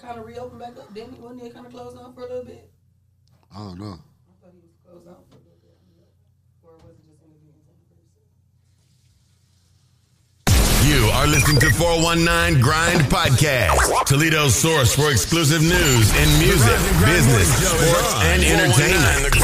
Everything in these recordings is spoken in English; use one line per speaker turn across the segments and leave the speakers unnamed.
kind of reopened back up, didn't he? Wasn't it kind of closed down for a little bit?
I don't know.
I thought he was closed down for a little bit. Or was it just in the beginning?
You are listening to 419 Grind Podcast, Toledo's source for exclusive news in music, business, sports, and entertainment.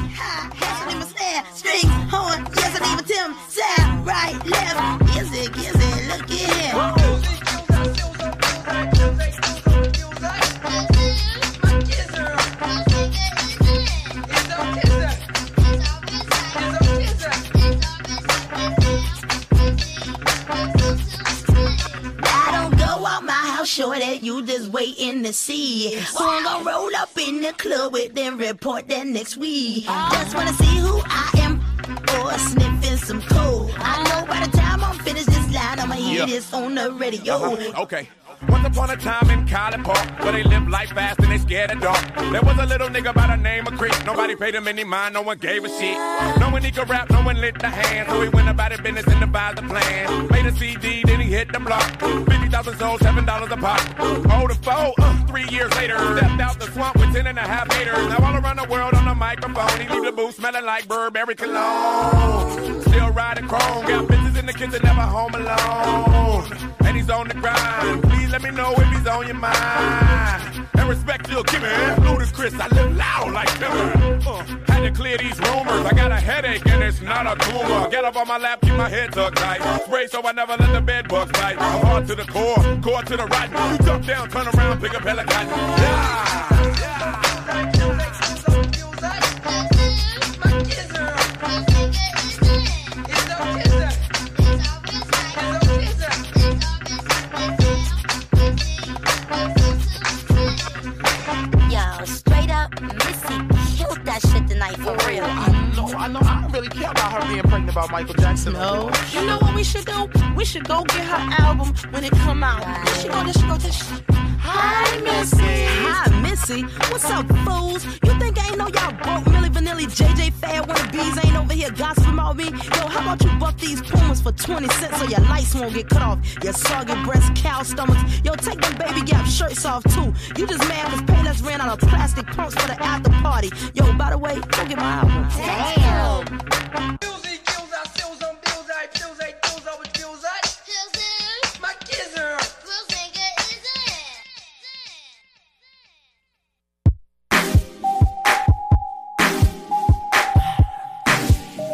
Hasn't even snare, strings, horn, yes, and even Tim. Side, right, left, is it, is it, look at him. I don't go out my house sure that you just waiting to see. So I'm gonna roll up in the club with them, report that next week. Just wanna see who I am or sniffing some coke. I know by the time I'm finished this line, I'ma hear
Yeah.
this on the radio.
Uh-huh. Okay. Once upon a time in College Park, where they live life fast and they scared of dark. There was a little nigga by the name of Creek. Nobody paid him any mind, no one gave a shit. No one he could rap, no one lit the hand. So he went about his business and devised a plan. Made a CD, then he hit the block. 50,000 sold, seven dollars a pop. Oh, the foe, uh, three years later. Stepped out the swamp with ten and a half haters. Now all around the world on the microphone. He leave the booth smelling like Burberry cologne. Still riding chrome, got bitches in the kitchen, never home alone. And he's on the grind. Please let me know if he's on your mind. And respect you'll give me. Ludacris, I live loud like Timber. Uh, had to clear these rumors. I got a headache and it's not a tumor. Get up on my lap, keep my head tucked tight. Spray so I never let the bed bugs bite. I'm hard to the core, core to the rotten. You jump down, turn around, pick up helicopter. Yeah.
Yo, straight up, Missy killed that shit tonight for real.
I know, I know. I don't really care about her being pregnant about Michael Jackson.
No. You know what we should do? We should go get her album when it come out. There she go, there she go, there she Hi, Missy. Hi, Missy. What's up, fools? You think I ain't know y'all broke Millie Vanilli, JJ Fad, wannabes ain't over here gossiping about me? Yo, how about you buck these pumas for 20 cents so your lights won't get cut off? Your soggy breasts, cow stomachs. Yo, take them baby gap shirts off, too. You just mad because Payless ran out of plastic pumps for the after party. Yo, by the way, go get my album.
Damn.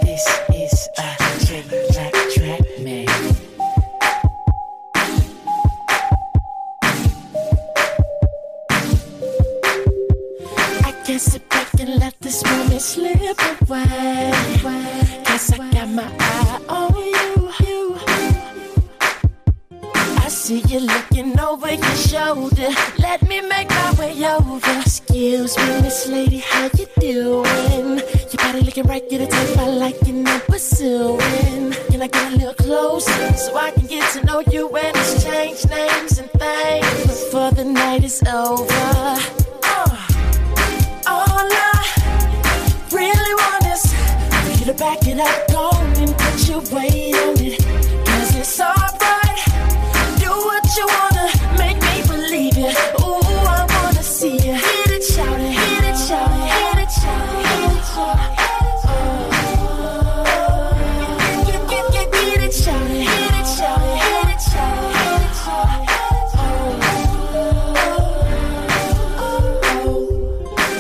This is a J Black track man. I can't sit back and let this moment slip away. Cause I got my eye on you. I see you looking over your shoulder. Let me make my way over. Excuse me, Miss Lady, how you doing? Your body looking right, you're the type I like and I'm pursuing. Can I get a little closer so I can get to know you and exchange names and things before the night is over? Uh, all I really want is for you to back it up, go on and put your weight on it. Cause it's alright. Do what you wanna, make me believe it. Ooh, I wanna see you. Hit it, shout it, hit it, shout it, hit it, shout it, hit it, shout it. Hit it, shout it, hit it, shout it, hit it, shout it, hit it, shout it.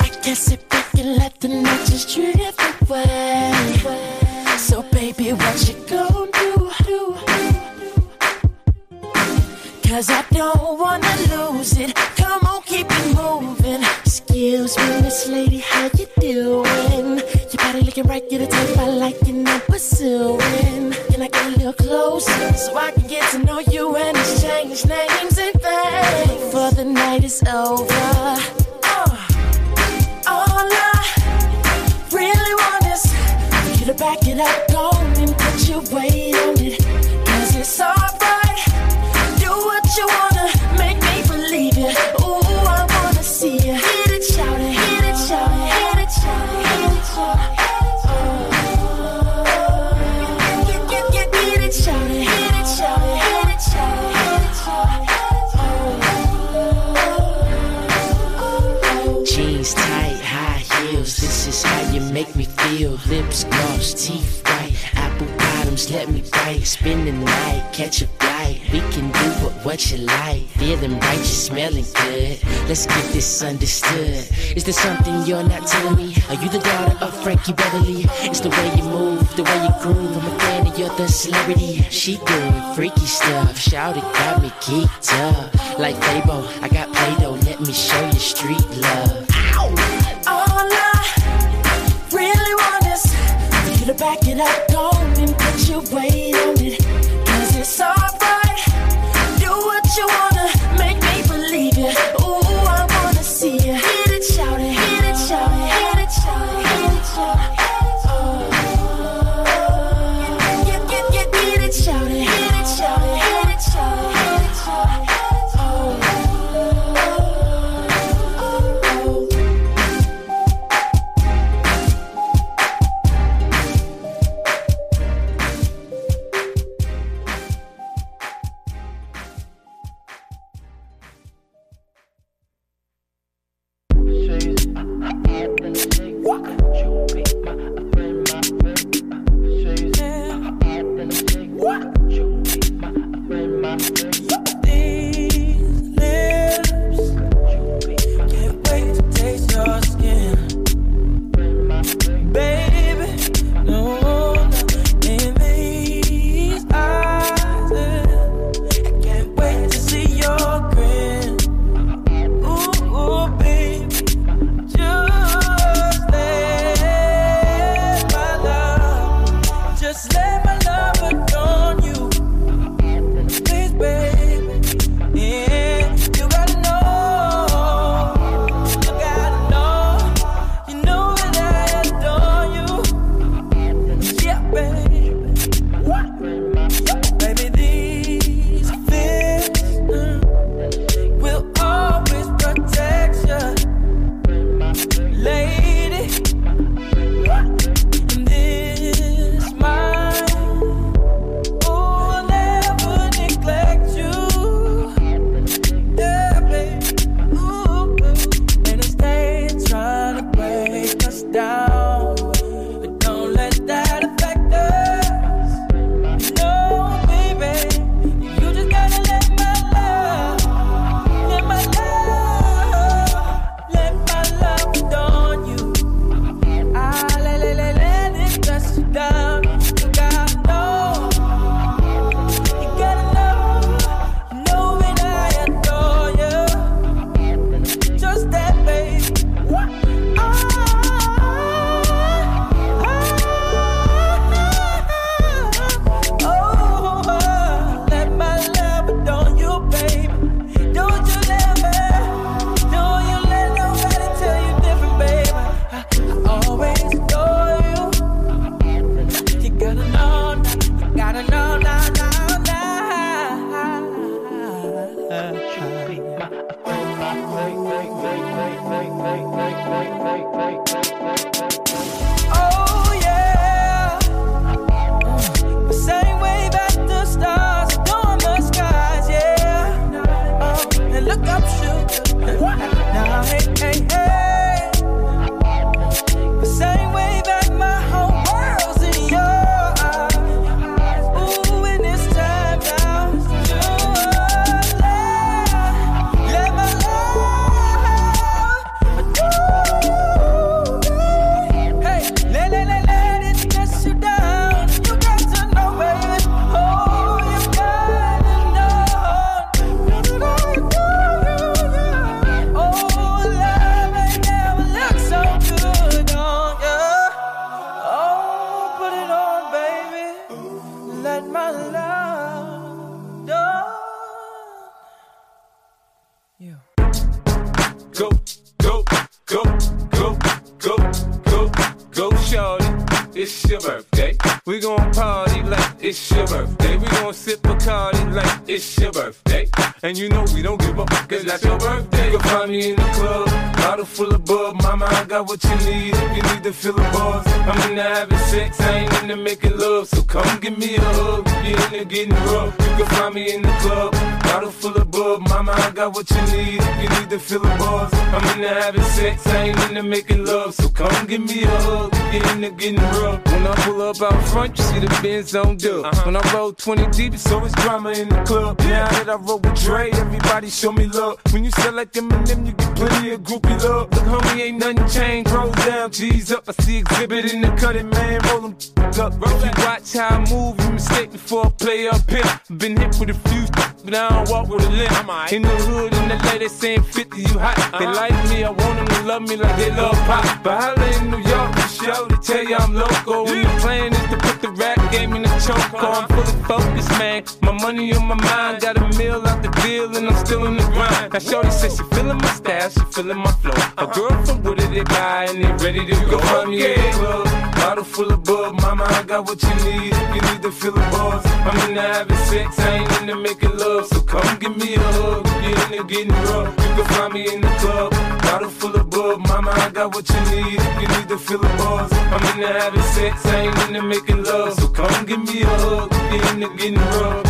I can sit back and let the night just drift away. So baby, what you gonna do? do, Cause I don't wanna lose it. Come on, keep it moving. Excuse me, Miss Lady, how you doing? Your body looking right, you're the type I like and I'm pursuing. Can I get a little closer so I can get to know you and exchange names and things before the night is over? Uh, all I really want is for you to back it up, go on and put your weight on it. Cause it's alright. Do what you wanna, make me believe it. Ooh, I wanna see you. Hit it, shout it, hit it, shout it, hit it, shout it, hit it, shout it. Hit it, shout it, hit it, shout it, hit it, shout it, hit it, shout it.
Jeans tight, high heels. This is how you make me feel. Lips gloss, teeth white, apple bottoms. Let me bite. Spend the night, catch a flight. We can do what, what you like. Feeling right, you smelling good. Let's get this understood. Is there something you're not telling me? Are you the daughter of Frankie Beverly? It's the way you move, the way you groove. I'm a fan of you're the celebrity. She doing freaky stuff. Shout it, got me geeked up. Like Fable, I got Play-Doh. Let me show you street love.
All I really want is for you to back it up, go on and put your weight on it. Cause it's alright. Do what you wanna, make me believe it. Ooh, I wanna see you. Hit it, shout it, hit it, shout it, hit it, shout it, hit it, shout it. Oh. Hit it, shout it, hit it, shout it, hit it, shout it, hit it, shout it.
oh, Ah, Ah, ah. Oh, Oh yeah. Same way that the stars adorn the skies, yeah. Oh, and look up, sugar. Now, hey, hey, hey. The same way that my whole world's in your eyes. Ooh, and it's time now to let, let my Hey, let, let, let, let it dress you down. You got to know, baby. Oh, you gotta know. Oh, love ain't never looked so good on ya. Oh, put it on, baby. Let my love down.
Go, go, go, go, go, go, go, shorty. It's your birthday. We gon' party like it's your birthday. We gon' sip Bacardi like it's your birthday. And you know we don't give up, cause that's your birthday. You'll find me in the club, bottle full of bub. Mama, I got what you need. If you need to fill the bars, I'm into having sex. I ain't into making love, so come give me a hug. If you into getting rough, you can find me in the club, bottle full of bub. Mama, I got what you need. If you need to fill the bars, I'm into having sex. I ain't into making love, so come give me a hug. If you into getting rough, when I pull up out front, you see the Benz on dub. When I roll 20 deep, it's always drama in the club. Now that I roll with Dre, everybody show me love. When you sell like them and them, you get plenty of groupie love. Look, homie, ain't nothing changed. Roll down, G's up. I see exhibit in the cutting, man. Roll them up. Roll you watch how I move, you mistake before I play up here. Been hit with a few, but I don't walk with a limp. In the hood, in the they saying 50, you hot. They like me, I want them to love me like they love pop. But I live in New York, show to tell you I'm local. And the plan is to put the rap game in the choke. I'm fully focused, man. My money on my mind, got a meal out the deal, and I'm still in the grind. Now, Shorty says she feeling my style, she feeling my flow. A girl from Wooded, they buy, and they ready to go. I'm yeah, Bottle full of bub, mama, I got what you need. If you need to fill the bars, I'm into having sex, I ain't into making love. So come give me a hug, if you're into getting rough. You can find me in the club. Bottle full of bub, mama, I got what you need. If you need to fill the bars, I'm into having sex, I ain't into making love. So come give me a hug, if you're into getting rough.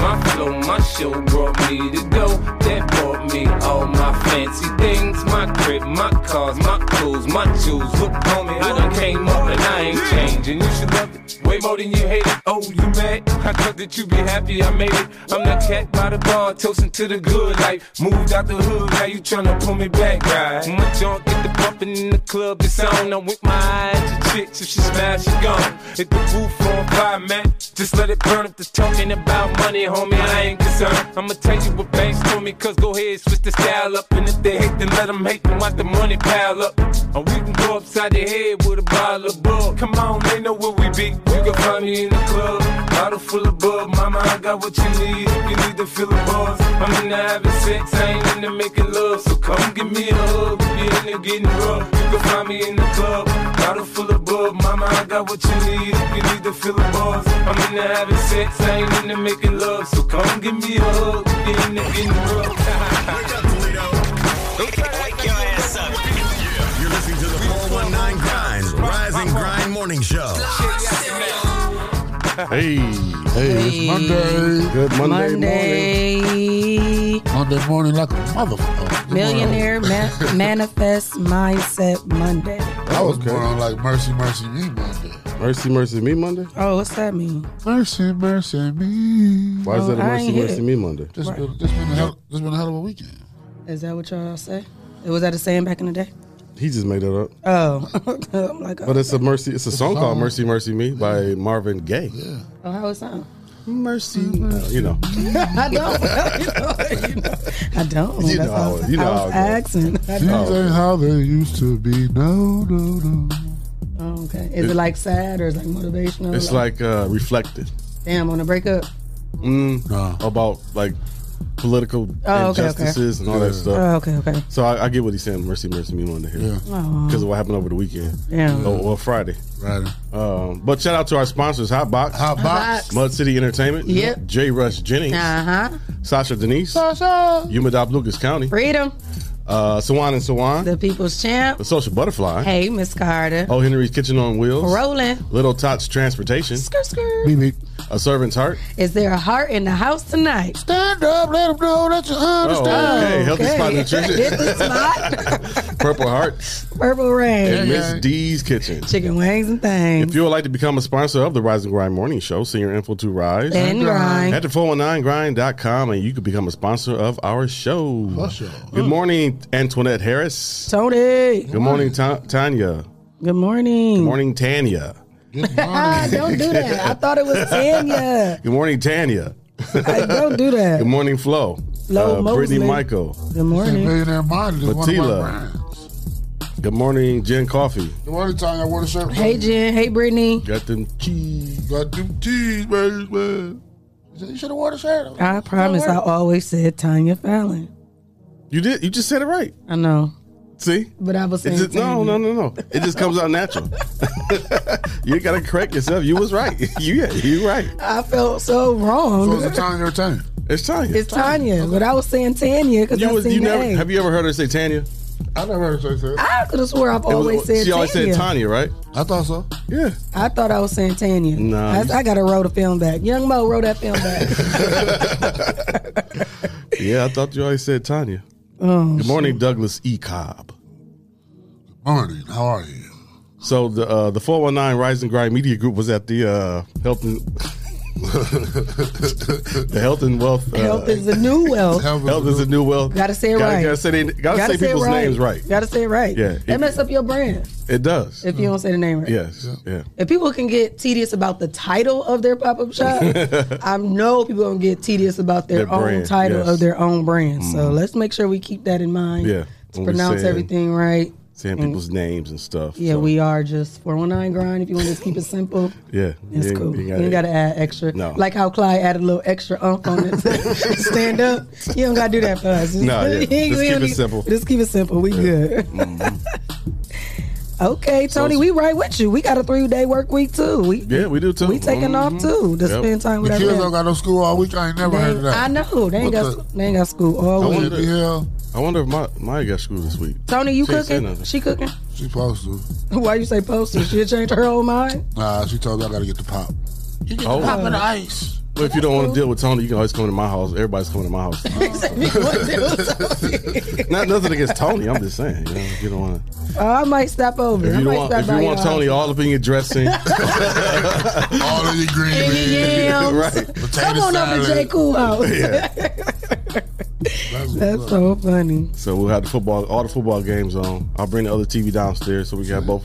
My flow, my show brought me to go. That brought me all my fancy things. My crib, my cars, my clothes, my jewels. Look on me, I done came up and I ain't changing. You should love it way more than you hate it. Oh, you mad? I thought that you be happy I made it. I'm that cat by the bar, toasting to the good life. Moved out the hood, now you tryna pull me back, right? When my junk get the bumping in the club, it's on. I'm with my eyes to chicks. If she smash, she gone. Hit the roof on fire, man. Just let it burn if they're talking about money, homie. I ain't concerned. I'ma tell you what banks told me, cause go ahead, switch the style up. And if they hate, then let them hate them, watch the money pile up. And we can go upside the head with a bottle of bug. Come on, they know where we be. You can find me in the club, bottle full of bug. Mama, I got what you need. If you need to fill the bars, I'm into having sex, I ain't into making love. So come give me a hug, if you're into getting rough. You can find me in the club, bottle full of bug. Mama, I got what you need. If you need to fill the bars, I'm into having sex, I ain't into making love. So come give me a hug, if you're into getting rough. Wake your ass up.
You're listening to the 419 Grind, Rise and Grind Morning Show.
Hey, hey, it's Monday. Good
Monday.
Monday morning like a motherfucker. Good
Millionaire ma- Manifest Mindset Monday.
I was born on like Mercy, Mercy Me Monday.
Mercy, mercy, me Monday.
Oh, what's that mean?
Mercy, mercy me.
Why is that a mercy, mercy, me Monday?
Just been, just been a hell, just been a hell of a weekend.
Is that what y'all say? Was that a saying back in the day?
He just made that up.
Oh, I'm like, oh,
But it's a mercy. It's a song called
song.
"Mercy, Mercy Me" by Marvin Gaye.
oh, how it sound?
Mercy,
Mm-hmm.
Uh, You know,
I don't. I don't.
You
That's
know how
how I
it-
was,
you know
I
how
was
it goes.
asking. I
Things
don't-
ain't how they used to be. No, no, no.
Oh, okay. Is it, like sad or is it like motivational?
it's like uh, reflected
damn on a breakup.
mm, about like political
Oh, okay, okay.
injustices and all that
Yeah.
stuff.
Oh, okay, okay.
So I, I get what he's saying. Mercy, mercy me one to hear.
Aw.
Because of what happened over the weekend.
Yeah.
Or, or Friday. Right. Um, but shout out to our sponsors: Hot Box, Hot
Box.
Mud City Entertainment,
Yep.
J. Rush Jennings,
Uh huh.
Sasha Denise,
Sasha.
Umadop Lucas County,
Freedom.
uh, Sawan and Sawan,
The People's Champ.
The Social Butterfly,
Hey, Miss Carter.
Oh Henry's Kitchen on Wheels,
Rolling.
Little Tots Transportation, A Servant's Heart.
Is there a heart in the house tonight? Stand up, let them know that you
Oh, okay. Healthy Spot
Healthy
Nutrition,
spot.
Purple Hearts,
Purple rain.
and Miss D's Kitchen.
Chicken wings and things.
If you would like to become a sponsor of the Rise and Grind Morning Show, send your info to Rise
And Grind.
at the 419grind.com and you can become a sponsor of our show. Good morning, Antoinette Harris.
Tony.
Good morning, Ta- Tanya.
Good morning. Good
morning, Tanya.
Don't do that. I thought it was Tanya.
Good morning, Tanya.
don't do that.
Good morning, Flo. Uh,
Flo
Brittany
Mosley.
Michael.
Good morning.
Millionaire Mind is one of my brands.
Patila. Good morning, Jen Coffee.
The one time I wore the shirt.
Hey, Jen. Hey, Brittany.
Got them cheese.
Got them cheese, baby. man. You said You should have worn the shirt.
I promise I always said Tanya Fallon.
You did. You just said it right.
I know.
See?
But I was
It
saying.
just- no, no,
Tanya.
no, no. It just comes out natural. you ain't gotta correct yourself. You was right. You you right.
I felt so wrong.
So it's Tanya or Tanya? It's Tanya.
It's Tanya, but I was saying Tanya because
You
I
was,
seen
you
the
never,
A.
have you ever heard her say Tanya?
I never heard her say
I could have swore I've
It was-
always said
she always
Tanya.
said Tanya, right?
I thought so.
Yeah.
I thought I was saying Tanya.
No.
I, I got to roll the film back. Young Mo, roll that film back.
Yeah, I thought you always said Tanya.
Oh,
Good morning, Douglas E. Cobb. Good morning. How are you? So the uh, the four one nine Rise and Grind Media Group was at the uh, health and the health and wealth. Uh,
Health is the new wealth.
health, is a new wealth.
Gotta say it right.
Gotta say, they, gotta say
it
people's names right.
Gotta say it right.
Yeah,
That
it-
mess up your brand
It does.
if you don't say the name right.
Yes. Yeah.
If people can get tedious about the title of their pop up shop, I know people gonna get tedious about their,
Their
own
brand,
title
yes.
of their own brand. So
Mhm.
let's make sure we keep that in mind.
Yeah,
To
when we
pronounce
saying-
everything right.
Saying
And-
people's names and stuff.
Yeah,
so,
we are just 419 grind. If you want to just keep it simple,
Yeah.
it's
you ain't-
cool.
you ain't
You
gotta-
ain't got to add extra.
No.
Like how Clyde added a little extra ump on it. Stand up. You don't got to do that for us.
No, yeah.
We
Just keep
don't
it
need-
simple. Mm-hmm.
Just keep it simple. We good. okay, Tony, we right with you. We got a three day work week too. We
Yeah, we do too. Mm-hmm.
we taking off too to spend time with
the
our
kids
family.
don't got no school all week. I ain't never
They-
heard of that.
I know they ain't
What
got they ain't got school all
I
week.
wonder, I wonder if my Maya got screwed this week.
Tony, you
She ain't say
cooking?
nothing.
She cooking?
She supposed to.
Why you say posted? She changed her whole mind.
Nah, she told me I gotta get the pop. You
get the Oh. pop and the
ice.
Well, if you don't want to deal with Tony, you can always come to my house. Everybody's coming to my house. Not nothing against Tony. I'm just saying. You, know, you don't want to.
Uh, I might step over.
If
I
you
might
don't want,
stop
if
by
you want
your house.
Tony all up in your dressing, all of your green
And your yams.
right?
Come on over to J. Cool house.
Yeah.
That's so funny.
So we'll have the football, all the football games on. I'll bring the other TV downstairs so we can have both,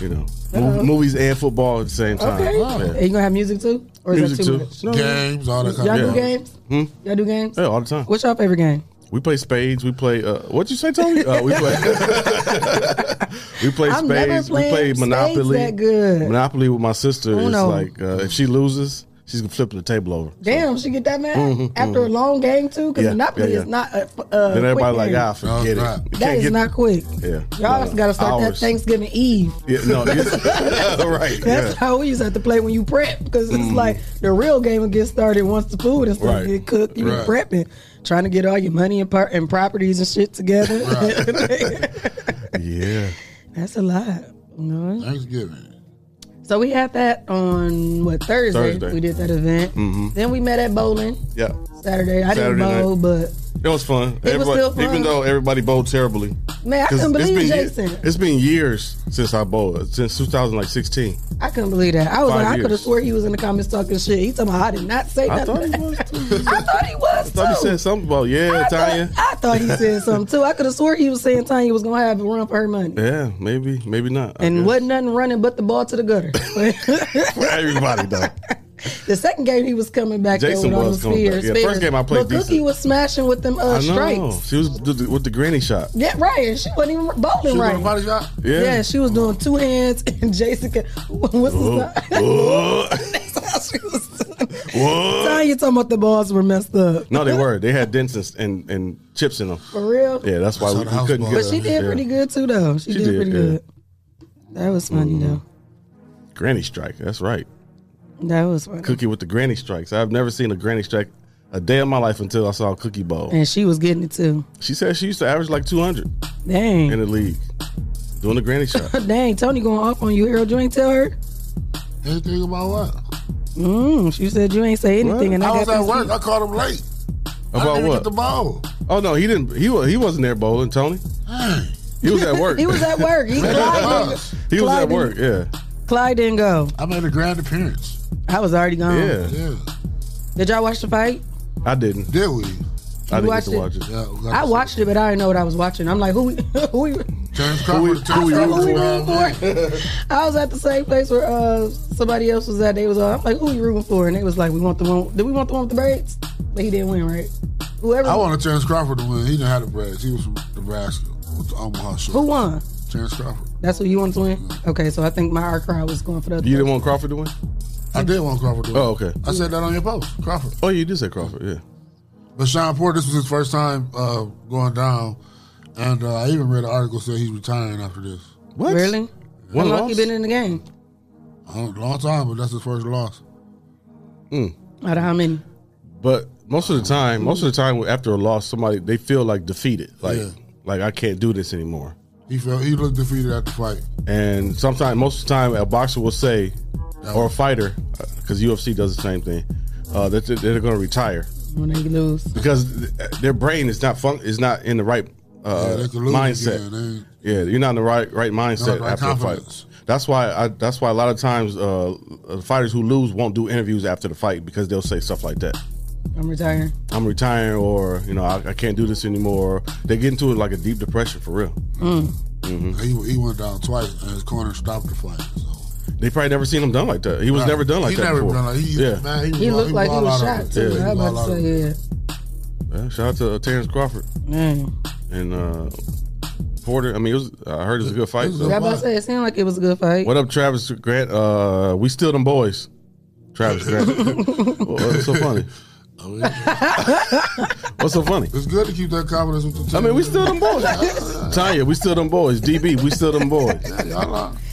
you know, mov-
Uh-oh.
movies and football at the same time.
Uh-huh. Okay. And
Yeah.
you gonna have music too,
Music too.
much?
Games, all that kind
Y'all
of
do
stuff.
games?
Hmm?
Y'all do games?
Yeah, all the time.
What's your favorite game?
We play spades. We play. Uh, what'd you say, Tony? Uh, we play. we play
I'm never
spades. We play
playing spades
Monopoly.
that good. Oh,
Monopoly with my sister
Uno.
is like uh, if she loses, she's gonna flip the table over.
Damn, she get that mad
Mhm,
after
mhm.
a long game too, because
Yeah,
Monopoly
yeah, yeah.
is not. A, f- uh,
then everybody
quick
like,
game.
ah, forget it. You
That
can't
is
get-
not quick.
Yeah.
Y'all
no.
got to start that
Hours.
Thanksgiving Eve.
Yeah, no, you- right.
That's
yeah.
how we used to have to play when you prep because it's
Mhm.
like the real game will get started once the food and stuff
Right.
get cooked. You
Right.
prepping, trying to get all your money and, par- and properties and shit together.
yeah.
That's a lot. you know?
Thanksgiving.
So we had that on what Thursday?
Thursday.
We did that event.
Mhm.
Then we met at bowling
Yeah.
Saturday. I
Saturday
didn't
night.
bowl, but
It was fun.
It was
Everybody-
still fun.
Even though everybody bowled terribly.
Man, I
'Cause
couldn't
it's
believe
been ye-
Jason.
It's been years since I bowled, since 2016.
I couldn't believe that. I was
Five
like, I could have
years.
swore he was in the comments talking shit. He told me I did not say
I
nothing.
thought
I thought he was
I thought you
too.
said something about, yeah, Tanya.
I thought he said something too. I could have swore he was saying Tanya was gonna have a run for her money.
Yeah, maybe, maybe not. I
And
guess.
wasn't nothing running but the ball to the gutter.
For everybody though.
the second game he was coming back there
Jason
with all
was
those
coming
spears.
back. Yeah, first
spears.
game I played
But Cookie
decent.
was smashing with them uh,
I know.
strikes.
She was d- d- with the granny shot.
Yeah, right. And she wasn't even bowling
doing
right.
a body shot? Yeah.
she was doing two hands, and Jason. Kept, what's his
Oh,
name?
oh. What?
Tell you talking about the balls were messed up.
No, they were. They had dents and, and, and chips in them.
For real?
Yeah, that's why we, Oh,
That's how the
we
house
couldn't
ball
get.
is. But she did
yeah.
pretty good, too, though. She did pretty good. That was funny
Mm-hmm.
though.
Granny strike. That's right.
That was funny.
Cookie with the granny strikes. I've never seen a granny strike a day of my life until I saw a Cookie Bowl.
And she was getting it too.
She said she used to average like 200
Dang.
in the league doing the granny shot.
Dang, Tony going off on you, Harold. You ain't tell her.
Anything about what?
Mm, she said you ain't say anything, and I,
I was
got
at work.
confused.
I called him late. I
About
didn't even
what?
get the ball.
Oh no, he didn't. He was he wasn't there bowling, Tony. He was at work.
He was at work. He, Clyde, didn't,
he was at
Clyde
work. Yeah.
Clyde didn't go.
I made a grand appearance.
I was already gone.
Yeah. Yeah.
Did y'all watch the fight?
I didn't.
Did we?
I didn't get
watched
to
it?
watch it.
I watched it, but I didn't know what I was watching. I'm like, who? We, who? We,
James
Who we-
Crawford.
who we
turned
rooting
around, man.
I was at the same place where uh, somebody else was at. They was all, I'm like, who you rooting for? And they was like, we want the one. Did we want the one with the braids? But he didn't win, right? Whoever.
I wanted Terrence Crawford to win. He didn't have the brass. He was from Nebraska. With the Omaha Shore.
Who won?
Terrence Crawford.
That's who you wanted to win. Okay, so I think my our crowd was going for the. Other
You didn't want Crawford to win.
I did want Crawford to win.
Oh okay.
I said that on your post, Crawford.
Oh yeah, you did say Crawford. Yeah.
But Sean Porter, this was his first time uh, going down, and uh, I even read an article saying he's retiring after this.
What?
Really?
One
How long
loss?
you been in the game?
A long time, but that's his first loss.
Mm.
Out of how many?
But most of the time, most of the time after a loss, somebody they feel like defeated. Like
Yeah.
like I can't do this anymore.
He felt he looked defeated at the fight.
And sometimes, most of the time, a boxer will say, or a fighter, uh, because UFC does the same thing, uh, that they're, they're going to retire
When they lose.
because th- their brain is not fun, is not in the right uh,
Yeah, they can lose
mindset.
again,
yeah, you're not in the right right mindset
Not right
after
confidence.
a fight. That's why I, that's why a lot of times uh, uh, fighters who lose won't do interviews after the fight because they'll say stuff like that.
I'm retiring.
I'm retiring, or you know, I, I can't do this anymore. They get into it like a deep depression for real.
Mm.
hmm
He, he went down twice, and his corner stopped the fight.
They probably never seen him done like that. He was
Right.
never done like
He
that.
never
before.
done like- he-
yeah.
man,
He
was-
looked
he
like he
was
was
all out
shot
of it.
too.
Yeah, he
I was
was
about
all
to
out of
say, yeah.
Yeah, shout out to uh, Terrence Crawford
Man.
and uh, Porter. I mean, it was, I heard it was a good fight.
I was about to
so.
say, it seemed like it was a good fight.
What up, Travis Grant? Uh, we still them boys. Travis Grant. What's so funny? What's so funny?
Oh, It's good to keep that confidence with the team.
I mean, we still them boys. Tanya, we still them boys. DB, we still them boys.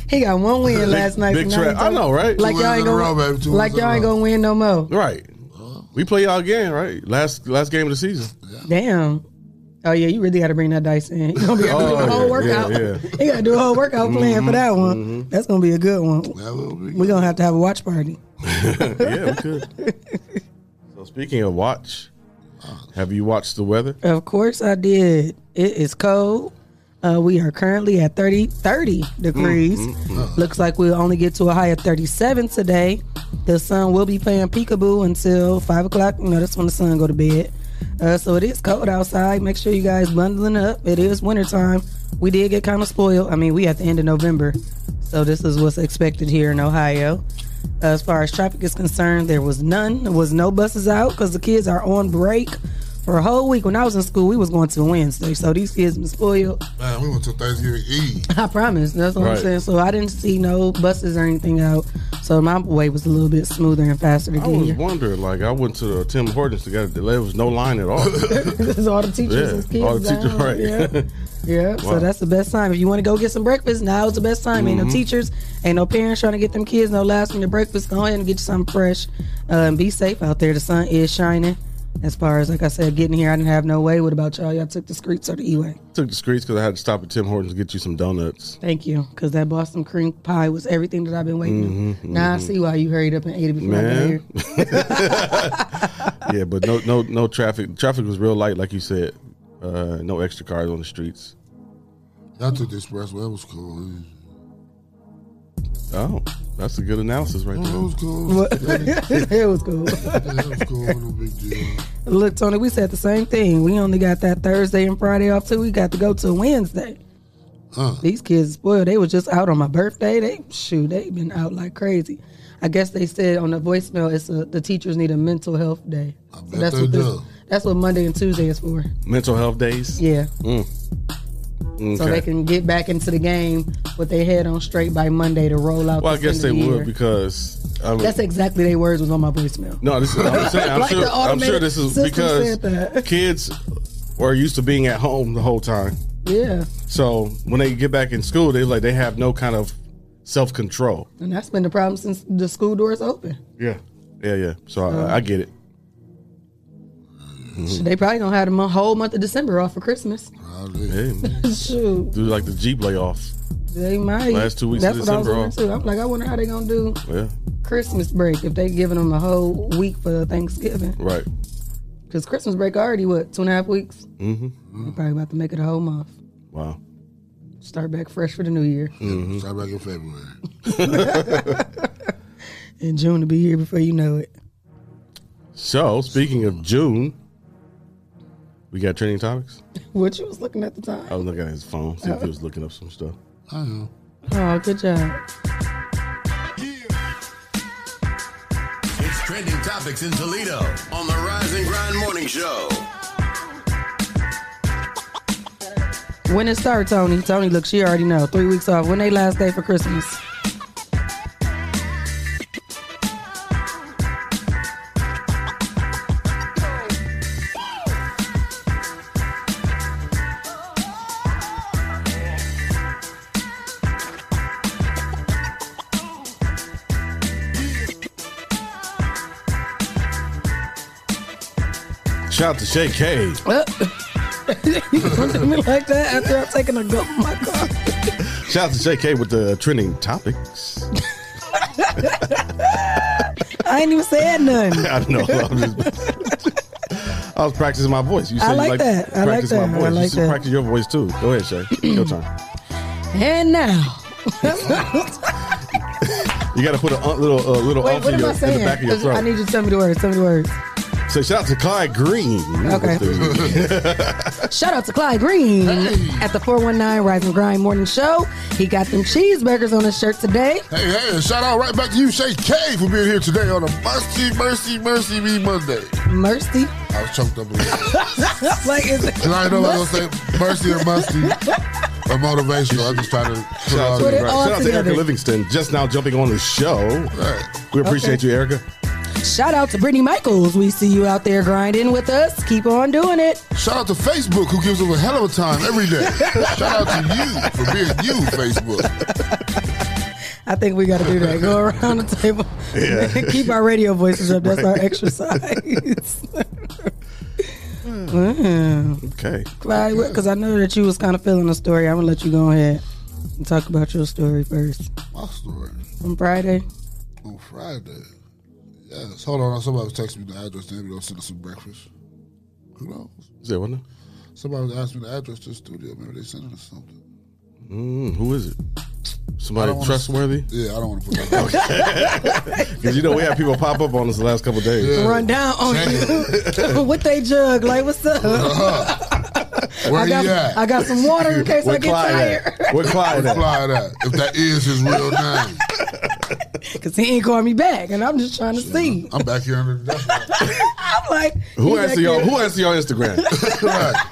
He got one win
Big-
last night.
big
and now
trap.
he talking-
I know, right?
Like
Two
y'all
wins in
ain't
a
gonna,
row, baby. Two
like
wins in
y'all
a
ain't
row.
gonna win no more.
Right. We play y'all again, right? Last last game of the season.
Damn. Oh yeah, you really got to bring that dice in. You gonna be able to do
Oh, Mm-hmm,
a whole
yeah,
workout.
yeah,
You got to do a whole workout plan for that one. That's gonna be a good one. We're gonna have to have a watch party.
yeah, we could. So speaking of watch, have you watched the weather?
Of course I did. It is cold. Uh, we are currently at 30, 30 degrees.
mm, mm.
Looks like we'll only get to a high of 37 today. The sun will be playing peekaboo until 5 o'clock. You know, that's when the sun go to bed. Uh, so it is cold outside. Make sure you guys bundling up. It is wintertime. We did get kind of spoiled. I mean, we at the end of November. So this is what's expected here in Ohio. As far as traffic is concerned, there was none. There was no buses out because the kids are on break for a whole week. When I was in school, we was going to Wednesday, so these kids been spoiled.
Man, we went to Thanksgiving Eve.
I promise. That's what I'm
Right.
saying. So I didn't see no buses or anything out. So my way was a little bit smoother and faster to
I
get
was
here.
wondering, like, I went to uh, Tim Hortons to get there was no line at all.
'Cause all the teachers
yeah,
was kids
all the teachers,
out.
right?
Yeah. Yeah,
Wow.
so that's the best time. If you want to go get some breakfast, now is the best time. Ain't
Mhm.
no teachers, ain't no parents trying to get them kids no last minute breakfast. Go ahead and get you something fresh uh, and be safe out there. The sun is shining. As far as, like I said, getting here, I didn't have no way. What about y'all? Y'all took the streets or the E way?
Took the streets because I had to stop at Tim Hortons to get you some donuts.
Thank you, because that Boston cream pie was everything that I've been waiting on.
Mhm,
Now I
mhm.
see why you hurried up and ate it before I got
Man.
here.
yeah, but no, no, no traffic. Traffic was real light, like you said. Uh, no extra cars on the streets.
Y'all took the expressway. It was cool. man.
Oh, that's a good analysis right there.
It was cool.
What? it was cool.
it was cool. No big deal.
Look, Tony, we said the same thing. We only got that Thursday and Friday off too. We got to go to Wednesday. These kids spoiled. They was just out on my birthday. They shoot, they been out like crazy. I guess they said on the voicemail, it's a, the teachers need a mental health day. So
bet
that's
they
what
do.
that's what Monday and Tuesday is for.
Mental health days.
Yeah.
Mm.
So they
Okay.
can get back into the game with their head on straight by Monday to roll out.
Well, I
this
guess
end of
they
the year.
would because I mean-
That's exactly their words was on my voicemail.
No, this is I'm saying. I'm,
Like
sure,
the
I'm sure
automated
this is
system
because
said that.
kids are used to being at home the whole time.
Yeah.
So when they get back in school, they like they have no kind of self control.
And that's been the problem since the school doors open.
Yeah. Yeah, yeah. So
Uh,
I, I get it. Mhm.
They probably gonna have the mo- whole month of December off for Christmas.
Hey, man.
Shoot,
do like the Jeep layoff.
they might.
Last two weeks
That's
of
what I was
December
wondering
off.
too. I'm like, I wonder how they gonna do
Yeah,
Christmas break if they giving them a whole week for Thanksgiving.
right.
Cause Christmas break already what two and a half weeks.
Mm-hmm.
They probably about to make it a whole month.
Wow.
Start back fresh for the new year.
Mm-hmm. Start back in February.
In June to be here before you know it.
So speaking of June, we got training topics.
What you was looking at the time?
I was looking at his phone, see if he was looking up some stuff.
I know.
Oh, good job.
It's trending topics in Toledo on the Rise and Grind Morning Show.
When it start, Tony? Tony, look, she already know. Three weeks off. When they last day for Christmas?
Shout out to Shay K.
Well, you look at me like that after I'm taking a gulp of my coffee.
Shout out to Shay K with the trending topics.
I ain't even said nothing.
I don't know. I'm just, I was practicing my voice. You said
I
you
like
to
that. I like
Practice
that.
my
I
voice. you
like
should
that.
practice your voice too. Go ahead, Shay. Your time.
And now.
You got to put a uh, little uh, little
Wait,
ump
what
in,
am
your,
I
in the
saying?
back of your throat.
I need you to tell me the words. Tell me the words.
so shout out to Clyde Green.
Okay. Shout out to Clyde Green at the 419 Rise and Grind Morning Show. He got them cheeseburgers on his shirt today.
Hey, hey, and shout out right back to you, Shay K, for being here today on a Mercy, Mercy, Mercy Me Monday.
Mercy?
I was choked up a little.
like, is it?
Cause I know I was gonna say Mercy or Musty or motivational. I'm just trying to put
Shout out
all
to,
that.
Erica- shout out to Erica Livingston, just now jumping on the show. We appreciate
Okay.
you, Erica.
Shout out to Brittany Michaels. We see you out there grinding with us. Keep on doing it.
Shout out to Facebook, who gives them a hell of a time every day. Shout out to you for being you, Facebook.
I think we got to do that. Go around the table.
Yeah.
Keep our radio voices up. That's our exercise. Mm.
Okay.
Clyde, because I know that you was kind of feeling the story. I'm gonna let you go ahead and talk about your story first.
My story
From Friday.
on Friday. Yes. Hold on. Somebody was texting me the address. They don't send us some breakfast. Who knows?
Is that what now?
Somebody was asking me the address to the studio. Maybe they sending us something.
Mm, who is it?
I
Somebody
don't wanna-
trustworthy?
Yeah, I don't want to put that.
Because you know we have people pop up on us the last couple of days.
Run down on you with they jug. Like, what's up?
Uh-huh. Where
I got,
he at?
I got some water in case I get tired.
At?
Where Clyde
Where Clyde at? If that is his real name.
Cause he ain't calling me back, and I'm just trying to see.
I'm back here under the desk.
I'm like,
Who
he back
answered your
there.
Who answered your Instagram?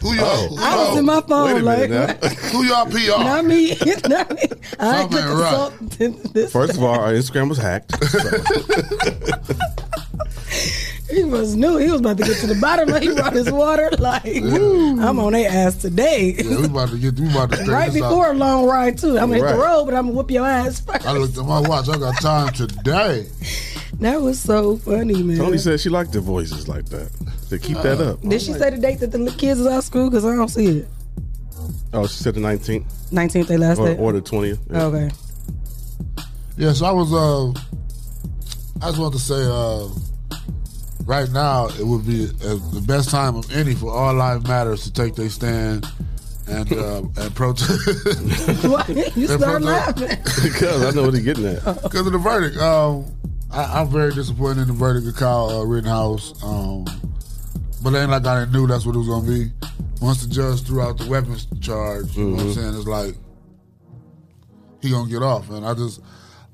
Who y'all?
I was in my
Wait a
phone, Oh, like,
minute now.
Who y'all PR?
Not me. Not me. I ain't put the
right.
salt in this.
First of all, our Instagram was hacked.
He was new. He was about to get to the bottom. Like he brought his water. Like I'm on their ass today.
Yeah, we about to get. We about to straighten
right
this out.
before a long ride too. I'm gonna hit
Right.
the road, but I'm gonna whoop your ass. first.
I looked at my watch. I got time today.
That was so funny, man.
Tony said she liked the voices like that. To keep that up.
Did she say the date that the li- kids is out of school? Because I don't see it.
Oh, she said the nineteenth.
19th, they last
or,
day.
or the twentieth.
Okay.
Yes, I was. Uh, I just want to say, uh, right now it would be uh, the best time of any for All Life Matters to take their stand and uh, and protest.
What? You
They protest-
start laughing.
Because I know what he's getting at.
Because of the verdict. Um, I, I'm very disappointed in the verdict of Kyle uh, Rittenhouse. Um, but it ain't like I knew that's what it was going to be. Once the judge threw out the weapons charge, you know what I'm
Mhm.
saying? It's like, he going to get off. And I just,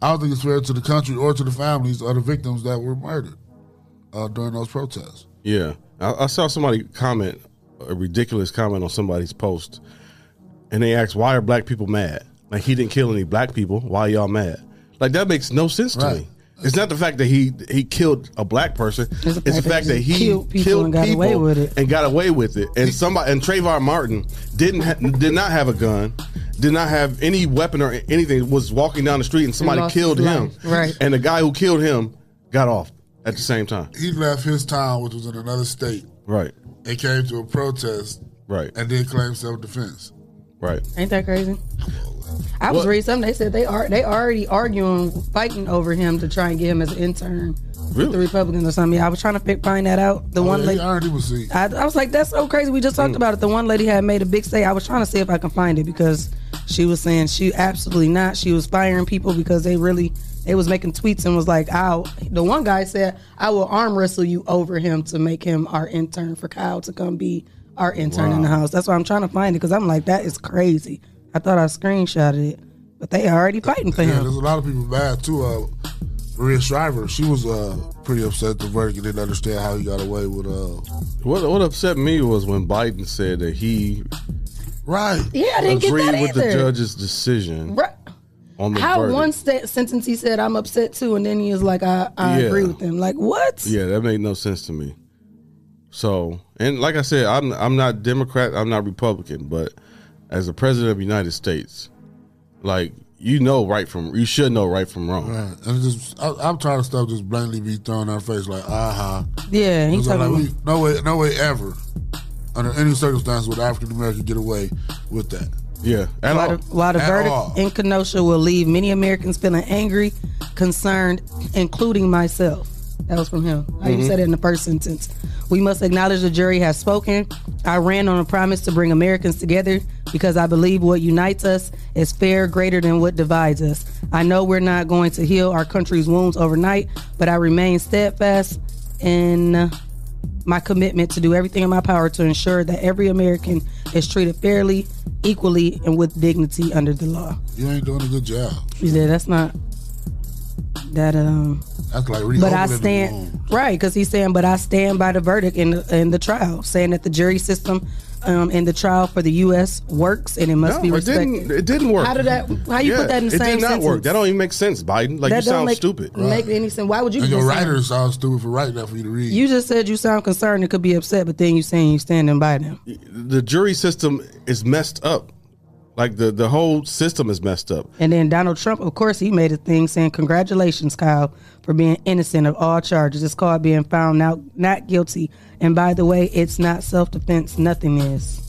I don't think it's fair to the country or to the families of the victims that were murdered uh, during those protests.
Yeah, I, I saw somebody comment a ridiculous comment on somebody's post, and they asked, "Why are black people mad? Like he didn't kill any black people. Why y'all mad?" Like that makes no sense to me. It's not the fact that he he killed a black person. It's the fact,
that
that,
he
he killed
killed people
people,
and got away with it.
and got away with it. And somebody and Trayvon Martin didn't ha- did not have a gun, did not have any weapon or anything. Was walking down the street and somebody
lost
killed
his
him.
life. Right.
And the guy who killed him got off at the same time.
He left his town, which was in another state,
Right.
and came to a protest,
Right.
and then claimed self defense.
Right.
Ain't that crazy? I was
What-
reading something. They said they are they already arguing, fighting over him to try and get him as an intern. with
Really?
The Republicans or something. Yeah, I was trying to pick, find that out. The
Oh,
one
yeah,
lady.
he already was seen.
I, I was like, that's so crazy. We just talked
Mm.
about it. The one lady had made a big say. I was trying to see if I can find it because she was saying she absolutely not. She was firing people because they really they was making tweets and was like, "I'll." The one guy said, "I will arm wrestle you over him to make him our intern for Kyle to come be our intern in the
Wow.
house." That's why I'm trying to find it because I'm like, that is crazy. I thought I screenshotted it, but they already fighting for
Yeah,
him.
there's a lot of people mad too. Uh, Maria Shriver, she was uh, pretty upset. The verdict didn't understand how he got away with. Uh,
What what upset me was when Biden said that he
right.
Yeah, I didn't get
agreed
that
with the
either.
judge's decision
Right.
on the
How
verdict.
one st- sentence he said, "I'm upset too," and then he is like, "I, I
Yeah.
agree with them." Like what?
Yeah, that made no sense to me. So, and like I said, I'm I'm not Democrat, I'm not Republican, but as the president of the United States, like you know right from you should know right from wrong.
Right. And it's just, I, I'm tired of stuff just blatantly be thrown in our face like, aha.
Yeah, he
It's like,
talking
we- no way, no way ever, under any circumstance, would African American get away with that.
Yeah, at
While
all.
the, while the
At
verdict
all.
in Kenosha will leave many Americans feeling angry, concerned, including myself. That was from him. I even
Mhm.
said it in the first sentence. We must acknowledge the jury has spoken. I ran on a promise to bring Americans together because I believe what unites us is fair greater than what divides us. I know we're not going to heal our country's wounds overnight, but I remain steadfast in my commitment to do everything in my power to ensure that every American is treated fairly, equally, and with dignity under the law.
You ain't doing a good job.
He said, that's not that um
That's like really
but I
opening the
stand right because he's saying, but I stand by the verdict in the, in the trial, saying that the jury system um, in the trial for the U.S. works and it must
No,
be
it
respected.
didn't- it didn't work.
How did that? How you
Yeah,
put that in the
it
same
did not
sentence?
work. That don't even make sense, Biden. Like
That
you
don't
sound
make,
stupid.
Make any sense? Why would you?
and your
just sound-
writers sound stupid for writing that for you to read.
You just said you sound concerned and could be upset, but then you saying you standing by them.
The jury system is messed up. Like the the whole system is messed up.
And then Donald Trump, of course, he made a thing saying, "Congratulations, Kyle, for being innocent of all charges. It's called being found out not guilty. And by the way, it's not self-defense. Nothing is."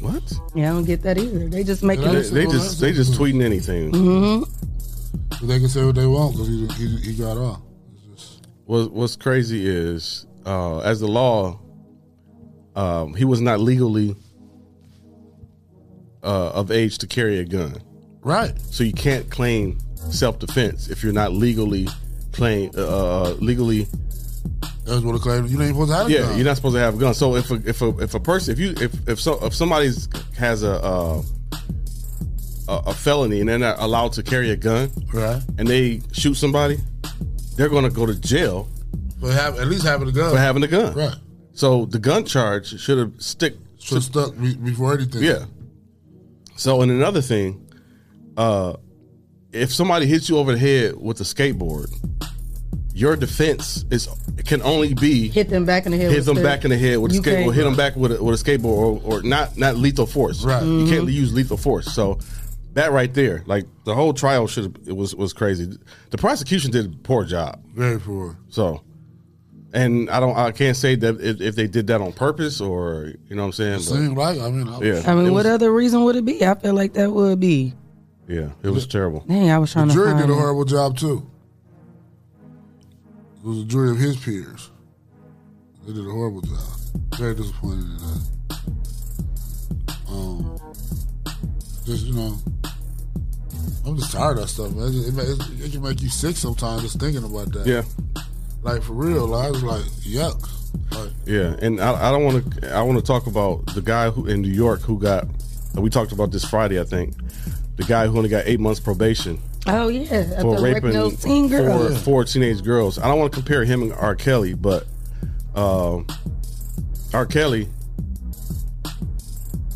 What?
Yeah, I don't get that either. They just make
They,
it.
they just they just tweeting anything.
hmm
But they can say what they want because he, he, he got off.
What, what's crazy is, uh, as the law, um, he was not legally uh, of age to carry a gun.
Right.
So you can't claim self defense if you're not legally claim uh, legally.
That's what it claims. You ain't supposed to have a
yeah,
gun.
you're not supposed to have a gun. So if a, if a, if a person if you if if so if somebody's has a uh, a, a felony and they're not allowed to carry a gun,
Right.
and they shoot somebody, they're going to go to jail
But have, at least having a gun.
for having a gun.
Right.
So the gun charge should have stick
Should have stuck be- before anything.
Yeah. So and another thing, uh, if somebody hits you over the head with a skateboard, your defense is it can only be
Hit them back in the head.
hit
with
them
the-
back in the head with a
You
skateboard,
can't-
hit them back with a, with a skateboard, or, or not not lethal force. Right. You
Mm-hmm.
can't use lethal force. So that right there, like the whole trial should it was was crazy. The prosecution did a poor job.
Very poor.
So. And I don't. I can't say that if, if they did that on purpose or you know what I'm saying.
It
but-
seemed like, I mean, I,
Yeah.
I mean,
It
what
was-
other reason would it be? I feel like that would be.
Yeah, it was terrible.
Dang, I was trying
the
to.
jury
find
did a
it.
horrible job too. It was a jury of his peers. They did a horrible job. Very disappointed in that. Um, just you know, I'm just tired of that stuff. Man. It, just- it ma- it's- it can make you sick sometimes just thinking about that.
Yeah.
Like for real, like, I was like, yuck. Like,
Yeah, and I, I don't want to. I want to talk about the guy who in New York who got. and We talked about this Friday, I think. The guy who only got eight months probation
Oh yeah,
for
after raping
raping
those teen
four,
girls.
four teenage girls. I don't want to compare him and R. Kelly, but um, R. Kelly.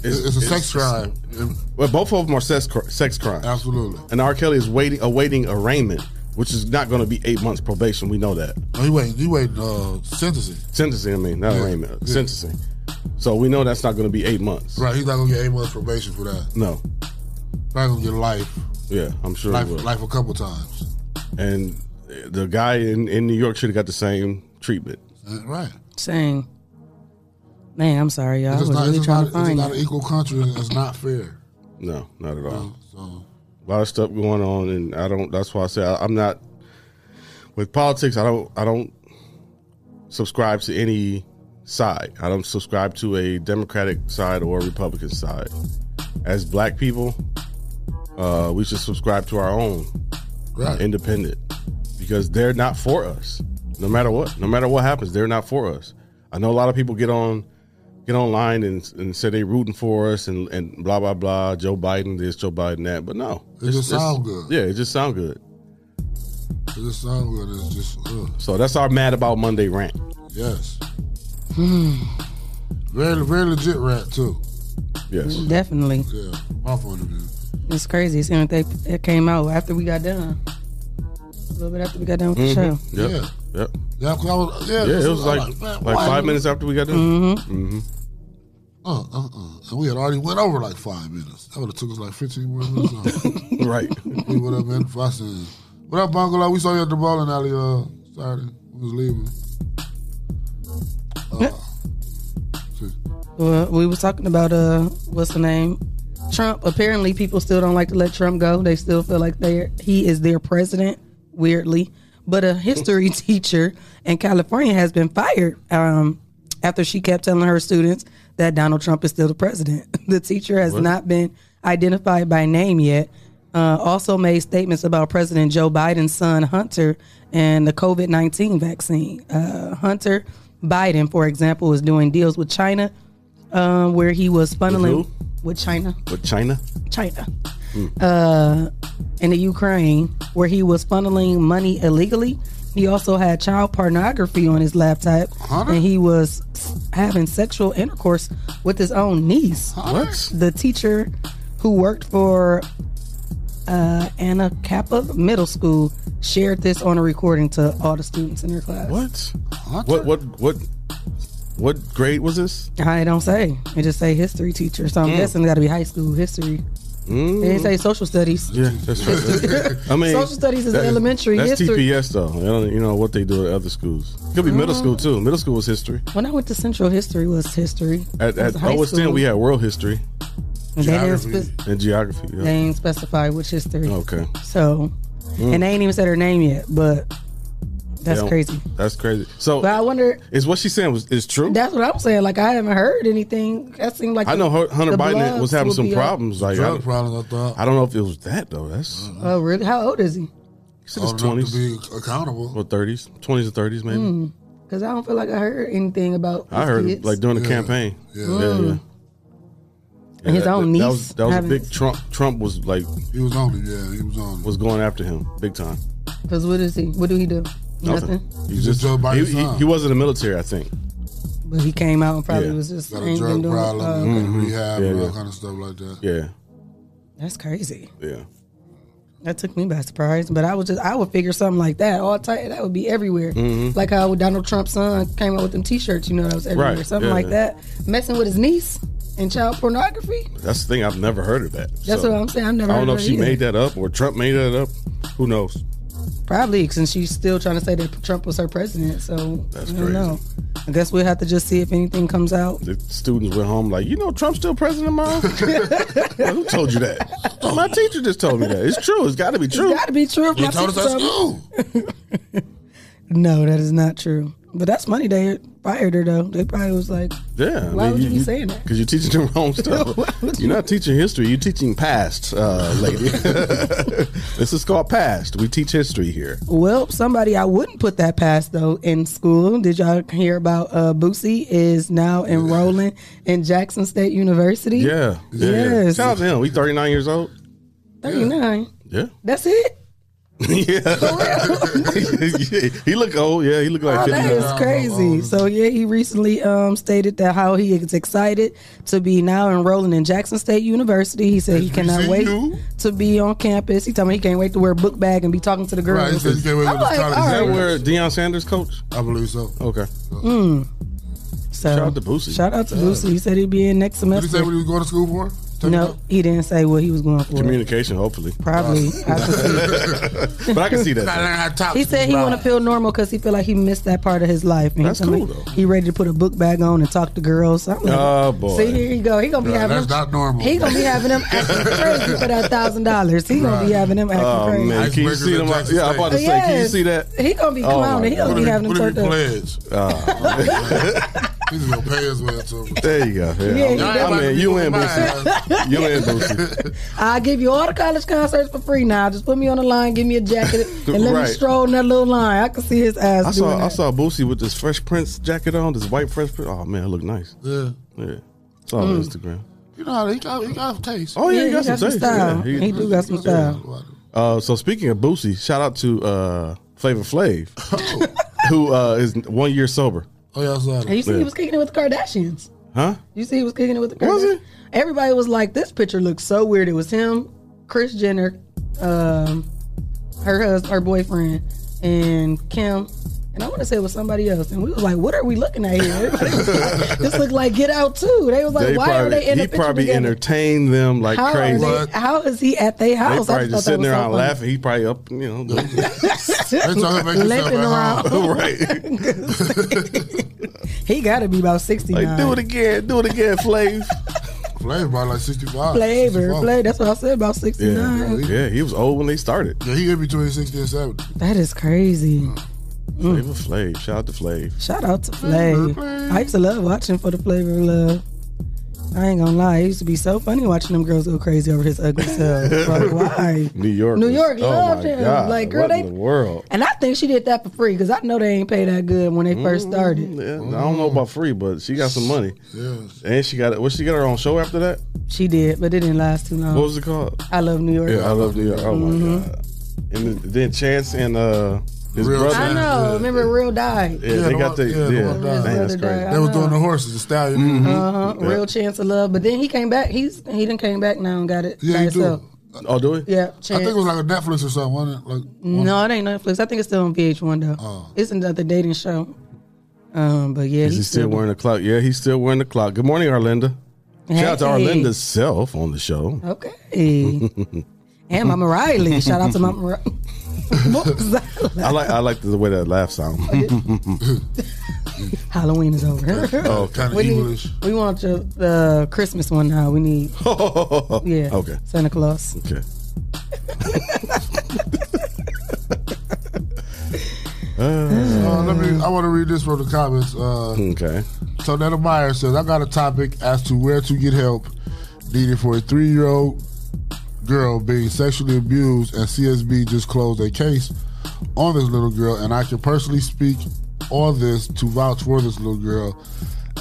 It's a sex crime.
Well, both of them are sex cr- sex crimes.
Absolutely.
And R. Kelly is waiting awaiting arraignment, which is not going to be eight months probation. We know that.
No, he waiting. He waiting uh, sentencing.
Sentencing, I mean, not
Yeah,
arraignment.
yeah.
Sentencing. So we know that's not going to be eight months.
Right, he's not gonna get eight months probation for that.
No.
Probably gonna get life.
Yeah, I'm sure.
life,
it will.
life a couple times.
And the guy in, in New York should have got the same treatment.
Uh, Right.
Same. Man, I'm sorry, y'all. I
It's
was
just not,
really
it's just
trying
not,
to
it's
find
not
you.
an equal country. and It's not fair.
No, not at all.
So
a lot of stuff going on, and I don't. That's why I say I, I'm not with politics. I don't. I don't subscribe to any side. I don't subscribe to a Democratic side or a Republican side. As Black people, uh, we should subscribe to our own, uh,
Right.
independent, because they're not for us. No matter what, no matter what happens, they're not for us. I know a lot of people get on get online and, and say they rooting for us and, and blah blah blah. Joe Biden this, Joe Biden that, but no,
It just
it's-
sound good.
Yeah, it just sound good.
it just sounds good. It's just ugh.
So that's our mad about Monday rant.
yes,
Hmm.
very very legit rat too.
Yes,
Definitely.
Yeah, my phone to do.
It's crazy. As soon as they it came out after we got done. A little bit after we got done with
Mm-hmm.
Mhm.
the
Yep.
show.
Yeah.
Yep.
Yeah, 'cause I was, yeah,
Yeah,
this
it was
is-
like
I'm man,
like,
why
five
you-
minutes after we got done. Mm-hmm.
Uh, uh, uh. And we had already went over like five minutes. That would have took us like fifteen more minutes. off.
right.
We would have been fussing. What up, Bungalow? We saw you at the bowling alley uh Saturday. We was leaving.
Well, we was talking about uh, what's the name? Trump. Apparently, people still don't like to let Trump go. They still feel like they he is their president. Weirdly, but a history teacher in California has been fired um, after she kept telling her students that Donald Trump is still the president. The teacher has
What?
not been identified by name yet. Uh, also made statements about President Joe Biden's son Hunter and the COVID nineteen vaccine. Uh, Hunter Biden, for example, is doing deals with China um, where he was funneling
With Hmm.
with China,
With China.
China, uh, in the Ukraine, where he was funneling money illegally. He also had child pornography on his laptop, and he was having sexual intercourse with his own niece.
What?
The teacher who worked for uh, Anna Kappa Middle School shared this on a recording to all the students in their class.
What? What what what what grade was this?
I don't say. It just say history teacher. So I'm
Mm.
guessing it got to be high school history.
Mm.
They didn't say social studies.
Yeah, that's right. I mean,
Social studies is
that-
elementary
That's
history.
TPS though. I don't, you know what they do at other schools. Could be middle
Mm.
school too. Middle school was history.
When I went to Central, history was history.
At,
It was
at
high
OSTEM,
school.
we had world history
They didn't, spe-
and geography.
they
Yeah.
didn't specify which history.
Okay.
So,
Mm.
and they ain't even said her name yet, but that's
Yeah,
crazy.
That's crazy. So
But I wonder.
is what she's saying was is true?
That's what I'm saying. Like I haven't heard anything. That seemed like
I know Hun- Hunter
the
Biden
blogs
was having
will
some
be out.
problems. Like
Drug
I,
problems, I thought.
I don't know if it was that though. That's
Oh really? How old is he?
he said his
Old enough
twenties,
to be accountable,
or thirties, twenties or thirties maybe.
Because Hmm. I don't feel like I heard anything about.
I
his
heard
kids.
like during the campaign.
Yeah.
yeah, yeah.
Mm. And his
that,
own
that- That
niece
was, that was a
having-
big Trump. Trump was like
he was on it. Yeah, he was on it.
Was going after him big time.
Because what is he? What do he do? Nothing.
He
He's a Joe Biden
he, he,
son.
he was in the military, I think.
But he came out and probably
Yeah. Mm-hmm.
was just
Got a
ain't been
drug
doing-
problem, got
oh, okay.
rehab,
Yeah,
and all
yeah.
kind of stuff like that.
Yeah,
That's crazy.
yeah.
That took me by surprise, but I was just I would figure something like that all tight. That would be everywhere.
Mhm.
Like how Donald Trump's son came out with them T-shirts. You know that was everywhere.
Right,
Something
yeah.
like that. Messing with his niece and child pornography.
That's the thing. I've never heard of that.
That's what I'm saying. I've never
I don't
heard
know
of
if
it
she
either.
made that up or Trump made that up. Who knows?
Probably since she's still trying to say that Trump was her president. So
That's
I don't
crazy.
know. I guess we'll have to just see if anything comes out.
The students went home like, you know, Trump's still president, mom. Who told you that? My teacher just told me that. It's true. It's got to be true.
It's got to be true. if
They
my
told
teacher
us at
me. no, that is not true. But that's money. They fired her though. They probably was like,
Yeah.
Why would you be saying that?
Because you're teaching the wrong stuff. you're not teaching history. You're teaching past, uh, lady. this is called past. We teach history here.
Well, somebody I wouldn't put that past though in school. Did y'all hear about uh, Boosie is now enrolling in Jackson State University?
Yeah. yeah.
Yes.
Shout out to him. We 39 years old.
Thirty nine.
Yeah.
That's it.
yeah. he look old. Yeah, he look like Um,
Oh, that
59.
is crazy. So yeah, he recently um, stated that how he is excited to be now enrolling in Jackson State University. He said he cannot wait to be on campus. He told me he can't wait to wear a book bag and be talking to the girls. I'm like, all
Is that
right.
where Deion Sanders coach?
I believe so.
Okay.
Mm. So,
Shout out to Boosie.
Shout out to Boosie. He said he'd be in next
Did
semester.
he say what he was going to school for?
no, he didn't say what he was going for.
Communication, hopefully.
Probably. I
but I can see that.
Gotta learn how to talk
He
to
said he
people.
want to feel normal because he feel like he missed that part of his life. And
That's
he told me
cool, though.
He ready to put a book bag on and talk to girls. I'm like,
Oh, boy.
See, here you go. He gonna be
Yeah,
having
that's
them-
not normal.
He gonna be having them acting crazy for that thousand dollars. He gonna be having them acting
Oh
crazy.
man, can you
Icebreakers
see
at
them?
Jackson
Yeah, I'm about to say, can you
Yes.
see that?
He gonna be
Oh, my
clowning. He gonna
God.
be having them turned up.
Oh,
He's gonna pay as well too.
there you go.
Yeah, he
Yeah, I'm
definitely-
in. You in, Boosie? You in, Boosie?
I'll give you all the college concerts for free now. Just put me on the line, give me a jacket, and let
Right.
me stroll in that little line. I can see his
I
ass doing
saw I
that.
saw Boosie with this Fresh Prince jacket on, this white Fresh Prince. Oh man, it looked nice.
Yeah,
yeah. It's all on
Mm.
Instagram.
You know, he got, he got taste.
Oh yeah, he got, some, taste.
style.
Yeah,
He do got some style.
Uh, so speaking of Boosie, shout out to uh, Flavor Flav, who uh, is one year sober.
Oh yeah, I saw that.
And you see, he was kicking it with the Kardashians.
Huh?
You see, he was kicking it with the Kardashians. Everybody was like, "This picture looks so weird." It was him, Chris Jenner, um, her husband, her boyfriend, and Kim. And I want to say it was somebody else. And we was like, "What are we looking at here?" Everybody was like, this looked like Get Out too. They was like,
They
"Why
probably,
are they in the
he
picture
probably
together?
entertained them like
how,
crazy.
Are they, how is he at their
They probably
house?" thought
just
that
sitting
was
there
so
out
funny.
laughing. He probably up, you know,
Limping around.
right?
He got to be about sixty
Like,
nine.
do it again, do it again, Flav.
Flavor probably like sixty five.
Flavor, play. That's what I said about sixty
Yeah,
nine.
yeah. He was old when they started.
Yeah, he hit between sixty and seventy.
That is crazy. Mm.
Flavor Flav, shout out to Flav.
Shout out to Flav. I used to love watching for the flavor of love. I ain't gonna lie, it used to be so funny watching them girls go crazy over his ugly self. Like, why?
New York,
New
was-
York
oh
loved
my
him.
God,
Like, girl,
what
they-
in the world.
And I think she did that for free because I know they ain't paid that good when they
Mm-hmm.
first started.
Yeah, I don't know about free, but she got some money,
Yeah.
and she got. What she got her own show after that?
She did, but it didn't last too long.
What was it called?
I love New York.
Yeah, I love New York. Oh my
Mhm.
god! And then- then Chance and uh his brother.
I know. Remember, real died.
Yeah, they got the, yeah.
one
Man,
died.
that's
Brother
crazy. Mm-hmm.
died. They was I know. doing the
horses, the stallion.
Uh huh. Real chance of love, but then he came back. He's he didn't came back now and got it
Yeah,
by
he do.
himself.
Oh, do it?
Yeah,
I think
Chance.
it was like a Netflix or something. Wasn't it? Like
No, it ain't Netflix. I think it's still on VH1 though. It's another dating show. Um, but yeah,
Oh. Is he
he's
still wearing a clock? Yeah, he's still wearing the clock. Good morning, Arlinda. Shout out to
Hey.
Arlinda's self on the show.
Okay. and Mama Riley. Shout out to Mama Riley.
I like I like the way that laugh sound.
Oh, Halloween is over.
Oh, kinda
we need-
English.
we want your the Christmas one now. We need yeah.
Okay.
Santa Claus.
Okay.
Uh, let me. I want to read this from the comments. Uh,
Mm. okay.
So Netta Meyer says, "I got a topic as to where to get help needed for a three-year-old girl being sexually abused, and CSB just closed a case on this little girl, and I can personally speak on this to vouch for this little girl,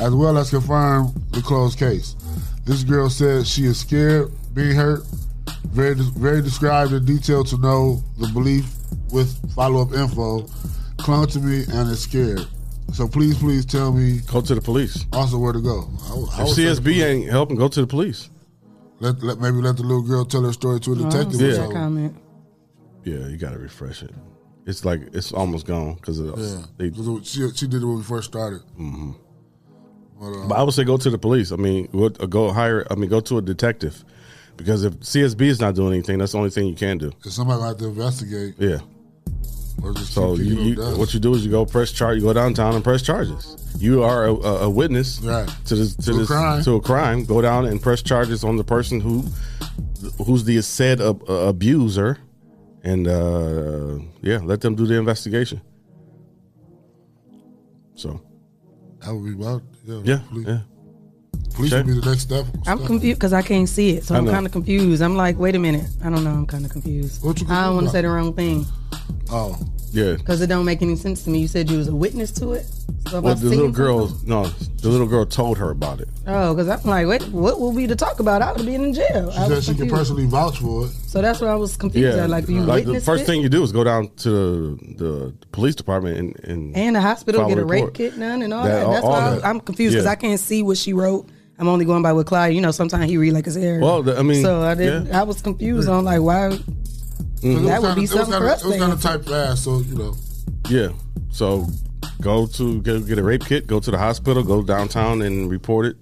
as well as confirm the closed case. This girl said she is scared, being hurt, very very described in detail to know the belief with follow-up info, clung to me and is scared. So please, please tell me.
Go to the police.
Also, where to go? I would- I
If
would say
CSB ain't helping, go to the police.
Let, let maybe let the little girl tell her story to a
Oh,
detective. or something.
Uh-huh. comment.
Yeah, you gotta refresh it. It's like it's almost gone because
Yeah,
they.
'Cause she, she did it when we first started.
hmm
But, uh,
But I would say go to the police. I mean, go, go hire. I mean, go to a detective, because if CSB is not doing anything, that's the only thing you can do.
'cause somebody gonna have to investigate.
Yeah.
Or just
So
keep
you,
kicking
you,
them down.
what you do is you go press charge. You go downtown and press charges. You are a, a, a witness
Right.
to this to,
To a
this
crime.
to a crime. Go down and press charges on the person who who's the said ab- uh, abuser, and uh, yeah, let them do the investigation. So
That would be about yeah.
yeah,
Police,
yeah.
police
Sure.
would be the next step.
I'm confused because I can't see it, so
I
I'm
know.
kind of confused. I'm like, wait a minute, I don't know. I'm kind of confused. I don't want to
confused
say the wrong thing.
Oh.
Yeah.
Because it don't make any sense to me. You said you was a witness to it. So if
Well,
I've
the little
seen
girl, no, the little girl told her about it.
something- Oh, because I'm like, what? What will be to talk about? I would be in jail. I was
she can
confused.
personally vouch for it.
So that's why I was confused. at. Like, do you
the
witness
first
it?
thing you do is go down to the, the police department and and,
and the hospital
file
get a rape
report.
kit done and all
That-
that.
all-
That's
all
why I-
that.
I'm confused because
Yeah.
I can't see what she wrote. I'm only going by what Clyde. You know, sometimes he read like his hair.
Well, the- I mean,
so I didn't.
yeah.
I was confused on like why.
Mm-hmm.
That would be something for us.
It was
to
kind of
answer.
type fast, so you know.
Yeah. So go to go get a rape kit, go to the hospital, go downtown and report it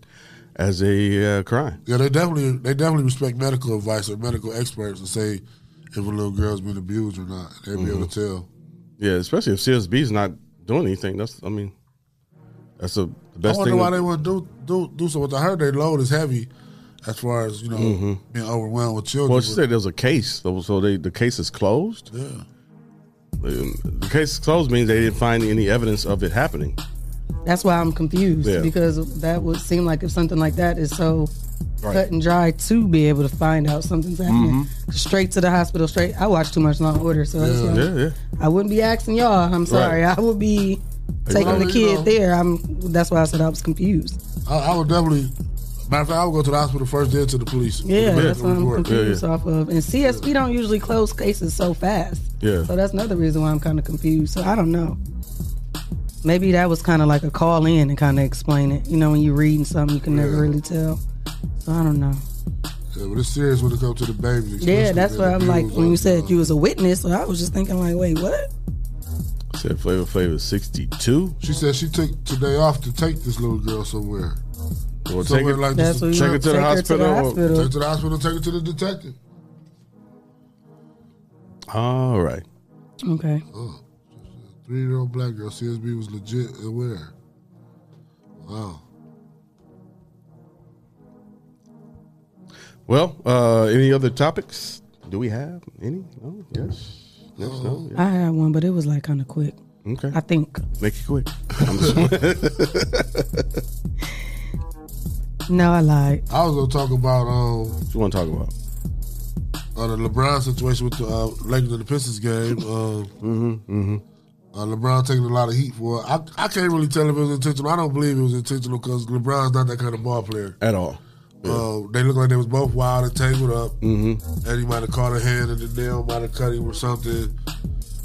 as a uh, crime.
Yeah, they definitely they definitely respect medical advice or medical experts and say if a little girl's been abused or not. They'll be able
Mhm.
to tell.
Yeah, especially if CSB's not doing anything. That's I mean, that's a, the
I
best
wonder
thing.
why
to-
they want to do do do so. With I heard their load is heavy, as far as you know,
Mhm.
being overwhelmed with children.
well, she said there's a case, so, so they the case is closed.
Yeah.
Um, The case is closed means they didn't find any evidence of it happening.
That's why I'm confused
Yeah.
because that would seem like if something like that is so
Right. Mm-hmm.
cut and dry to be able to find out something's happening straight to the hospital. Straight. I watch too much Law and Order, so it's
Yeah.
like,
Yeah, yeah.
I wouldn't be asking y'all. I'm sorry. I would be taking
Exactly.
the kid
You know.
there. I'm. That's why I said I was confused.
I, I would definitely. Matter of fact, I would go to the hospital first, then to the police. With
Yeah,
the
that's what I'm
medical report.
confused off of. And CSP don't usually close cases so fast.
Yeah.
So that's another reason why I'm kind of confused. So I don't know. Maybe that was kind of like a call in and kind of explain it. You know, when you're reading something, you can never really tell. So I don't know.
Yeah, but it's serious when it comes to the babies.
Yeah,
especially
that's
when
what I'm
abused
like. When
or-
you said you was a witness, so I was just thinking like, wait, what?
Said Flavor Flavor sixty two.
She said she took today off to take this little girl somewhere.
Well, take it,
this.
take it to the hospital. or-
Take her to the hospital. Take her to the detective.
All right.
Okay.
Three year old black girl. CSB was legit aware. Wow.
Well, uh, any other topics? Do we have any? No. Yes. Yes. No.
I had one, but it was like kind of quick.
Oh, Okay.
I think.
Make it quick.
No, I lied.
I was gonna talk about um
What you want to talk about?
uh, the LeBron situation with the uh, Lakers and the Pistons game. Uh,
hmm hmm
uh, LeBron taking a lot of heat for it. I, I can't really tell if it was intentional. I don't believe it was intentional because LeBron's not that kind of ball player.
At all.
Uh, they look like they was both wild and tangled up.
hmm
And he might have caught a hand and the nail might have cut him or something.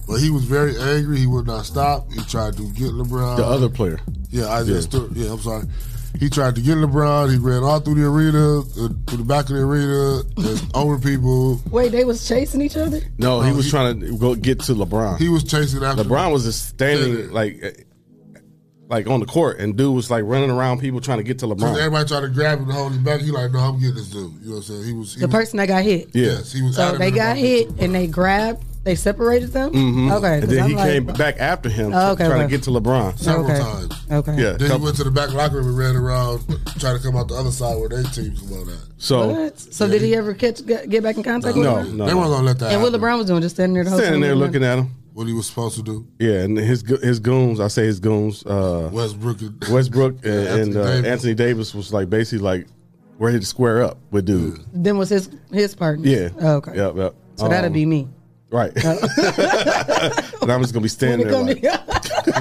But he was very angry. He would not stop. He tried to get LeBron.
The other player.
Yeah, Isaiah
Yeah.
Stewart. Yeah, I'm sorry. He tried to get LeBron. He ran all through the arena, uh, through the back of the arena, and over people.
Wait, they was chasing each other.
No, he was trying to go get to LeBron.
uh, He was chasing after
LeBron was just standing like, eh, like on the court, and dude was like running around people trying to get to
So
LeBron.
everybody tried to grab him and hold him back. He like, no, I'm getting this dude. You know what I'm saying? He was. He
The
was-
person that got hit.
Yes, he was.
So
adamant
they got
about
hit and they grabbed, they separated them.
Mhm.
Okay,
and
'cause
then
I'm
he
like,
came back after him,
Oh,
to-
okay,
trying
okay.
to get to LeBron
Several
Okay.
times.
Okay.
Yeah,
Then he
couple-
went to the back locker room and ran around, trying to come out the other side where their team come on at.
So
What? So did he ever catch get, get back in contact?
No,
with him?
no,
They weren't gonna let that
And what LeBron was doing, just standing there, the whole
standing
time
there looking at him.
What he was supposed to do?
Yeah, and his go- his goons, I say his goons, uh,
Westbrook, and,
Westbrook, and,
Anthony
and, uh,
Davis.
Anthony Davis was like basically like ready to square up with dude.
Then was his his partner.
Yeah.
Oh, okay.
Yep. Yep.
So that'd
Um,
be me. Oh.
right. and I'm just gonna be standing there like,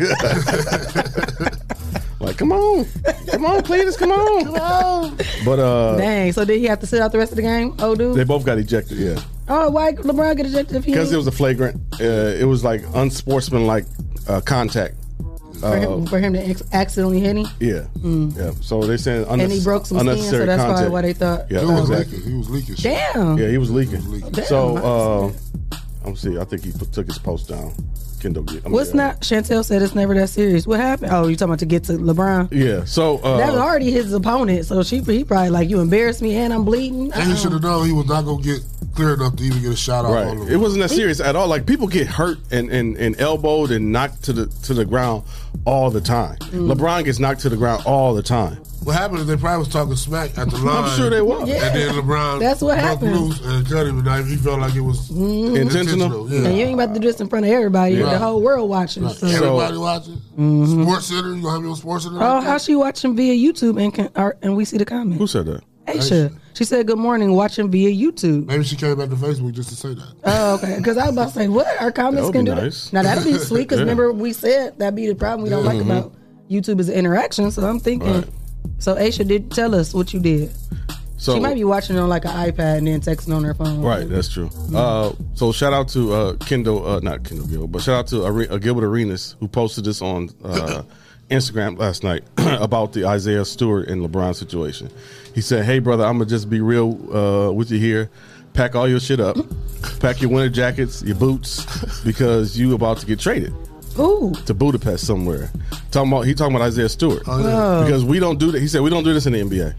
like, come on, come on, Cletus, come on, come
on.
But uh,
Dang. So did he have to sit out the rest of the game? Oh, dude.
they both got ejected. Yeah,
oh, why LeBron get ejected if he?
because it was a flagrant. Uh, it was like unsportsmanlike uh, contact.
for,
Uh,
him, for him to ex- accidentally hit him.
yeah.
Mm.
Yeah. So they saying
And he
unnecess-
broke some skin, so
unnecessary
that's probably
contact.
why they thought-
Yeah,
Dude was
exactly.
He was leaking.
Damn.
Yeah, he was leaking.
Damn,
so,
I
uh, I'm see. I think he put, took his post down. Kendall. Get, I mean,
What's
uh,
not? Chantel said it's never that serious. What happened? Oh, you talking about to get to LeBron?
Yeah. So uh,
that was already his opponent, so she he probably like you embarrassed me and I'm bleeding. Uh-uh.
And he should have known he was not gonna get clear enough to even get a shot off.
Right.
On him.
It wasn't that serious at all. Like people get hurt and, and, and elbowed and knocked to the to the ground all the time.
Mm.
LeBron gets knocked to the ground all the time.
What happened is they probably was talking smack at the
I'm
line.
sure they was. Yeah.
And then LeBron
That's what
broke
happened.
loose and cut him, and I- he felt like it was
Mhm.
intentional. Yeah.
And you ain't about to do this in front of everybody.
Right.
The whole world watching. So.
Everybody watching
Mm-hmm.
Sports Center. You gonna have your Sports Center?
Oh, how she watching via YouTube and can, or, and we see the comments.
Who said that?
Aisha. She said good morning, watching via YouTube.
Maybe she came back to Facebook just to say that.
Oh, okay. Because I was about to say, what? Our comments
would
can
be
do that.
nice.
Now, that'd be sweet because
Yeah. Mm-hmm.
remember, we said that'd be the problem we don't like
Mhm.
about YouTube is the interaction. So I'm thinking,
Right.
so Aisha did tell us what you did.
So
she might be watching on like an iPad and then texting on her phone.
Right, that's true. Uh, so shout out to uh, Kendall, uh, not Kendall Gilbert, but shout out to Are- uh, Gilbert Arenas who posted this on uh, Instagram last night about the Isaiah Stewart and LeBron situation. He said, "Hey brother, I'm gonna just be real uh, with you here. Pack all your shit up, pack your winter jackets, your boots, because you about to get traded."
Ooh.
To Budapest somewhere. Talking about he talking about Isaiah Stewart.
yeah. Oh.
Because we don't do that. He said we don't do this in the NBA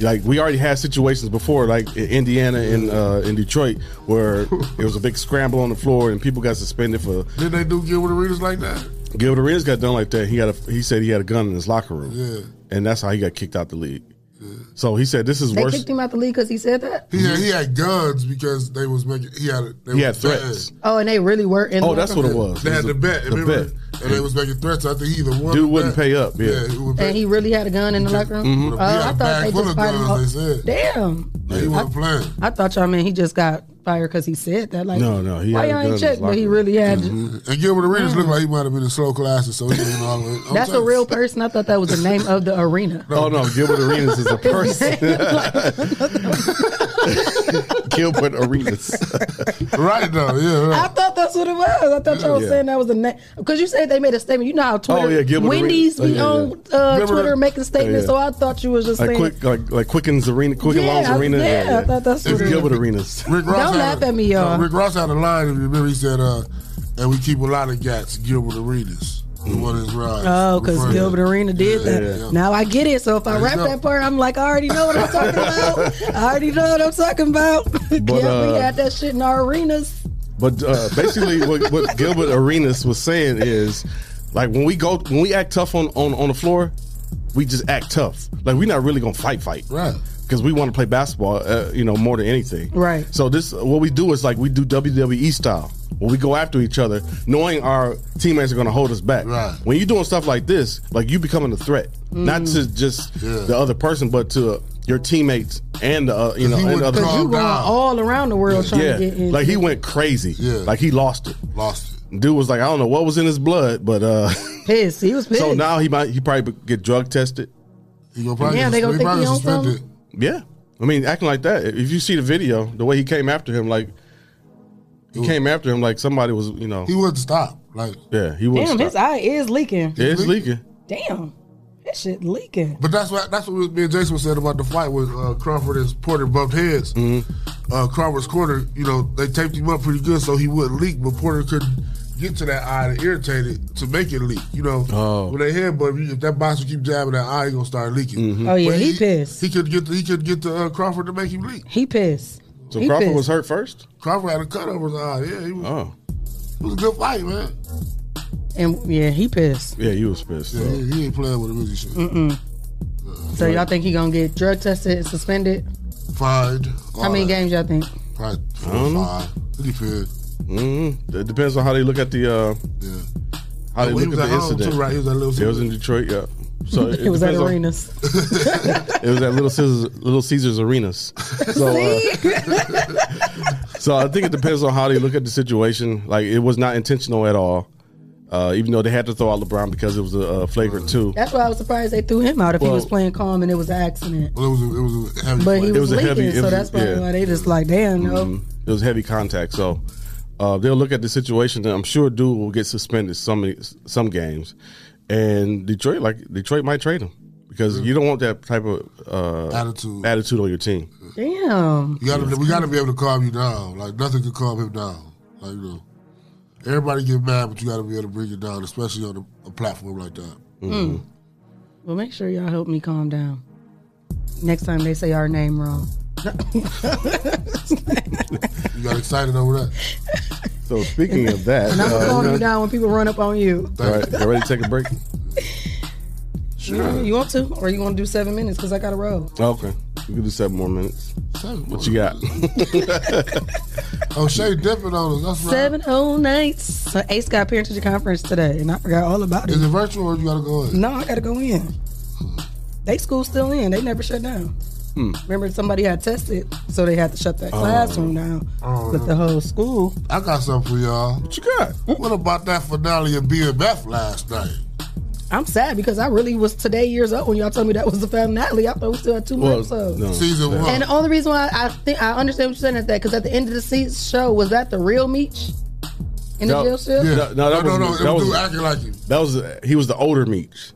like we already had situations before, like in Indiana and uh, in Detroit, where it was a big scramble on the floor and people got suspended for.
Did they do Gilbert Arenas like that?
Gilbert Arenas got done like that. He got a, he said he had a gun in his locker room,
Yeah.
and that's how he got kicked out the league. So he said this is
They
worse.
kicked him out the league because he said that?
He
Mm-hmm.
had, he had guns because they was making he had they
He
was
had threats.
Oh, and they really were in
Oh,
the
that's
locker
what it
room.
was.
They
It
had
was
the bet,
The
remember?
bet.
And they was making threats. I think he either won.
Dude
or
wouldn't
bet.
pay up. Yeah.
yeah he would
And he really had a gun in the locker room?
Mhm.
Oh,
He had
I
a
thought
bag
they
full
just
of
fired him.
guns,
off. Damn.
He wasn't playing.
I thought y'all mean he just got fired because he said that. Like,
No, no, he
why
had a gun
y'all
in
ain't
his
checked? But
locker
he
room.
really had.
Mhm. And Gilbert Arenas looked like he might have been in slow classes, so he didn't all the Mm-hmm. I'm
That's a
saying.
real person. I thought that was the name of the arena.
Oh no, Gilbert Arenas is a person. Gilbert Arenas.
right though, yeah.
I thought that's what it was. I thought y'all was
Yeah.
saying that was the name because you said they made a statement. You know how Twitter,
Oh, yeah, Gilbert Arenas.
Wendy's
Oh,
be
yeah,
on
yeah.
Uh,
Remember-
Twitter making statements.
Yeah.
So I thought you was just
Like
saying.
quick, like like Quicken's Arena, Quicken
Yeah,
Loans
I-
Arena.
yeah, I thought that's
it's
what it
Gilbert
was.
Arenas.
Rick Ross
Don't
had
laugh
a-
at me, y'all.
Rick Ross had a line. If you remember, he said, uh, "And we keep a lot of gats, Gilbert Arenas." The one is right.
Oh, because Gilbert Arena did
Yeah,
that.
yeah.
Now I get it. So if I
There you
rap
go.
that part, I'm like, I already know what I'm talking about. I already know what I'm talking about. yeah, we
uh,
had that shit in our arenas.
But uh, basically, what, what Gilbert Arenas was saying is, like when we go, when we act tough on on, on the floor, we just act tough. Like we're not really gonna fight, fight,
right?
Because we want to play basketball, uh, you know, more than anything,
Right.
So this, what we do is like we do WWE style, where we go after each other, knowing our teammates are gonna hold us back. Right. When you're doing stuff like this, like you becoming a threat, not
Mm.
to just
Yeah.
the other person, but to your teammates and the uh, you know and the other
Because you going all around the world trying
yeah,
to get in.
like he went crazy. Yeah, like he lost it.
Lost
it. Dude was like, I don't know what was in his blood, but uh,
pissed. He was pissed.
so now he might he probably get drug tested.
He gonna
probably Yeah, get they gonna sus- he think probably he on suspended.
Yeah, I mean, acting like that. If you see the video, the way he came after him, like he came after him, like somebody was, you know,
He wouldn't stop. Like
yeah, he was.
Damn, his eye is leaking.
it's leaking.
Damn, that shit leaking.
But that's what that's what was- me and Jason was saying about the fight with uh, Crawford and Porter bumped heads.
Mm-hmm.
Uh, Crawford's corner, you know, they taped him up pretty good so he wouldn't leak, but Porter couldn't get to that eye to irritate it to make it leak. You know,
Oh.
when they head, but if, you- if that boxer keep jabbing that eye, he gonna start leaking.
Mm-hmm.
Oh, yeah,
But
he pissed.
He could get the, he could get to uh, Crawford to make him leak.
He pissed.
So He Crawford pissed. was hurt first.
Crawford had a cut over his eye. Yeah, he was.
Oh,
It was a good fight, man.
And yeah, he pissed.
yeah, you was pissed.
Yeah,
so.
he, he ain't playing with the music shit.
Mm-mm. So y'all think he gonna get drug tested and suspended?
Fired.
How many games y'all think?
Probably four
I don't know.
or five. It depends.
Mm-hmm. It depends on how they look at the. Uh, How they
Oh, he
look
was
at
at
the
home, too,
incident.
right? He was at Little
Yeah, it was in
Caesars.
Detroit. Yeah. So
it was at
depends on-
arenas.
It was at Little Caesars, Little Caesars Arenas. So, uh, so I think it depends on how they look at the situation. Like it was not intentional at all. Uh, even though they had to throw out LeBron because it was a uh, flagrant two.
That's why I was surprised they threw him out if he was
Well-
playing calm and it was an accident.
Well, it was a, it was a heavy.
But
play.
he
It
was,
was a
leaking,
heavy- it
so
was-
that's probably
yeah.
why they just like, damn, no.
Mhm. It was heavy contact. So uh, they'll look at the situation. And I'm sure dude will get suspended some some games, and Detroit like Detroit might trade him because you don't want that type of uh,
attitude
attitude on your team.
Damn.
You gotta, we got to be able to calm you down. Like nothing can calm him down. Like you know, everybody get mad, but you got to be able to bring it down, especially on a, a platform like that. mm-hmm.
Mm. Well, make sure y'all help me calm down. Next time they say our name wrong.
You got excited over that.
So speaking of that,
And I'm
uh,
gonna calm
you know-
you down when people run up on you.
all right, you ready to take a break?
You, you want to, or you want to do seven minutes? Cause I gotta roll.
Okay, we can do seven more minutes.
Seven
What you got?
Oh, Shay dipping on us. That's right.
Seven whole nights. So Ace got parent teacher conference today, and I forgot all about it.
Is it virtual or you got to go in?
No, I gotta go in. They school still in. They never shut down.
Hmm.
Remember, somebody had tested, so they had to shut that
Oh.
classroom down.
Oh,
But the whole school.
I got something for y'all.
What you got?
Mm.
What about that finale of BMF last night?
I'm sad because I really was today years old when y'all told me that was the finale. I thought we still had two
Well,
more episodes.
no. Season one.
And the only reason why I think I understand what you're saying is that because at the end of the se- show, was that the real Meech in the
No,
jail cell?
No, no, that
No,
was,
no, no, it
That was,
was dude acting like you.
That was he was the older Meech.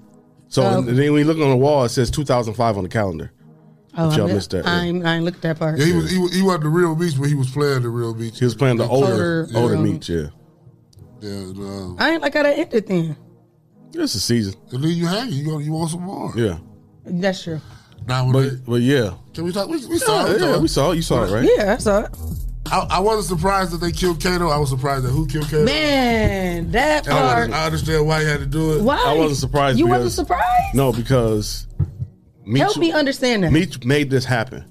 So
Oh.
and then when you look on the wall, it says 2005 on the calendar.
Oh,
But y'all
I,
missed that.
I, ain't, I ain't looked at that part.
Yeah, he was he, wa- he wasn't the real Beach, but he was playing the real Beach.
He was playing the older
Older,
older,
um,
Meech. Yeah,
Yeah, uh, no.
I ain't like how that ended then.
it's a season.
And then you hang, you go, you want some more?
Yeah,
That's true.
but but yeah,
Can we talk? We, we saw.
Yeah,
it.
yeah, we saw it. You saw it, right?
Yeah, I saw it.
I, I wasn't surprised that they killed Kato. I was surprised at who killed Kato.
Man, that
And uh, I,
part.
under- I understand why he had to do it.
Why?
I wasn't surprised.
You
because,
wasn't surprised?
No, because Meech,
Help me understand that.
Meech made this happen.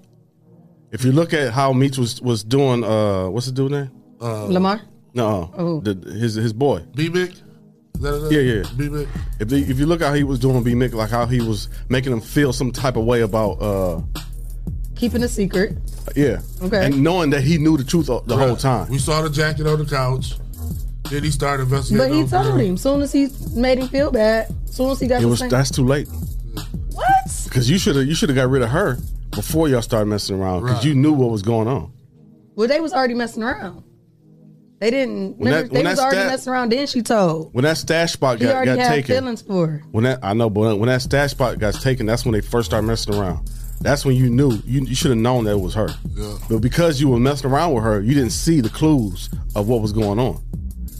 If you look at how Meech was was doing, uh, what's the dude name? Uh,
Lamar?
No,
Oh.
the, his his boy.
B Mick.
Yeah, yeah.
B Mick.
If they, if you look how he was doing B Mick, like how he was making him feel some type of way about, uh,
Keeping a secret.
yeah,
Okay.
and knowing that he knew the truth the whole time.
We saw the jacket on the couch. Then he started investigating.
But he
on
told
Kato.
him. Soon as he made him feel bad, soon as he got
It
the
was
same-
that's too late
What?
because you should have you should have got rid of her before y'all started messing around because you knew what was going on.
Well, they was already messing around. They didn't.
When that-
remember,
when
they was
that
already
stat-
messing around. Then she told.
When that stash spot
He
got,
already
got
had
taken,
feelings for her.
when that I know, but when that stash spot got taken, that's when they first started messing around. That's when you knew you, you should have known that it was her.
Yeah.
But because you were messing around with her, you didn't see the clues of what was going on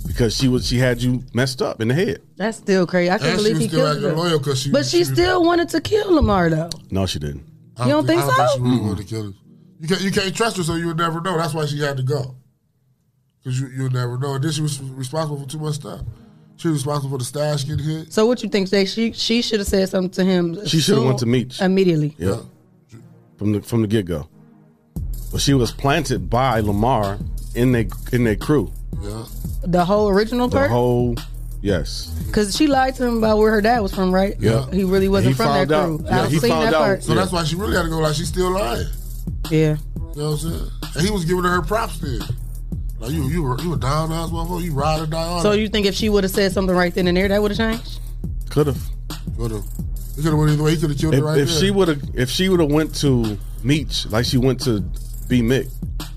because she was she had you messed up in the head.
That's still crazy. I couldn't
And she
believe
was
he
still
killed
acting
her.
loyal 'cause she-
but she,
she-
still wanted to kill Lamar though.
No, she didn't.
I
You don't think
I don't
so?
Think she really wanted to kill him. You can't, you can't trust her, so you would never know. That's why she had to go. Because you you'll never know. And then she was responsible for too much stuff. She was responsible for the stash getting hit.
So what you think, Jay? She she should have said something to him.
She should have
soon-
went to meet
immediately.
Yeah. From the from the get go. But she was planted by Lamar in their in their crew.
Yeah.
The whole original
The
part,
whole yes.
because she lied to him about where her dad was from, right?
Yeah.
He really wasn't
He
from that
found out.
crew.
Yeah,
I've
he
seen
found
that
out.
part.
So that's why she really had to go. Like she's still lying.
Yeah.
You know what I'm saying? And he was giving her her props then. Like you, you were, you were down ass motherfucker. You ride or die on.
So you think if she would have said something right then and there, that would have changed?
Could have.
Could have. He could have went either way. He could have killed
If,
her right
if
there.
she would have if she would have went to Meech like she went to B Mick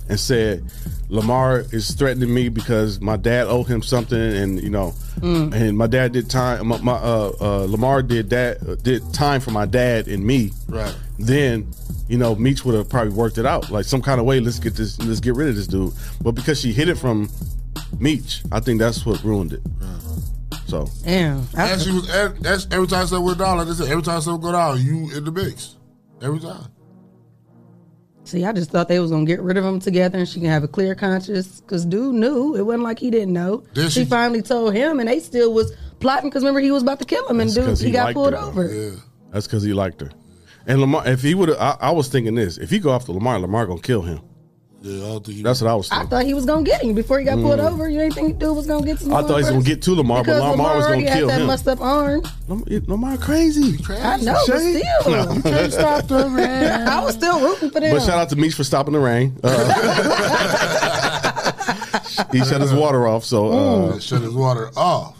and said Lamar is threatening me because my dad owed him something and you know
Mm.
and my dad did time my, my uh, uh Lamar did that uh, did time for my dad and me
Right.
then you know Meech would have probably worked it out like some kind of way let's get this let's get rid of this dude but because she hid it from Meech I think that's what ruined it so
Damn.
And she was and, that's every time something went down. Like I said, every time something go down, you in the mix. Every time.
See, I just thought they was gonna get rid of them together, and she can have a clear conscience. Cause dude knew it wasn't like he didn't know.
Then
she,
she-
finally told him, and they still was plotting. Cause remember he was about to kill him, and
That's
dude
'cause
he, got
liked
pulled
her, though.
over.
That's because he liked her. And Lamar, if he would have, I, I was thinking this: if he go after Lamar, Lamar gonna kill him.
Yeah, I don't think
that's what I was
I
thinking.
thought he was gonna get him before he got
Mm.
pulled over. You ain't think dude was gonna get to
I, thought he was gonna get to Lamar,
because
but Lamar,
Lamar
was
already
gonna
had
kill
that
him.
messed up arm.
Lamar crazy.
I know, but
Shay?
still,
No. You can't stop
the
rain. I was still rooting for them.
But shout out to Meach for stopping the rain. Uh, he shut his water off, so uh,
Mm. shut his water off.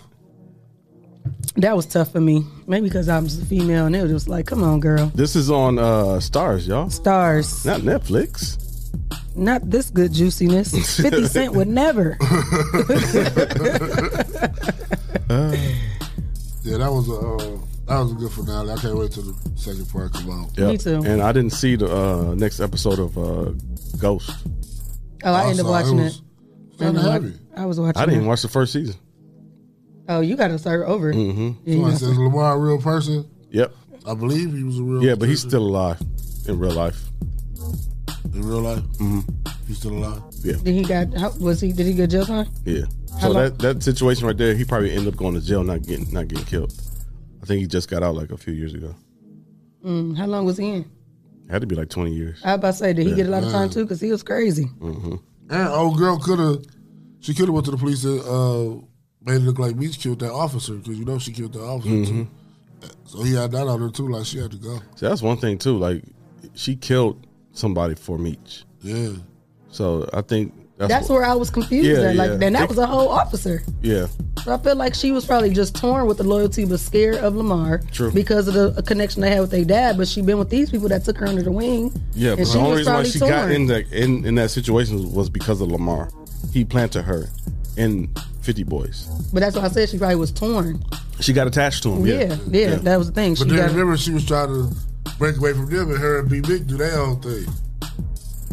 that was tough for me. Maybe because I'm just a female, and it was just like, come on, girl.
This is on uh, Stars, y'all.
Stars,
not Netflix.
Not this good juiciness. Fifty Cent would never. Oh,
Yeah, that was a uh, that was a good finale. I can't wait till the second part come out.
Yep. And I didn't see the uh, next episode of uh, Ghost.
Oh,
I
I, ended up
saw
watching
it
it.
was-
I ended up-
heavy.
I was watching.
I didn't
it.
watch the first season.
Oh, you got to start over.
Mhm.
Yeah, you
Somebody
gotta
says Lamar a real person.
Yep.
I believe he was a real.
Yeah, but he's
person.
still alive in real life.
in real life.
hmm
He's still alive.
Yeah.
Did he got? How, was he? Did he get jail time?
Yeah.
How
So
long-
that, that situation right there, he probably ended up going to jail, not getting not getting killed. I think he just got out like a few years ago.
Mm, how long was he in?
Had to be like twenty years.
I was about to say, did he
Yeah.
get a lot of time
Mm.
too? Because he was crazy.
hmm
And old girl could have, she could have went to the police and uh, made it look like Meach killed that officer because you know she killed that officer
Mhm.
too. So he had that on her too. Like she had to go.
So that's one thing too. Like she killed somebody for each.
Yeah.
So I think that's,
That's, where I was confused
Yeah,
at. Like,
yeah.
and that was a whole officer.
yeah.
So I feel like she was probably just torn with the loyalty, but scared of Lamar
True.
because of the connection they had with their dad. But she been with these people that took her under the wing.
Yeah,
and
but the only reason why
probably
she got in that in, in that situation was because of Lamar. He planted her in Fifty Boys.
But that's why I said she probably was torn.
She got attached to him.
Yeah,
Yeah,
yeah, that was the thing.
But
she
then
got
remember, she was trying to break away from them, and her and B Big do their own thing.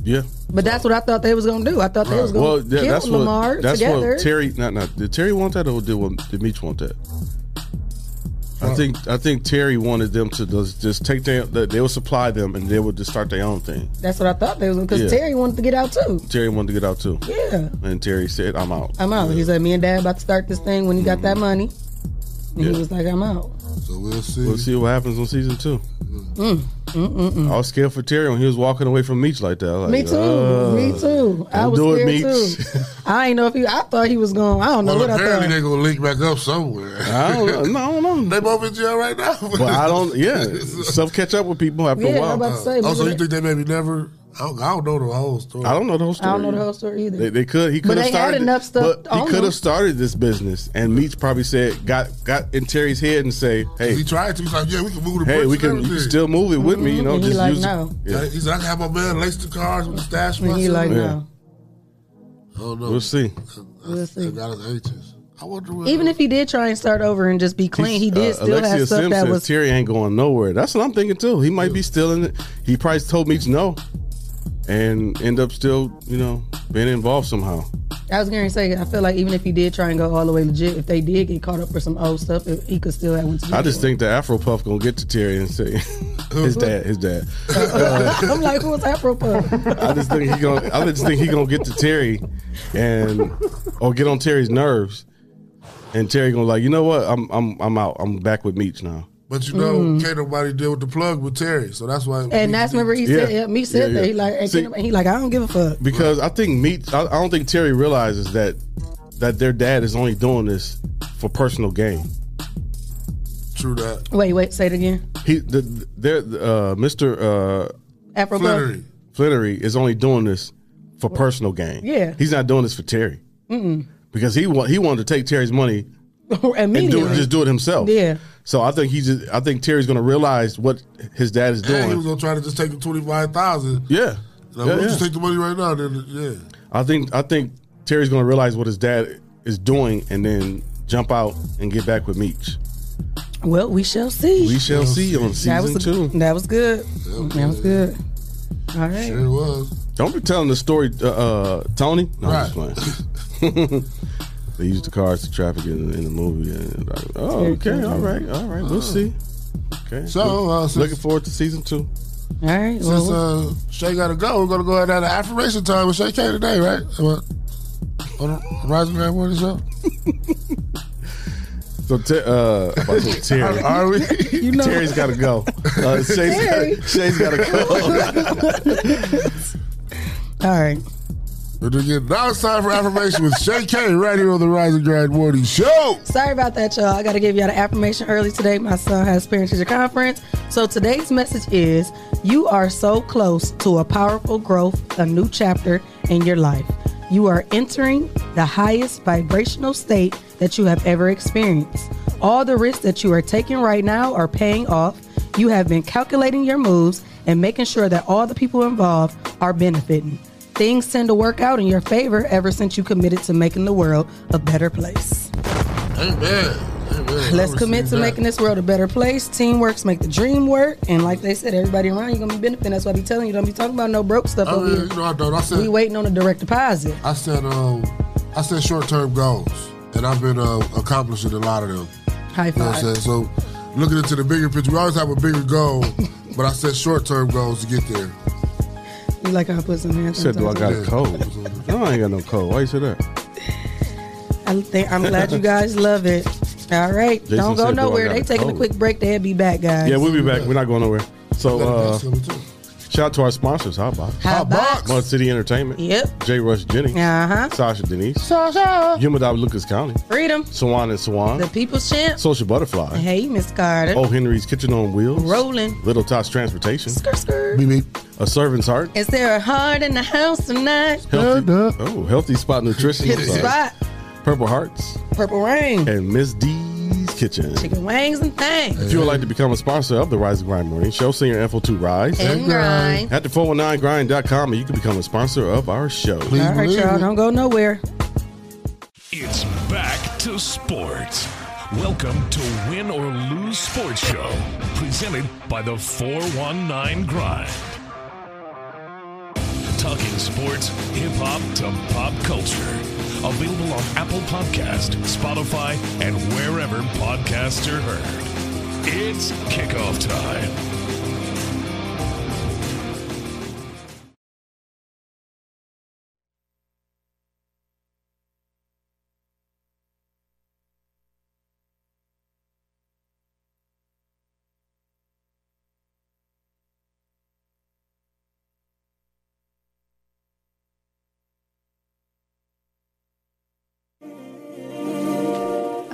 yeah.
But that's what I thought they was gonna do. I thought they was gonna
Well, yeah,
kill
that's
Lamar
what that's
together.
what Terry. Not not did Terry want that or did what did Meach want that?
Uh.
I think I think Terry wanted them to just, just take their that they would supply them and they would just start their own thing.
that's what I thought they was because
Yeah.
Terry wanted to get out too.
Terry wanted to get out too.
Yeah,
And Terry said, "I'm out."
I'm out. He said, "Me and Dad about to start this thing when he got that money." And
Yeah.
he was like, "I'm out."
So we'll see.
We'll see what happens on season two.
Mm, mm, mm, mm.
I was scared for Terry when he was walking away from Meach like that. I was
me
like,
too.
"Uh,
me too. I
don't
was
do it,
scared
Meeks."
too. I ain't know if he. I thought he was going. I don't know
Well,
what I
apparently
thought. Oh,
they're gonna link back up somewhere.
I don't know. No, no,
they both in jail right now.
But I don't. Yeah, stuff catch up with people after a
Oh,
while.
also, you think they maybe never? I don't, I don't know the whole story.
I don't know the whole
I
story.
don't know the whole story either.
They, they could. He
But
could have
they had
started.
enough stuff
But he
on
could
them.
have started this business, and Meach probably said, "Got got in Terry's head and say, hey,
He tried to. He's like, yeah, we can move the
hey,
bricks
we
and
can you can
everything.
still move it with me, you know, just use it." Yeah.
He's like, I can have my man lace the cars with the stash.
Mm-hmm. And he
myself.
Yeah.
like, no.
I don't know.
We'll see.
We'll see.
That is anxious. I wonder. What
Even if he did try and start over and just be clean, he did
Uh,
still have stuff
Sims
that
says
was.
Terry ain't going nowhere. That's what I'm thinking too. He might be still in it. He probably told Meach no, and end up still, you know, being involved somehow.
I was going to say, I feel like even if he did try and go all the way legit, if they did get caught up for some old stuff, it, he could still have went to jail.
I just think the Afro Puff gonna get to Terry and say, his dad, his dad. Uh,
I'm like, who was Afro Puff?
I just think he gonna. I just think he gonna get to Terry, and or get on Terry's nerves, and Terry gonna like, you know what? I'm I'm I'm out. I'm back with Meach now.
But you know,
Mm.
can't nobody deal with the plug with Terry, so that's why.
And that's remember he said, yeah, me said
Yeah,
that. He
yeah.
like, hey,
See-
can- he like, I don't give a fuck.
because I think Meach. I, I don't think Terry realizes that that their dad is only doing this for personal gain.
True that.
Wait, wait, say it again.
He the their uh, Mr. Uh,
Afro Puff.
Flannery is only doing this for personal gain.
Yeah.
he's not doing this for Terry
Mm-mm.
because he wa- he wanted to take Terry's money and
Immediately.
do it, just do it himself.
Yeah.
So I think he just I think Terry's gonna realize what his dad is
Yeah, he was
doing.
gonna try to just take the twenty five thousand.
Yeah. Yeah,
Like, we'll
yeah.
just take the money right now. Then, yeah.
I think I think Terry's gonna realize what his dad is doing and then jump out and get back with Meach.
Well, we shall see.
We shall see on
that was
season two.
That was good. That was good. All right.
Sure was.
Don't be telling the story, uh, uh, Tony. No, I'm
Right.
just playing. they used the cars to traffic in, in the movie. And like, oh, okay, all right, all right.
Oh.
We'll see. Okay.
So, uh, since-
looking forward to season two.
All right.
Since uh, Shay got to go, we're gonna go ahead and have an affirmation time with Shay K today, right? What? On the Rising Grand Morning Show.
So, te- uh, about to- Terry,
Are we?
You know. Terry's got to go. Uh, Shay's
Terry.
got, Shay's got to go.
All right.
But again, now it's time for affirmation with Shay K right here on the Rising Grand Morning Show.
Sorry about that, y'all. I got to give y'all the affirmation early today. My son has parent teacher conference. So today's message is you are so close to a powerful growth, a new chapter in your life. You are entering the highest vibrational state that you have ever experienced. All the risks that you are taking right now are paying off. You have been calculating your moves and making sure that all the people involved are benefiting. Things tend to work out in your favor ever since you committed to making the world a better place.
Amen. Amen.
Let's
I
commit
received
to
that.
making this world a better place. Teamworks make the dream work. And like they said, everybody around you gonna be benefiting. That's why I be telling you, don't be talking about no broke stuff
Oh,
over
yeah,
here.
you know I don't. I said-
we waiting on a direct deposit.
I said, um, oh. I said short term goals, and I've been uh, accomplishing a lot of them.
High
You know
five.
what I'm saying? So, looking into the bigger picture, we always have a bigger goal, but I set short term goals to get there.
You like how I put some hands
Said, do I
sometimes?
got a cold? No, I ain't got no cold. Why you say that?
I think I'm glad you guys love it. All right.
Jason
don't
said,
go
"Do I
nowhere.
got Oh.
They
a
taking a
cold?"
quick break. They'll be back, guys.
Yeah, we'll be back. We're not going nowhere. So, uh, Shout out to our sponsors, Hotbox.
Hotbox.
Mud City Entertainment.
Yep.
J. Rush Jenny.
Uh-huh.
Sasha Denise.
Sasha.
Yumadab Lucas County.
Freedom.
Swan and Swan.
The People's Champ.
Social Butterfly.
Hey, Miss Carter.
Oh Henry's Kitchen on Wheels.
Rolling.
Little Tots Transportation.
Skirt, skirt.
A Servant's Heart.
Is there a heart in the house tonight?
Healthy, oh, Healthy Spot Nutrition.
Hit the spot.
Purple Hearts.
Purple Rain.
And Miss D's Kitchen.
Chicken wings and things.
If you would like to become a sponsor of the Rise and Grind Morning Show, send your info to Rise
And grind.
at the419grind.com and you can become a sponsor of our show.
All right, y'all, don't go nowhere.
It's back to sports. Welcome to Win or Lose Sports Show, presented by the 419 Grind. Talking sports, hip hop to pop culture. Available on Apple Podcast, Spotify, and wherever podcasts are heard. It's kickoff time.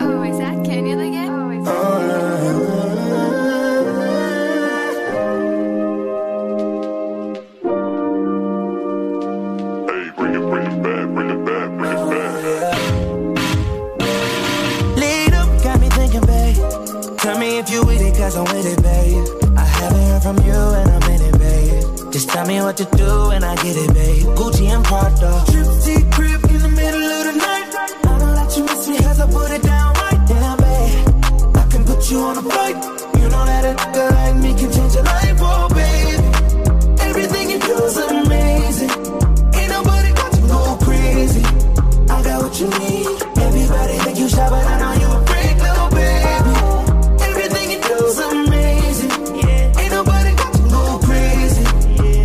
Oh, is that Kenyon again?
Lead up, got me thinking, babe. Tell me if you with it, cause I'm with it, babe. I haven't heard from you and I'm in it, babe. Just tell me what to do and I get it, babe. Gucci and Prada. Trip to crib in the middle of the night. I don't let you miss me cause I put it down right. Damn, babe. I can put you on a flight. You know that a nigga like me can change your life, oh, babe. Everything you do is amazing. Ain't nobody got you go crazy. I got what you need. Everybody think you shy, but I know you a freak, little baby. Everything you do is amazing. Ain't nobody got you go crazy.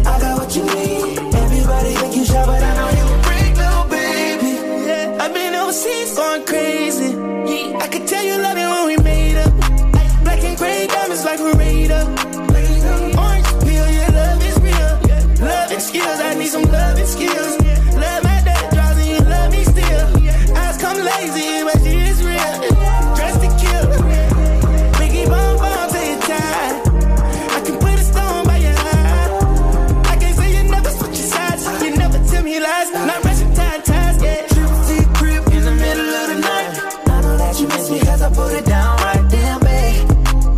I got what you need. Everybody think you shy, but I know you a freak, little baby. Yeah, I've been overseas going crazy. Yeah, I could tell you love it when we made up. Black and gray diamonds like a radar. Orange peel, your love is real. Love and skills, I need some love and skills. Love my dad draws and you love me still. Eyes come lazy, but she is real. Dressed to kill. Biggie bomb bomb till you tired. I can put a stone by your heart. I can't say you never switch your sides. You never tell me lies. Not rushing tight ties. Yeah, trip to your crib in the middle of the night. I know that you miss me 'cause I put it down right damn babe.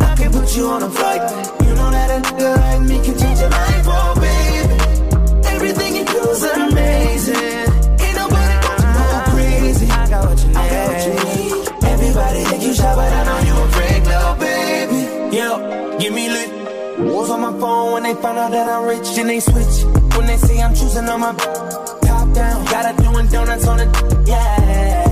I can put you on a flight. You know that a nigga like me can change your life, oh baby. Everything you do is amazing. Ain't nobody got you go crazy. I got what you need. Everybody think you shy, but I know you a freak, little baby. Yo, give me lit. Was on my phone when they find out that I'm rich, then they switch. When they say I'm choosing on my top down, gotta doing donuts on it. Yeah.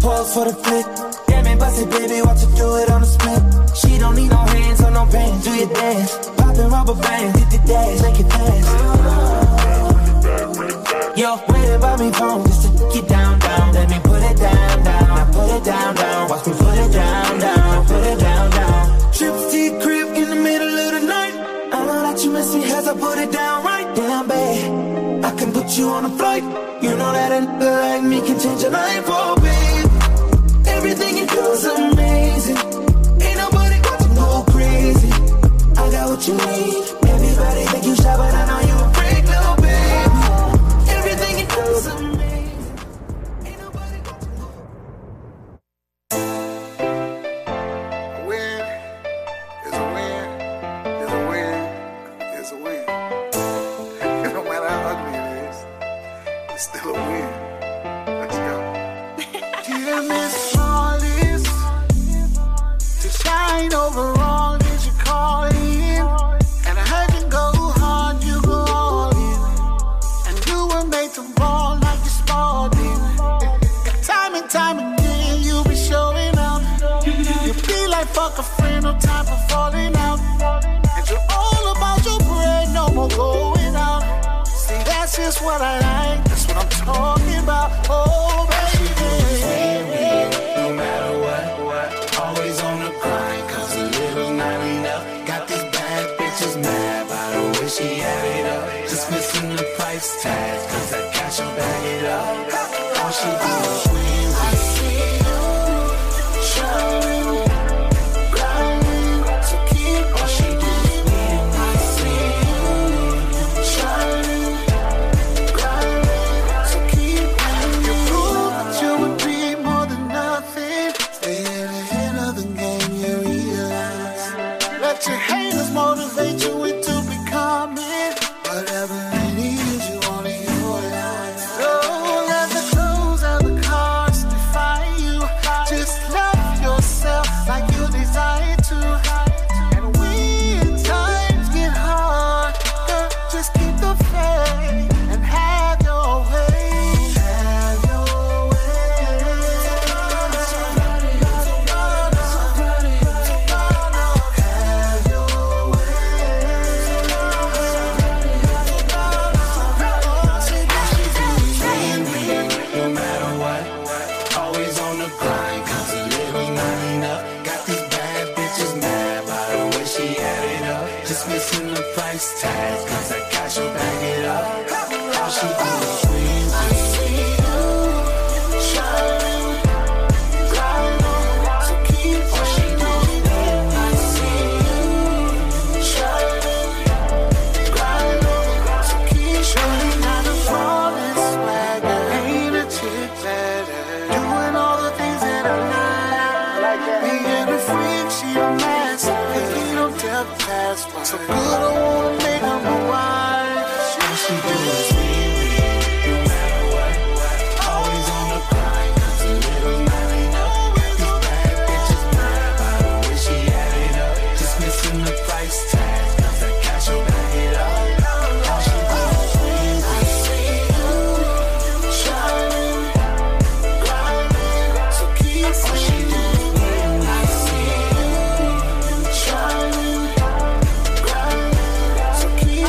Pause for the flick. Damn it, bust it, baby. Watch her do it on the split. She don't need no hands or no pants. Do your dance. Poppin' rubber bands. Hit the dash. Make it fast. Yo, wait about me phone just to get down, down. Let me put it down, down. I put it down, down. Watch me put it down, down. Put it down, down. Trips to your crib in the middle of the night. I know that you miss me as I put it down right down, babe. I can put you on a flight. You know that a nigga like me can change your life, oh babe. Everything you do is amazing. Ain't nobody got you go crazy. I got what you need. Everybody think you shy, but I know you a freak, little baby. Everything you do is amazing.
It's a win. no matter how ugly it is, it's still a win. Let's go. Dear Miss Flawless, to shine over all that you call in. And I heard you go hard, you go all in. And you were made to ball like you Spalding. And time and time again, you be showing up. You be like fuck a friend, no time for falling out. And you're all about your bread, no more going out. See, that's just what I like, that's what I'm talking about. Oh, baby.
No matter what, what, always on the grind, cause a little's not enough. Got these bad bitches mad by the way she had it. price tag, cause I got you bag it up. All she do is
Let your haters motivate you into becoming whatever it is you want in your life. Oh, let the clothes and the cars define you. Just love yourself like you desire to. And when times get hard, girl, just keep the faith and have your way. Have your
No matter what, always on the grind, cause the living's not enough. Got these bad bitches mad by the way she had it up. Just missing the price tag, cause I got you back it up. All she do is win. I see you shining, grinding, so keep All she do is win. I see you shining, grinding, so keep
Surely not a flawless swagger. Ain't a chick better. Doing all the things that I like. Being a freak, she a master. Picking up death past one. So good, I wanna make her my wife. All she do is
Always on the grind, cause the living's not enough. These bad bitches mad by the way she had it up. Just missing the price tag, cause I got you back it up. All she do is win. I see you shining, grinding, so keep All she do is win. I see you shining, grinding, so keep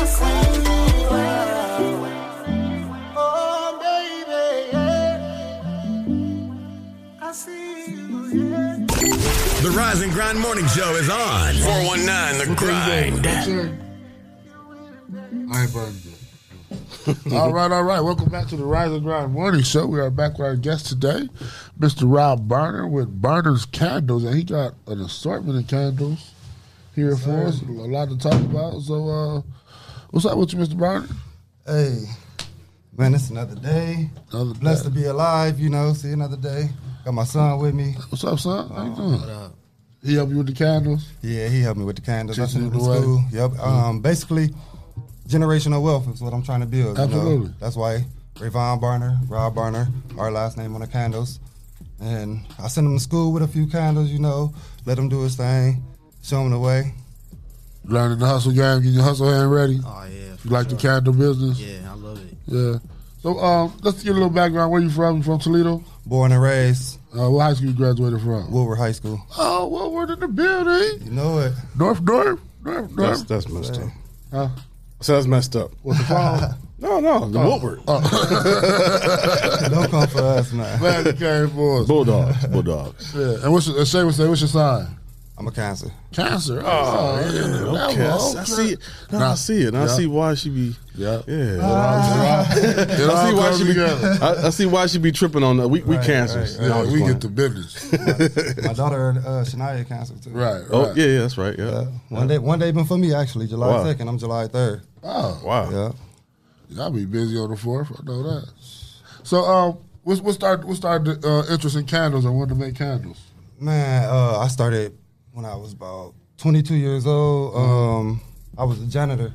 winning.
Oh, baby, yeah. I see you, yeah.
The Rise and Grind Morning Show is on 419 The Grind.
I ain't burned it. all right, all right. Welcome back to the Rise and Grind Morning Show. We are back with our guest today, Mr. Rob Barner with Barner's Candles, and he got an assortment of candles here for us. A lot to talk about. So, uh, what's up with you, Mr. Barner?
Hey, man, it's another day. Blessed to be alive, you know, see another day. Got my son with me.
What's up, son? How you doing?
What up?
He helped you with the candles?
Yeah, he helped me with the candles. I
Teaching
sent him
you
to
the way.
school. Yep. Um, basically, generational wealth is what I'm trying to build. you know.
Absolutely.
That's why Rayvon Barner, Rob Barner, our last name on the candles. And I sent him to school with a few candles, you know, let him do his thing, show him the way.
Learning the hustle game, getting your hustle hand ready.
Oh, yeah,
You like the candle business?
Yeah, I love it.
Yeah. So um, let's get a little background. Where you from? You from Toledo?
Born and raised.
Uh, what high school you graduated from?
Woodward High School.
Oh, well, we're in the building.
You know it.
North, North, North, North.
That's, that's messed up.
Huh?
So that's messed up.
What's the phone?
No, no, the
Oh.
Woodward.
Oh.
Uh. Don't come for us, man.
Glad you came for us.
Bulldogs, Bulldogs.
Yeah. And what's your, uh, Shay would say, what's your sign?
I'm a cancer.
Cancer. Oh,
Oh,
yeah.
yeah, okay. I
That
see- I
was
see it. Now
Nah.
I see it. Now I
Yeah.
see why she be. Yeah, yeah.
It all-
I see why
comes
she be.
together.
I, I see why she be tripping on that. We we
Right,
cancers.
right,
No, I'm
right.
just
We
playing.
get the
business.
My daughter, uh, Shania, cancer too.
Oh yeah, yeah, that's right. Yeah.
One day, one day been for me actually. July
Wow.
second. I'm July third.
Oh.
Wow.
Yeah.
I'll be busy on the fourth. I know that. So, um, what's what's our what's our uh, interest in candles and wanting to make candles?
Man, uh, I started when I was about 22 years old. Um, I was a janitor,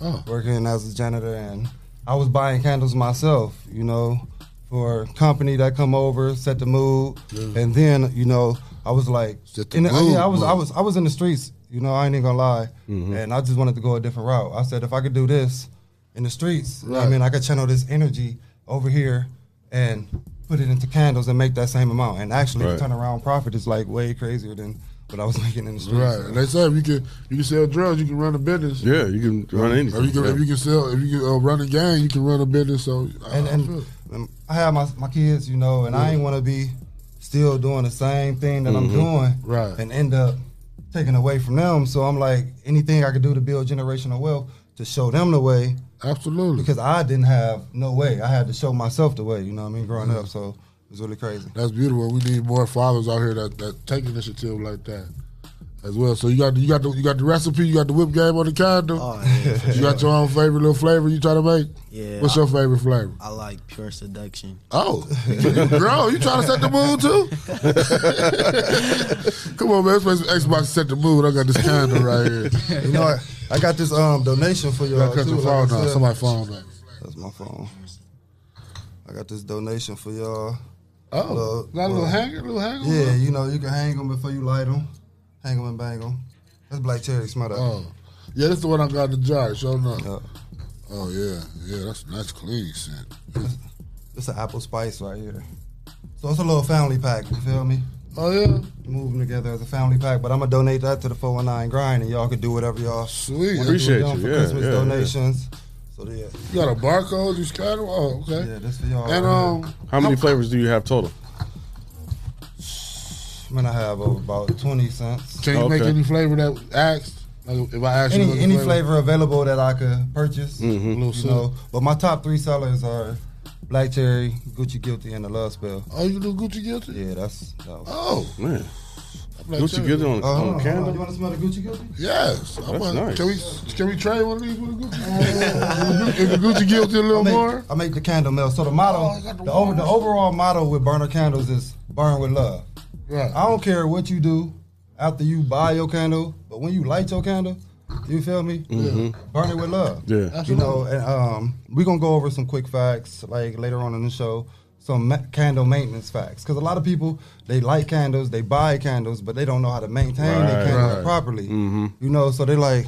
Oh.
working as a janitor, and I was buying candles myself. You know, for a company that come over, set the mood,
Yeah.
and then you know, I was like,
the
in the-
mood,
yeah, I was, I
mood.
was, I was in the streets. You know, I ain't even gonna lie,
Mhm.
and I just wanted to go a different route. I said, if I could do this in the streets, you know what I
Right.
mean, I could channel this energy over here and put it into candles and make that same amount. And actually,
Right.
the turnaround profit is like way crazier than what I was making in the streets.
Right. And they say if you can you can sell drugs, you can run a business.
Yeah, you can run anything.
If you can,
yeah.
if you can sell, if you can uh, run a game, you can run a business. So, uh,
and, and um, I have my, my kids, you know, and I ain't want to be still doing the same thing that I'm
Mhm.
doing,
Right.
And end up taking away from them. So I'm like, anything I could do to build generational wealth to show them the way
Absolutely.
Because I didn't have no way. I had to show myself the way, you know what I mean, growing up. So it was really crazy.
That's beautiful. We need more fathers out here that, that take initiative like that as well. So you got the, you got the, you got the recipe, you got the whip game on the condom.
Oh,
you got your own favorite little flavor you try to make.
Yeah,
What's
I-
your favorite flavor?
I like pure seduction.
Oh, bro, you trying to set the mood too? Come on, man. Let's play some Xbox set the mood. I got this candle right here.
You know, I, I got this um donation for y'all.
Gotta cut
too,
your
like
phone
I
down.
said.
Somebody phone down.
That's my phone. I got this donation for y'all.
Oh, got a little hanger- little hanger on
Yeah,
it?
you know, you can hang them before you light them. Hang them and bang them. That's black cherry, smell that.
Oh, yeah, that's the one I got in the jar. Sure enough. Oh yeah, yeah, that's that's clean scent.
It's an apple spice right here. So it's a little family pack, you feel me?
Oh yeah.
Move them together as a family pack, but I'm gonna donate that to the 419 grind, and y'all can do whatever y'all
sweet.
wanna do
Appreciate
with them
you.
for
Yeah,
Christmas
yeah, yeah.
donations. So yeah,
You got a barcode? You scan them? Oh, okay. Yeah,
that's for y'all.
And um,
How many flavors do you have total?
man, I have about 20 cents.
can you make any flavor that asked? Like if I asked you,
any
what
any flavor. available that I could purchase.
Mm-hmm.
Mhm. Little
You know, but my top three sellers are Black Cherry, Gucci Guilty, and the Love Spell.
Oh, you do Gucci Guilty?
Yeah, that's that was-
Oh.
Man.
Black
Gucci
cherry.
Guilty on the-
Uh,
on
hold
the
on,
candle?
hold on. You want to smell the Gucci Guilty?
Yes. I'm
That's
gonna-
nice.
Can we can we trade one of these with a Gucci? Is the Gucci Guilty a little
I make,
more? Oh,
I make the candle melt. So the motto, the, over, the overall motto with burner candles is burn with love.
Right.
I don't care what you do after you buy your candle, but when you light your candle, you feel me?
Mhm.
Burn it with love.
Yeah.
You know, and um, we're gonna go over some quick facts like later on in the show. Some ma- candle maintenance facts, because a lot of people they light candles, they buy candles, but they don't know how to maintain their
Right,
candles
right.
properly.
Mhm.
You know, so they're like,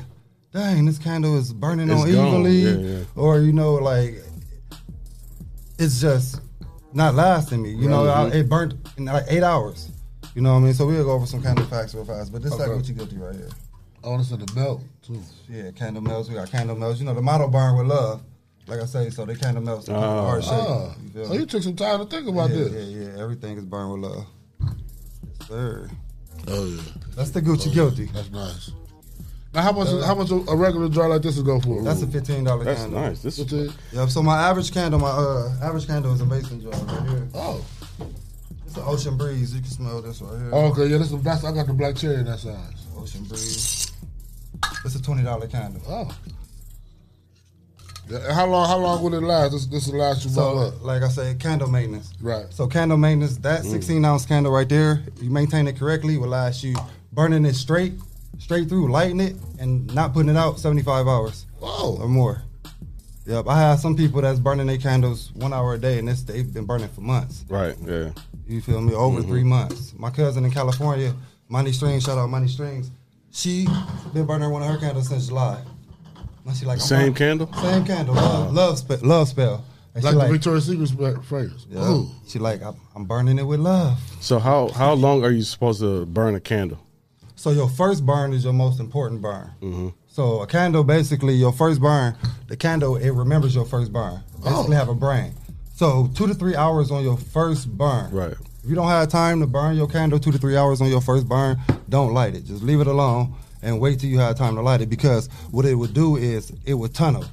"Dang, this candle is burning
It's
on
gone.
evenly,"
Yeah, yeah.
or you know, like it's just not lasting me. You know, I,
Right.
it burnt in like eight hours. You know what I mean? So we'll go over some candle facts real fast. But this
Okay.
like what you guilty right here.
I want to send a melt too.
Yeah, candle melts. We got candle melts. You know, the motto burn with love. Like I say, so they candle melts. They come
Ah.
Oh.
heart shape.
Oh.
feel
So
me?
you took some time to think about
Yeah,
this.
Yeah, yeah. Everything is burned with love. Yes, sir.
Oh yeah.
That's the Gucci
Oh, yeah.
guilty.
That's nice. Now how much how much a regular jar like this would go for?
That's a fifteen dollar
That's
candle.
nice. This is-
Yep. So my average candle, my uh, average candle is a mason jar right here.
Oh.
It's an ocean breeze. You can smell this right here.
Oh, okay, yeah, that's, that's I got the black cherry in that size.
Ocean breeze. It's a twenty dollar candle.
Oh. Yeah, How long? How long will it last? This this will last you
So,
about
like I said, candle maintenance.
Right.
So candle maintenance, that
Mm.
16 ounce candle right there, you maintain it correctly, will last you burning it straight, straight through, lighting it, and not putting it out 75 hours.
Whoa.
Or more. Yep. I have some people that's burning their candles one hour a day, and this they've been burning for months.
Right. Yeah.
You feel me? Over
Mhm.
three months. My cousin in California, Money Strings, shout out Money Strings. She been burning one of her candles since July. And she like I'm
Same
burning-
candle?
Same candle. Love, love, spe- love spell. And she
Like the Victoria's Secret spe- fragrance.
Yeah.
Ooh.
She like I'm, I'm burning it with love.
So how how long are you supposed to burn a candle?
So your first burn is your most important burn.
Mm-hmm.
So a candle, basically, your first burn, the candle, it remembers your first burn.
Oh.
Basically, have a brain. So two to three hours on your first burn.
Right.
If you don't have time to burn your candle two to three hours on your first burn, don't light it. Just leave it alone and wait till you have time to light it because what it would do is it would tunnel.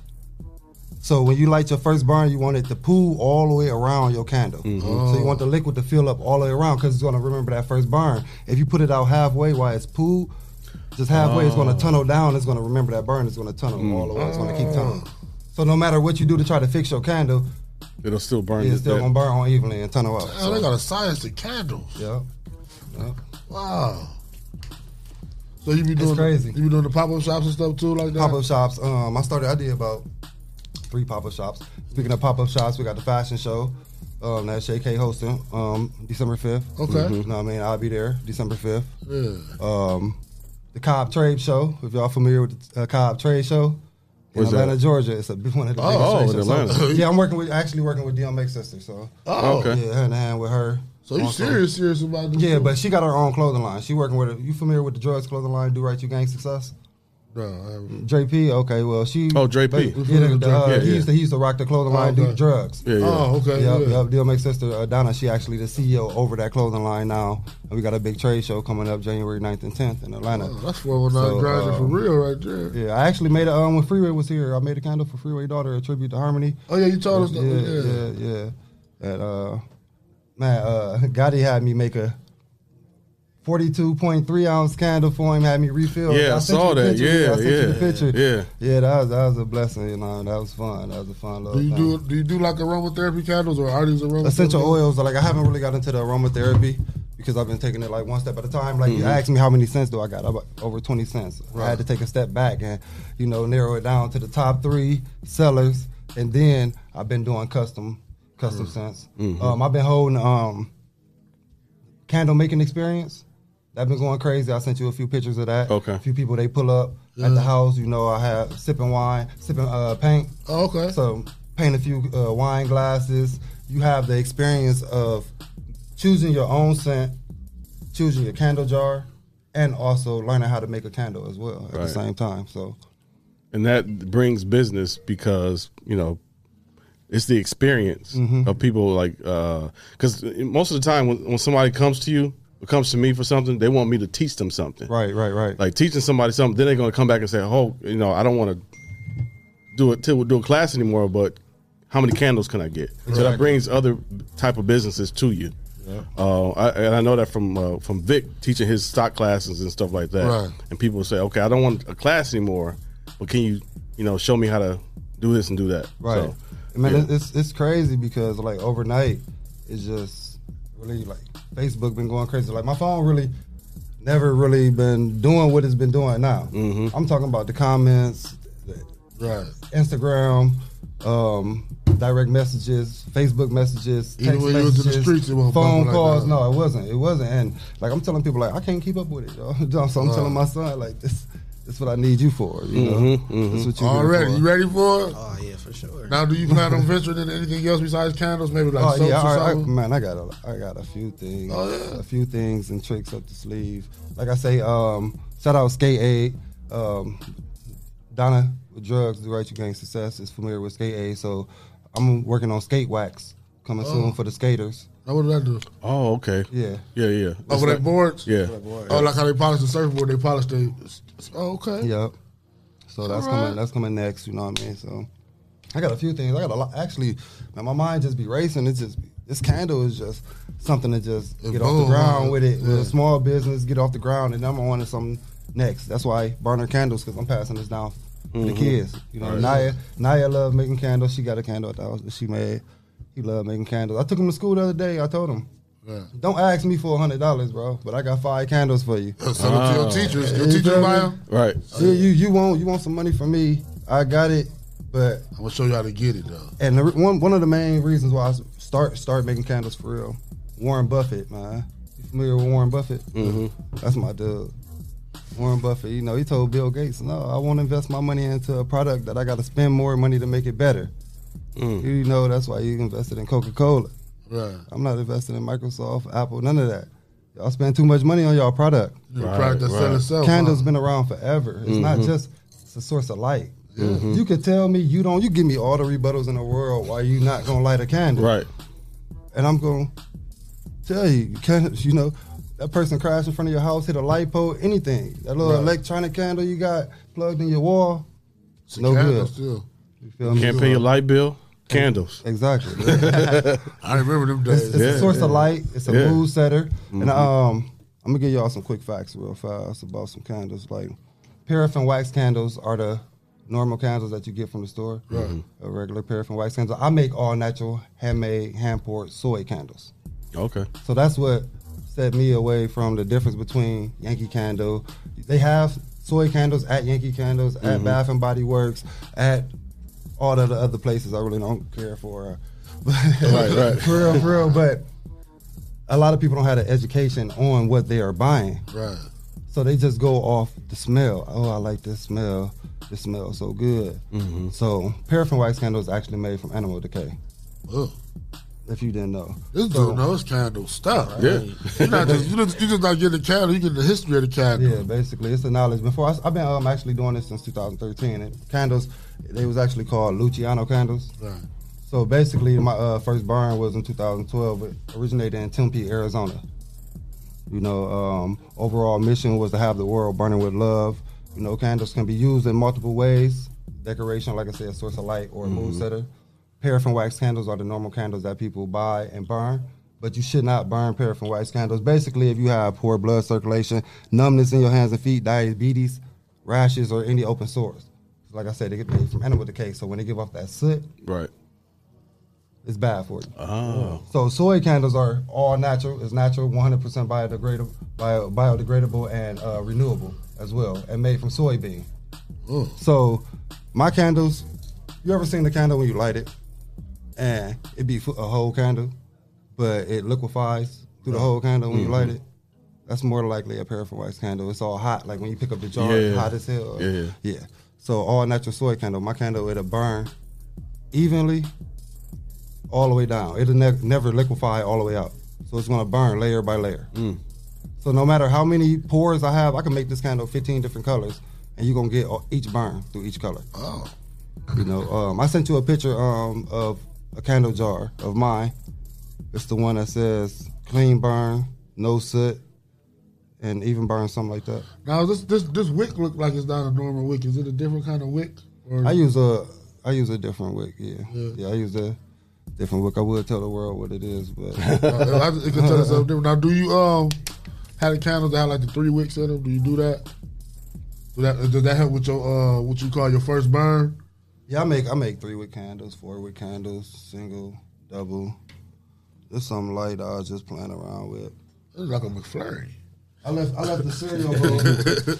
So when you light your first burn, you want it to pool all the way around your candle.
Mm-hmm.
So you want
Oh.
the liquid to fill up all the way around because it's going to remember that first burn. If you put it out halfway while it's pooled, just halfway, it's going
Oh. Mm.
to tunnel down. It's going to remember that burn. It's going to tunnel all the way. It's going to keep tunneling.
Oh.
So no matter what you do to try to fix your candle,
It'll still burn. Oh,
it's
just
still
that.
going to burn on evenly and tunnel out.
Damn, they got a science to candles.
Yeah. Yep.
Wow. So you be doing
it's crazy.
You be doing the pop up shops and stuff too, like that.
Pop up shops. Um, I started. I did about three pop up shops. Speaking of pop up shops, we got the fashion show. Um, that's JK hosting. Um, December fifth.
Okay. Mhm.
You know what I mean? I'll be there December fifth.
Yeah.
Um, the Cobb Trade Show. If y'all familiar with the uh, Cobb Trade Show. In
Where's that?
Atlanta, Georgia, it's a big one of the
Oh,
biggest
oh,
trade
in
shows. So-
Atlanta.
yeah, I'm working with actually working with DMX sister. So,
Oh. Okay.
yeah, hand in hand with her.
So you
Also-
serious, serious about this?
Yeah,
too?
but she got her own clothing line. She working with. A, you familiar with the drugs clothing line? Do right, you gang success.
No, I haven't.
JP, okay, well she.
Oh, JP.
Yeah,
Mm-hmm.
the- the, uh,
Yeah,
he
yeah.
used to he used to rock the clothing line,
Oh,
do
okay.
drugs.
Yeah, yeah. Oh, okay,
Yep,
yeah.
yep. Deal makes sister uh, Donna. She actually the CEO over that clothing line now, and we got a big trade show coming up January 9th and tenth in Atlanta. um,
Oh, that's 419 grinding for real right there.
Yeah, I actually made a um when Freeway was here. I made a candle for Freeway daughter, a tribute to Harmony.
Oh yeah, you told us that.
Yeah, yeah, yeah. That uh, man, uh, Gotti had me make a. 42.3 ounce candle for him had me refill.
Yeah, I
sent you
saw
the
that.
picture,
Yeah,
I sent you the
yeah,
picture.
yeah.
Yeah, that was that was a blessing. You know, that was fun. That was a fun little.
Do you
thing.
do do you do like aromatherapy candles or are these aromatherapy?
essential oils? Like I haven't really got into the aromatherapy because I've been taking it like one step at a time. Like you
Mhm.
asked me how many cents do I got? I got over twenty cents. I
Right.
had to take a step back and you know narrow it down to the top three sellers, and then I've been doing custom custom scents.
Mhm.
Um, I've been holding um candle making experience. I've been going crazy. I sent you a few pictures of that.
Okay.
A few people they pull up at the
Yeah.
house. You know, I have sipping wine, sipping uh, paint.
Oh, okay.
So paint a few uh, wine glasses. You have the experience of choosing your own scent, choosing your candle jar, and also learning how to make a candle as well at the same time. So
and that brings business because you know it's the experience
Mhm.
of people like because most of the time when, when somebody comes to you or comes to me for something they want me to teach them something
right right right
like teaching somebody something then they're going to come back and say oh you know i don't want to do it till do a class anymore but how many candles can i get so
Exactly.
that brings other type of businesses to you
Yeah.
uh, I, and I know that from uh, from Vic teaching his stock classes and stuff like that.
Right.
And people say, okay, I don't want a class anymore, but can you, you know, show me how to do this and do that?
Right.
So,
I mean,
yeah.
it it's it's crazy because like overnight, it's just really like Facebook been going crazy. Like my phone really never really been doing what it's been doing now.
Mm-hmm.
I'm talking about the comments, the
Right.
Instagram, um, direct messages, Facebook messages,
Even
text
when you was in the
messages,
streets, it wasn't
phone
popping like
calls.
that.
no, it wasn't. It wasn't. And like I'm telling people, like I can't keep up with it, yo. so I'm
Right.
telling my son, like this, this is what I need you for. You know,
Mhm, mhm.
this is what you
Already,
For.
you ready for it?
Oh yeah, for sure.
Now, do you plan on venturing into anything else besides candles? Maybe like
oh
soaps
yeah, I,
or
I,
something.
man, I got a, I got a few things,
Oh, yeah.
a few things and tricks up the sleeve. Like I say, um, shout out Skate Aid, um, Donna with drugs, the right you gain success is familiar with Skate Aid, so I'm working on Skate Wax coming
Oh.
soon for the skaters.
Now, what did that do?
Oh, okay.
Yeah.
Yeah, yeah.
Oh, for that boards.
Yeah.
Oh, like how they polish the surfboard, they polish the. Oh, okay.
Yep. So that's
Alright.
coming. That's coming next. You know what I mean? So I got a few things. I got a lot. Actually, man, my mind just be racing. It's just this candle is just something to just get off
Evolve.
the ground with it. With
Yeah.
a small business, get off the ground, and I'm on to something next. That's why burner candles because I'm passing this down for the
Mhm.
kids. You know,
Right.
Naya. Naya love making candles. She got a candle at the house that she made. He loved making candles. I took him to school the other day. I told him.
Yeah.
Don't ask me for a hundred dollars, bro. But I got five candles for you.
Sell them to your teachers. Your teacher
feel
buy
me?
'em?
Right.
Yeah, you you want you want some money from me. I got it, but
I'm gonna show you how to get it though.
And the, re- one one of the main reasons why I s- start start making candles for real. Warren Buffett, man. You familiar with Warren Buffett?
Mhm.
That's my dude. Warren Buffett, you know, he told Bill Gates, "No, I won't invest my money into a product that I got to spend more money to make it better." You know, that's why you invested in Coca Cola.
Mm. Right.
I'm not investing in Microsoft, Apple, none of that. Y'all spend too much money on y'all product.
The Right, product that sell right. itself,
Candles
huh?
been around forever. It's not
Mhm.
just it's a source of light.
Yeah. Mhm.
You could tell me you don't. You give me all the rebuttals in the world why you not gonna light a candle.
Right.
And I'm gonna tell you, you can't. You know, that person crashed in front of your house, hit a light pole, anything. That little
Right.
electronic candle you got plugged in your wall.
It's a
no
candle
good.
still.
You feel me?
Can't pay your light bill? Candles.
Exactly.
I remember them days.
It's,
Mm-hmm.
it's a
Yeah,
source of
yeah.
light. It's a
Yeah.
mood setter.
Mhm.
And um, I'm gonna give y'all some quick facts real fast about some candles. Like paraffin wax candles are the normal candles that you get from the store.
Right. Mhm.
A regular paraffin wax candle. I make all natural, handmade, hand poured soy candles.
Okay.
So that's what set me away from the difference between Yankee Candle. They have soy candles at Yankee Candles, at
Mhm.
Bath and Body Works, at all the other places. I really don't care for. Uh,
Right, right.
for real, for real. But a lot of people don't have an education on what they are buying.
Right.
So they just go off the smell. Oh, I like this smell. This smells so
Mm-hmm.
good. So paraffin wax candle is actually made from animal decay.
Ugh.
If you didn't know,
This dude knows candle stuff.
Right.
Yeah. You're not just, you just, you just not getting the candle, you getting the history of the candle.
Yeah, basically, it's a knowledge. Before I, have been um, actually doing this since 2013. And candles, they was actually called Luciano candles.
Right.
So basically, my uh, first burn was in 2012. It originated in Tempe, Arizona. You know, um, overall mission was to have the world burning with love. You know, candles can be used in multiple ways. Decoration, like I said, source of light or a mood
Mhm.
setter. Paraffin wax candles are the normal candles that people buy and burn, but you should not burn paraffin wax candles. Basically, if you have poor blood circulation, numbness in your hands and feet, diabetes, rashes, or any open sores. Like I said, they get made from animal decay, so when they give off that soot,
Right.
it's bad for you.
Oh.
So soy candles are all natural. It's natural, 100% biodegradable, bio, biodegradable and uh, renewable as well, and made from soybean. Mm. So my candles, you ever seen the candle when you light it, and it be fu- a whole candle, but it liquefies through the whole candle when you light
Mhm.
it. That's more likely a paraffin wax candle. It's all hot, like when you pick up the jar,
Yeah.
it's hot as hell.
Yeah, yeah.
So all natural soy candle. My candle it'll burn evenly all the way down. It'll ne- never liquefy all the way out. So it's gonna burn layer by layer.
Mm.
So no matter how many pores I have, I can make this candle 15 different colors, and you're gonna get all- each burn through each color.
Oh.
You know, um, I sent you a picture um, of a candle jar of mine. It's the one that says clean burn, no soot, and even burn something like that.
Now this this this wick look like it's not a normal wick. Is it a different kind of wick? Or
I use a I use a different wick. Yeah,
Yeah.
yeah. I use a different wick. I would tell the world what it is, but
Uh, I, it can tell us something different. Now, do you um have the candles that have like the three wicks in them? Do you do that? Do that does that help with your uh what you call your first burn?
Yeah, I make I make three wick candles, four wick candles, single, double. There's some light I was just playing around with.
It's like a McFlurry.
I left I left the cereal bowl.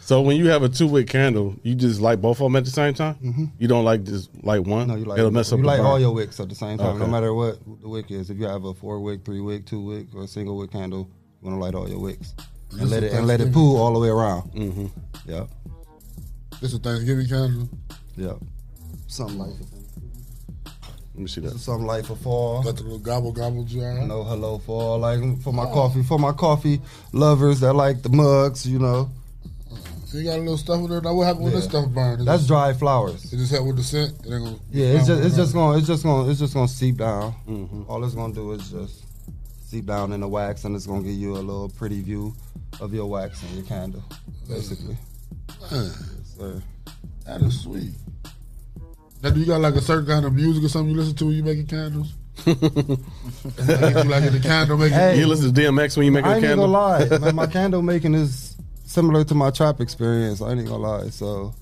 So when you have a two wick candle, you just light both of them at the same time.
Mhm.
You don't like just light one. No, you
Like,
It'll mess up.
you
the
light
burn.
all your wicks at the same time, no
Okay.
matter what the wick is. If you have a four wick, three wick, two wick, or a single wick candle, you want to light all your wicks and
This
let
is
it and let it
Thanksgiving.
pool all the way around. Mm-hmm. Yeah,
This a Thanksgiving candle.
yeah, something like that.
Let me see
This is something like for fall.
Got the little gobble gobble jar.
No hello fall. Like for my coffee, for my coffee lovers that like the mugs, you know.
So Oh, you got a little stuff in there. Now what happened when this
Yeah.
stuff burned? It
That's
just-
dried flowers.
It just help with the scent. It ain't gonna
Yeah, it's just it's just gonna it's just gonna it's just gonna seep down. All it's gonna do is just seep down in the wax, and it's gonna give you a little pretty view of your wax and your candle, basically.
Man.
Yes, sir.
That is sweet. Now, do you got like a certain kind of music or something you listen to when you making candles? you like in the candle making.
Hey.
you listen to DMX when you make
I
a
ain't even
candle.
gonna lie, man, my candle making is similar to my trap experience. I ain't gonna lie, so.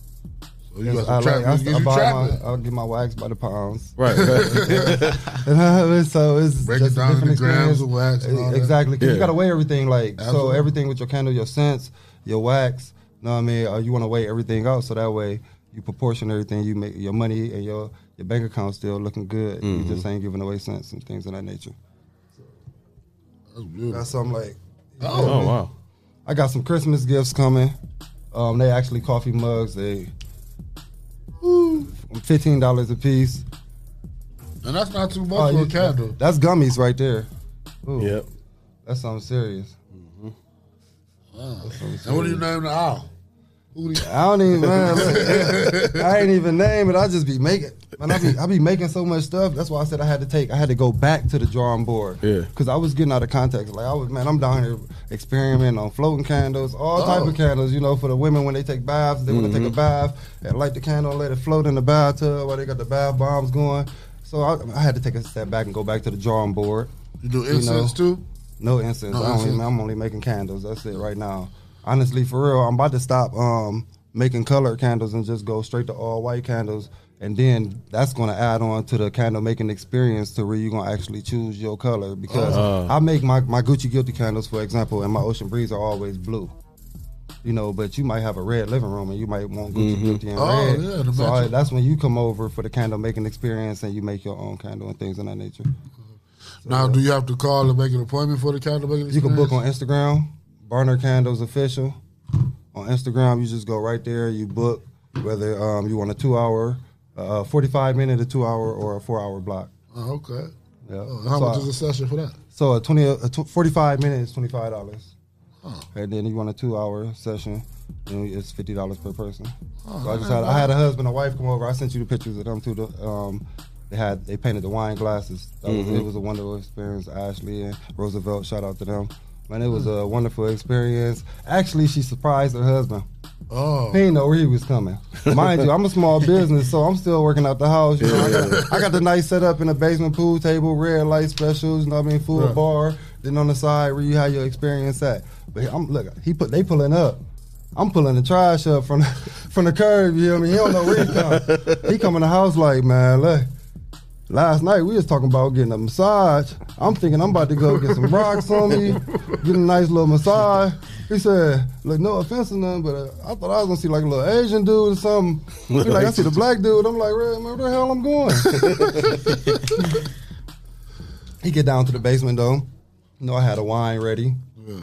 So you got some
I
trap
I,
music,
I,
you
buy my,
trapping.
I'll get my wax by the pounds.
Right.
And so it's
Break it
just a
down
different
into
experience.
grams
E,
of wax and all that.
Exactly. 'cause
Yeah.
You gotta weigh everything. Like so,
Absolutely.
everything with your candle, your scents, your wax. Know what I mean? Uh, you want to weigh everything out so that way you proportion everything. You make your money and your your bank account still looking good.
Mhm.
You just ain't giving away scents and things of that nature.
That's beautiful.
That's something like.
Oh.
Oh, wow.
I got some Christmas gifts coming. Um, they actually coffee mugs. They fifteen dollars a piece.
And that's not too much
Oh,
for
you-
a candle.
That's gummies right there. Ooh.
Yep. Mm-hmm.
That's something serious.
Wow. And what do you name the owl? Who do you-
I don't even man, look, I ain't even name it. I just be making man, I be I be making so much stuff. That's why I said I had to take I had to go back to the drawing board.
Yeah.
Cause I was getting out of context. Like I was man, I'm down here experimenting on floating candles, all type
Oh.
of candles, you know, for the women when they take baths, they wanna take a
Mm-hmm.
Mhm.
bath and light the candle and let it float in the bathtub while they got the bath bombs going. So I, I had to take a step back and go back to the drawing board.
You do incense too?
No incense.
No
I only,
incense.
I'm only making candles. That's it right now. Honestly, for real, I'm about to stop um, making colored candles and just go straight to all white candles. And then that's going to add on to the candle making experience to where you're going to actually choose your color. Because
Oh.
I make my, my Gucci Guilty candles, for example, and my Ocean Breeze are always blue. You know, but you might have a red living room and you might want Gucci
Mhm.
Guilty and
Oh,
red.
yeah, the
so
match-
I- that's when you come over for the candle making experience and you make your own candle and things of that nature.
Now, do you have to call and make an appointment for the candle making?
You can book on
experience?
Instagram, Burner Candles Official. On Instagram, you just go right there, you book whether um, you want a two hour, uh, 45 minute, a two hour, or a four hour block.
Oh, okay.
You
Oh, how
So
much
I-
is a session for that?
So a twenty, a tw- forty-five minutes, twenty-five dollars. And then you want a two-hour session, and it's fifty dollars per person.
Oh,
so I just
that
had,
ain't
I had a
bad.
husband and wife come over. I sent you the pictures of them too. The, um, they had they painted the wine glasses. That was-
Mhm.
it was a wonderful experience. Ashley and Roosevelt, shout out to them. Man, it was a wonderful experience. Actually, she surprised her husband.
Oh.
He didn't know where he was coming. Mind you, I'm a small business, so I'm still working out the house. You know, I, got, I got the nice setup in the basement pool table, red light specials, you know what I mean, food
Right.
bar. Then on the side where you have your experience at. But I'm look, he put they pulling up. I'm pulling the trash up from the, from the curb, you know what I mean? He don't know where he come. He come in the house like, man, look. Last night we was talking about getting a massage. I'm thinking I'm about to go get some rocks on me, get a nice little massage. He said, "Look, no offense or nothing, but uh, I thought I was gonna see like a little Asian dude or something." He like, "I see the black dude." I'm like, "Red, man, where the hell I'm going?" he get down to the basement though. You know, I had a wine ready,
Yeah.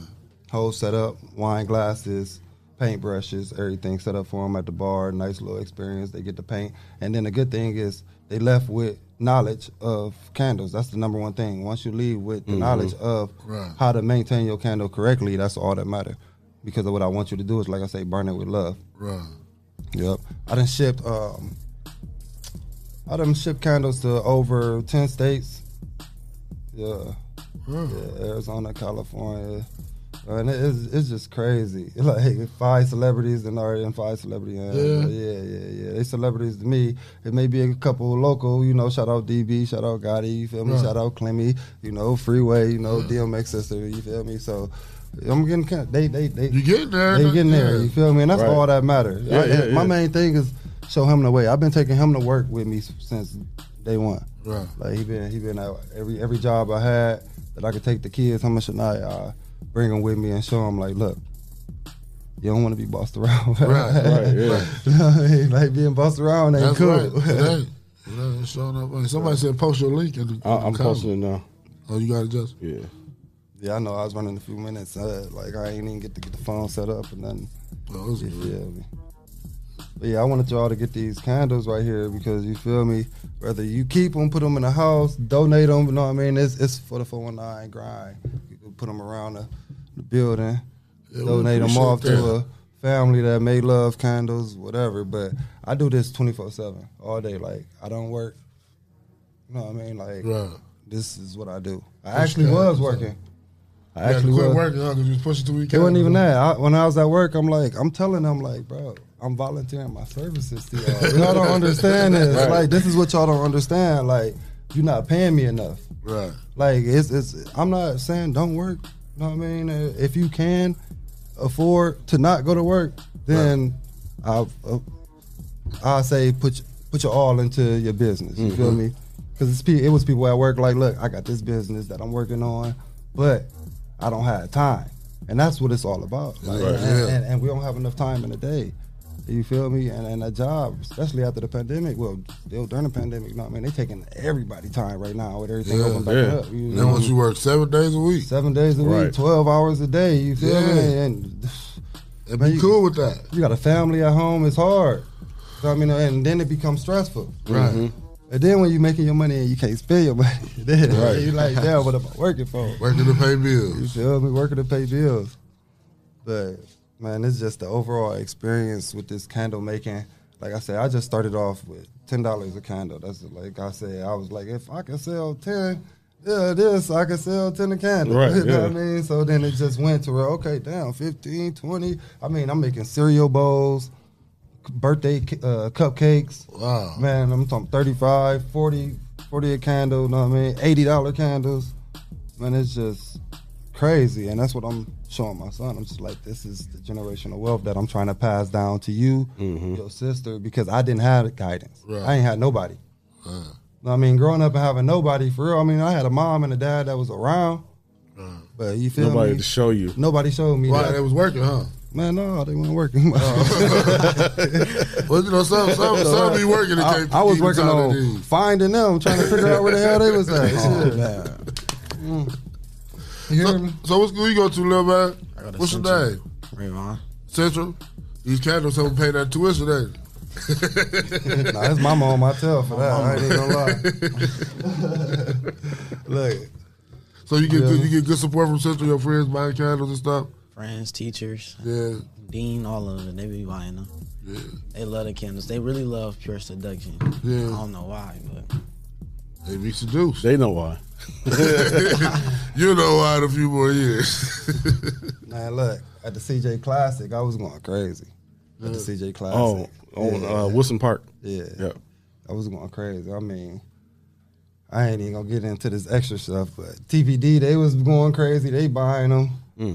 whole set up, wine glasses, paintbrushes, everything set up for them at the bar. Nice little experience. They get to paint, and then the good thing is they left with knowledge of candles. That's the number one thing. Once you leave with the
Mhm.
knowledge of
Right.
how to maintain your candle correctly, that's all that matter. Because of what I want you to do is, like I say, burn it with love.
Right.
Yep. I done shipped um I done shipped candles to over ten states. Yeah. Yeah, Arizona, California. And it is it's just crazy. It's like hey, five celebrities and already in five celebrity hands.
Yeah.
yeah, yeah, yeah. They celebrities to me. It may be a couple local, you know, shout out D B, shout out Gotti, you feel me?
Right.
Shout out Clemmy, you know, Freeway, you know, DMX sister, you feel me? So I'm getting kind of, they, they, they. You
getting there.
They getting there,
Yeah.
you feel me? And that's
Right.
all that matters.
Yeah,
I-
yeah,
My
yeah.
main thing is show him the way. I've been taking him to work with me s- since day one.
Right.
Like he been he been at every every job I had that I could take the kids. How much and I uh, bring them with me and show them like, look, you don't want to be bossed around.
Right, right, yeah.
You know what I mean? like being bossed around ain't
That's
cool.
right. It ain't. It ain't showing up. Somebody said post your link. In the,
I- I'm
posting
it
now.
Oh, you got it, Justin?
Yeah.
Yeah, I know. I was running a few minutes. Uh, like I ain't even get to get the phone set up and then. you feel me? But yeah, I wanted y'all to get these candles right here because you feel me. Whether you keep them, put them in the house, donate them. You know what I mean? It's it's for the 419 grind. You can put them around the, the building,
Yeah, we
donate them off
appreciate
to
that.
a family that may love candles, whatever. But I do this 24 seven all day. Like I don't work. You know what I mean? Like
Right.
this is what I do. I
Push
actually
that.
was working. I
You had to
actually
quit
was.
working, huh? Because you was pushing till we
It wasn't even that. I, when I was at work, I'm like, I'm telling them, like, bro, I'm volunteering my services to y'all. y'all don't understand this.
Right.
Like, this is what y'all don't understand. Like, you're not paying me enough.
Right.
Like, it's it's. I'm not saying don't work. You know what I mean? Uh, If you can afford to not go to work, then I uh, I say put your- put your all into your business. You feel
Mhm.
me? Because it's pe- it was people at work like, look, I got this business that I'm working on, but I don't have time, and that's what it's all about. Like,
Right,
and,
yeah.
and, and we don't have enough time in the day. You feel me? And and a job, especially after the pandemic, well, still during the pandemic, you know what I mean? They taking everybody time right now with everything
Yeah,
open back
yeah.
up.
They want you to work seven days a week.
Seven days a
Right.
week, twelve hours a day. You feel
Yeah.
me? And
And be cool with that.
You got a family at home. It's hard. So, I mean, and then it becomes stressful.
Right. Mhm.
And then when you're making your money and you can't spend your money, then
Right.
you like, damn, what am I working for?
Working to pay bills.
You feel me? Working to pay bills. But man, it's just the overall experience with this candle making. Like I said, I just started off with ten dollars a candle. That's like I said, I was like, if I can sell ten, yeah, this I can sell ten a candle.
Right,
you know
yeah.
what I mean? So then it just went to where okay, down 15, 20. I mean, I'm making cereal bowls, birthday ca- uh, cupcakes.
Wow.
Man, I'm talking 35, 40, 40 a candle, you know what I mean? $80 candles. Man, it's just crazy. And that's what I'm showing my son. I'm just like, this is the generational wealth that I'm trying to pass down to you, your sister, because I didn't have guidance.
Mm-hmm. Right.
I ain't had nobody. I mean, growing up and having nobody for real. I mean, I had a mom and a dad that was around, but you feel
Uh, Nobody
me?
to show you.
Nobody showed me.
Why,
that.
they was working, huh? Oh.
Man, no, they weren't working. well,
you know, some- some- some be working and
I,
can't
I was
keep
working
the time they
on
need.
finding them, trying to figure out where the hell they was at.
Oh,
Shit. Mm.
man. so, so what school you go to, little man? What's your name?
Rayvon.
Central. These candles haven't paid that tuition, ain't
nah, it's my mom I tell for
My
that. I ain't even gonna lie.
mama.
Look.
So you get
Yeah.
good, you get good support from Central, your friends buying candles and stuff.
friends, teachers,
yeah,
dean, all of them. They be buying them. They love the candles. They really love pure seduction.
Yeah.
I don't know why, but
They be seduced.
They know why.
you know why in a few more years.
Man, look, at the CJ Classic, I was going crazy. At the
Yeah.
CJ Classic.
Oh, on uh, Wilson Park.
Yeah.
yeah.
I was going crazy. I mean, I ain't even gonna get into this extra stuff, but TPD, they was going crazy. They buying them.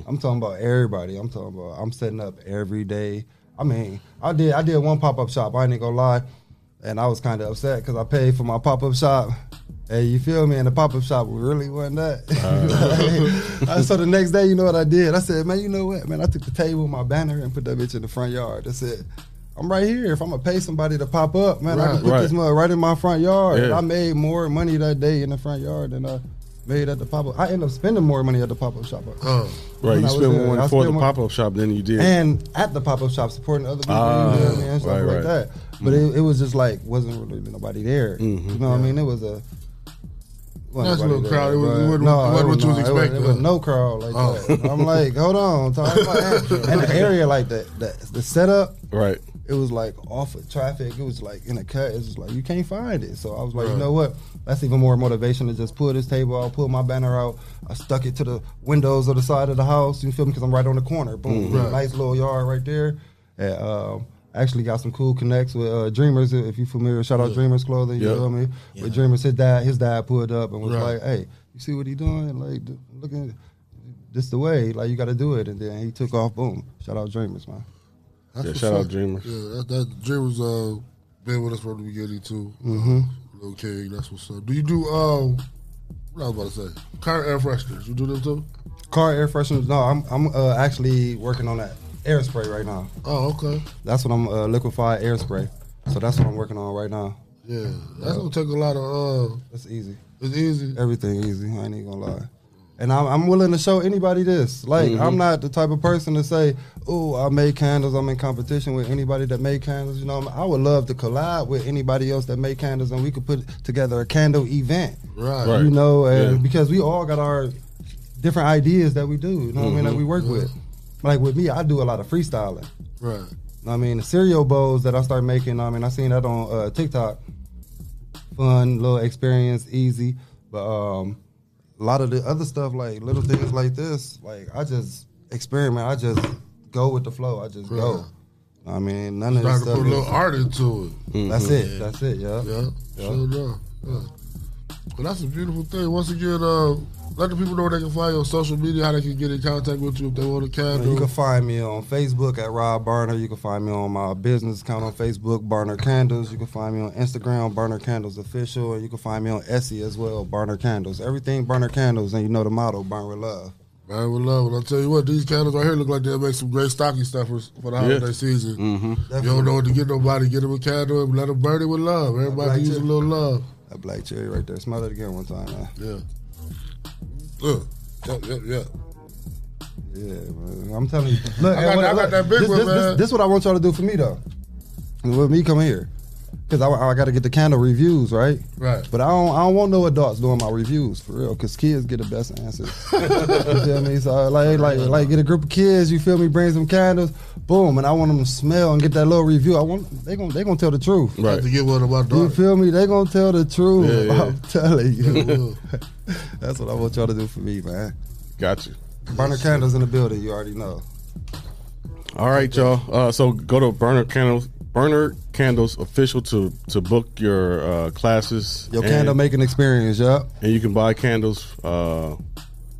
I'm talking about everybody. I'm talking about. I'm setting up every day. I mean, I did. I did one pop up shop. I ain't gonna lie, and I was kind of upset because I paid for my pop up shop. Hey, you feel me? And the pop up shop really wasn't that.
Uh.
so the next day, you know what I did? I said, man, you know what, man? I took the table, my banner, and put that bitch in the front yard. That's it. I'm right here. If I'm gonna pay somebody to pop up, man, I
Right.
can put
Right.
this mug right in my front yard.
Yeah.
I made more money that day in the front yard than I made at the pop up. I ended up spending more money at the pop up shop.
Oh.
Right,
When
you
I was
spent
there,
more
I
money for
spent
the
more-
pop up shop than you did.
and at the pop up shop supporting other people,
Ah,
you know what I mean, and stuff
right, Mm-hmm.
like
right.
that. But it, it was just like wasn't really nobody there.
Mm-hmm.
You know what I mean? It was a wasn't
That's a little
nobody
crowd. It was- it
but-
wasn't- it wasn't what you was
it wasn't-
expecting.
It was no crowd like
Oh.
that. I'm like, hold on, talk about that. and the area like that, that the setup,
right?
It was like off of traffic. It was like in a cut. It was like you can't find it. So I was like,
Right.
you know what? That's even more motivation to just pull this table out, pull my banner out. I stuck it to the windows of the side of the house. You feel me? Because I'm right on the corner. Boom,
Mhm. Right.
nice little yard right there. And, um, actually got some cool connects with uh, Dreamers. If you familiar, shout out
Yeah.
Dreamers Clothing. You
Yeah.
feel me? With Dreamers, his dad, his dad pulled up and was
Right.
like, "Hey, you see what he doing? Like, th- looking." This the way, like you got to do it, and then he took off. Boom! Shout out Dreamers, man.
That's what's up. Yeah, that, that Dreamers uh, been with us from the beginning too.
Mhm.
Lil King, that's what's up. Do you do um? What I was about to say, car air fresheners. You do them too?
Car air fresheners. No, I'm I'm uh, actually working on that air spray right now.
Oh, okay.
That's what I'm uh, liquefied air spray. So that's what I'm working on right now.
Yeah, that's gonna take a lot of. uh
That's easy.
It's easy.
Everything easy. I ain't even gonna lie. And I'm, I'm willing to show anybody this. Like
Mhm.
I'm not the type of person to say, "Oh, I make candles. I'm in competition with anybody that make candles." You know, I would love to collab with anybody else that make candles, and we could put together a candle event.
Right.
You know, and
Yeah.
because we all got our different ideas that we do. You know what I mean? That
Mhm.
we work
Yeah.
with. Like with me, I do a lot of freestyling.
Right.
I mean, the cereal bowls that I start making. I mean, I seen that on uh, TikTok. Fun little experience, easy. But um, a lot of the other stuff, like little things like this, like I just experiment. I just go with the flow. I just go. I mean, none of
Start
this
to
stuff.
put a little
is-
art into it.
That's it.
Yeah.
That's it. Yeah.
Yeah. Sure enough. Yeah. Well, that's a beautiful thing. Once again, uh, let the people know where they can find you on social media, how they can get in contact with you if they want a
Man, You
candle.
can find me on Facebook at Rob Burner. You can find me on my business account on Facebook, Burner Candles. You can find me on Instagram, Burner Candles Official. And you can find me on Etsy as well, Burner Candles. Everything Burner Candles, and you know the motto, Burn with Love.
Man, we love it. I'll tell you what, these candles right here look like they'll make some great stocking stuffers for the
Yeah.
holiday season.
Mhm.
You don't know what to get nobody. Get them a candle and let them burn it with love. Everybody
Black
use
cherry.
a little love.
That black cherry right there. Smell it again one time, man.
Yeah. Yeah. Yep, yep, yep.
Yeah, man. I'm telling you. Look,
I got-
and what-
I got
look,
that big
this,
one,
this,
man.
This, this what I want y'all to do for me, though. With me, come here. Because I, got to get the candle reviews, right?
Right.
But I don't, I don't want no adults doing my reviews, for real, because kids get the best answers. you feel me? So, like, like, like, get a group of kids, you feel me, bring some candles, boom, and I want them to smell and get that little review. I want they gonna they gonna tell the truth.
Right. Have to get one of my
You
daughters.
feel me? They gonna tell the truth.
Yeah, yeah.
I'm telling
They
you.
will.
That's what I want y'all to do for me, man.
Got you.
Burner candles in the building, you already know.
All right, y'all. Uh, so go to Burner Candles, Burner Candles official to to book your uh, classes.
Your candle making experience, yeah.
and you can buy candles uh,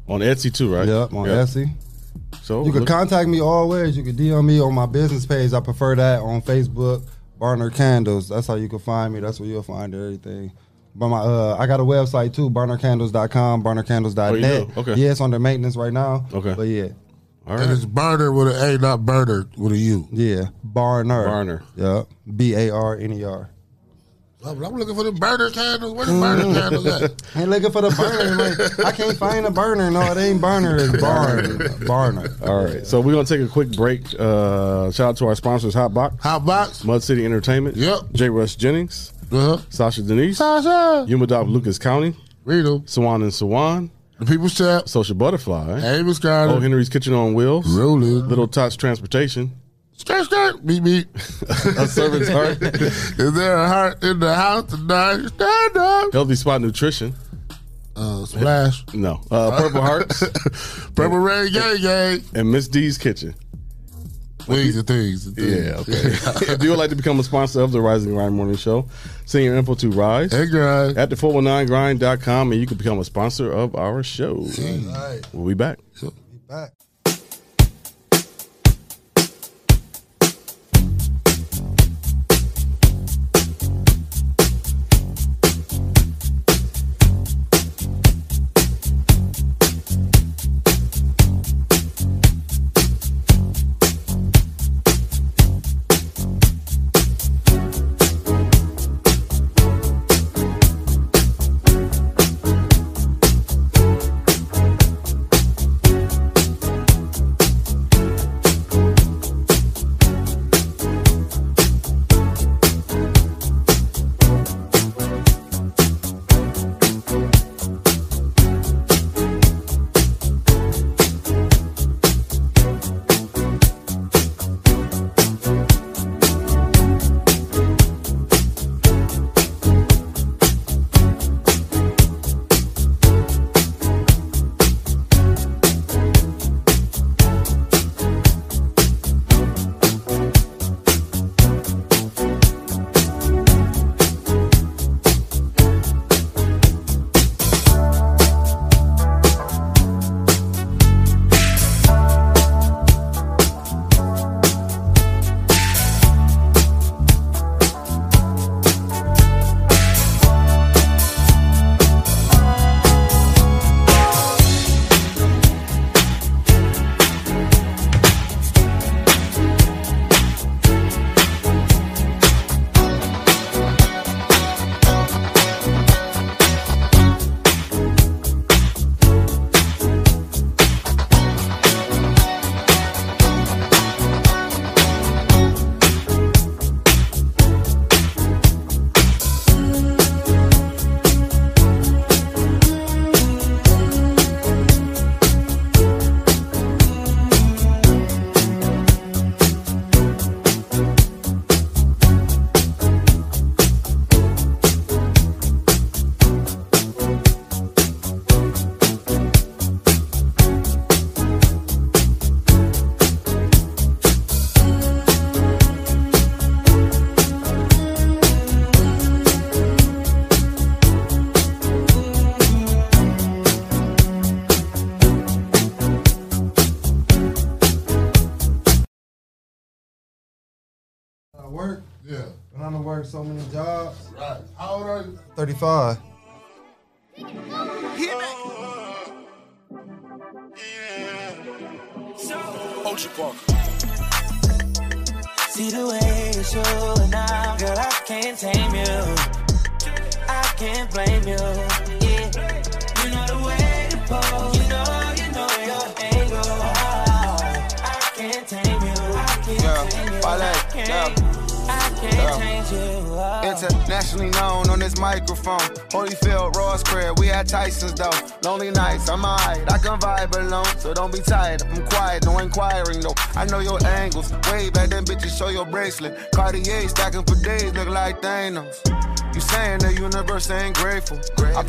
on Etsy too, right?
Yep, on Etsy.
Oh,
So
You can
look-
contact me always. You can DM me on my business page. I prefer that on Facebook, Burner Candles. That's how you can find me. That's where you'll find everything. But my uh, I got a website too, burnercandles.com, burnercandles.net.
Oh, you do? Okay.
Yeah, it's under maintenance right now.
Okay.
But yeah.
All
And it's burner with an A, not burner with a U.
Yeah. Barner.
Barner.
Yeah. B A R N E R.
I'm I'm looking for the burner candles. Where the burner candles at?
ain't looking for the burner. Like, I can't find a burner. No, it ain't burner. It's barn. Barner.
All right. So we're gonna take a quick break. Uh, shout out to our sponsors, Hot Box,
Hot Box,
Mud City Entertainment, Yep, J. Rush Jennings,
uh-huh.
Sasha Denise,
Sasha,
Yumadop Lucas County,
read them,
Swan and Swan.
The People's Tap,
Social Butterfly,
Amos Carter,
Oh Henry's Kitchen on Wheels,
Rolling,
Little Tots Transportation,
Skirt, skirt, beep, beep.
A servant's heart.
Is there a heart in the house tonight? Stand up.
Healthy Spot Nutrition,
uh, Splash,
no, uh, Purple Hearts,
Purple Rain Gang Gang,
and Miss D's Kitchen.
Wings and things. and things.
Yeah, okay. if you would like to become a sponsor of the Rising Grind Morning Show, send your info to Rise
hey, grind.
at the419grind.com and you can become a sponsor of our show.
Right.
We'll be back.
I work.
Yeah.
And I'm gonna work so many jobs.
Right. How old are you?
35.
Ultra Park.
See the way it's you and I, girl, I can't tame you. I can't blame you. Yeah, you know the way to pose. You know, you know your angle. I can't tame you. I can't
Yeah,
tame you.
Wale,
I can't, I
Yeah.
can't change you.
Internationally known on this microphone. Holyfield, Ross Craig, we had Tyson's though. Lonely nights, I'm alright. I can vibe alone, so don't be tired. I'm quiet, no inquiring though. I know your angles. Way back then, bitches show your bracelet. Cartier stacking for days, look like Thanos. You saying the universe ain't grateful. I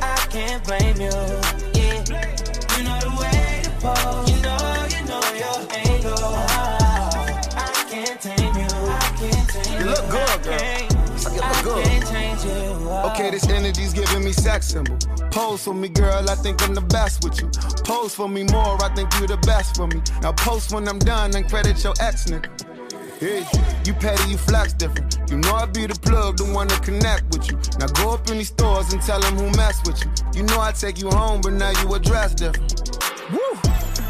I can't blame you. Yeah, you know the way to pose. You know, you know your angle. I can't tame you. I can't tame you.
You look good, girl.
I can't-
It's like you look
I
good.
can't change you.
Okay, Okay, this energy's giving me sex symbol. Pose for me, girl, I think I'm the best with you. Pose for me more, I think you the best for me. Now post when I'm done and credit your ex nigga. Hey, you petty, you flex different. You know I be the plug, the one to connect with you. Now go up in these stores and tell them who mess with you. You know I take you home, but now you address different. Woo!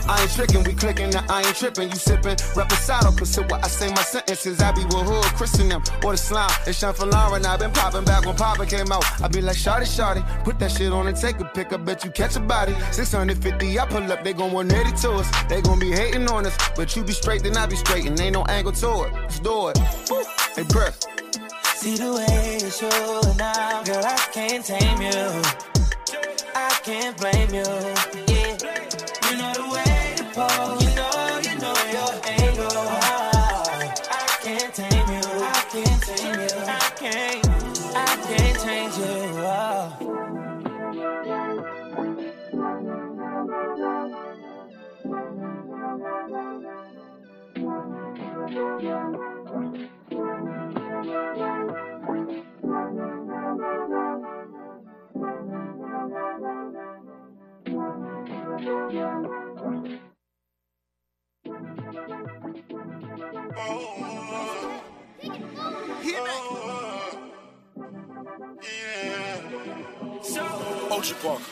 I ain't tricking, we clicking, now I ain't tripping. You sipping reposado, consider what I say my sentences. I be with hood, christen them, or the slime. It's Sean Falara, and I been popping back when Papa came out. I be like, shawty, shawty, put that shit on and take a pic. I bet you catch a body. 650, I pull up, they gon' 180 to us. They gon' be hating on us, but you be straight, then I be straight, and ain't no angle to it. Let's do it. Woo! Hey, press.
See the way it's you and I, girl, I can't tame you. I can't blame you. Yeah, you know the way to pose. You know, you know your angle. I can't tame you. I can't tame you. I can't. I can't change you. Oh.
Ultra Park.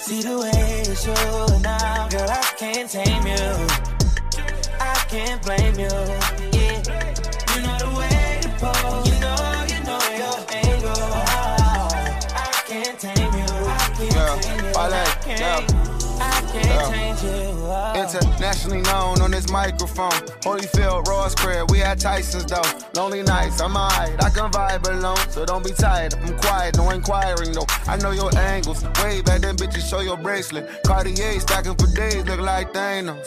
See the way it's you and I, girl, I can't tame you. I can't blame you. Yeah, you know the way to pose. You know, you know your angle. I can't tame you. I can't
Yeah,
tame you.
Wale,
I can't. I
Yeah.
can't change you. Oh.
Internationally known on this microphone. Holyfield, Ross Craig, we had Tyson's though. Lonely nights, I'm alright. I can vibe alone, so don't be tired. I'm quiet, no inquiring though. I know your angles. Way back then, bitches show your bracelet. Cartier stacking for days, look like Thanos.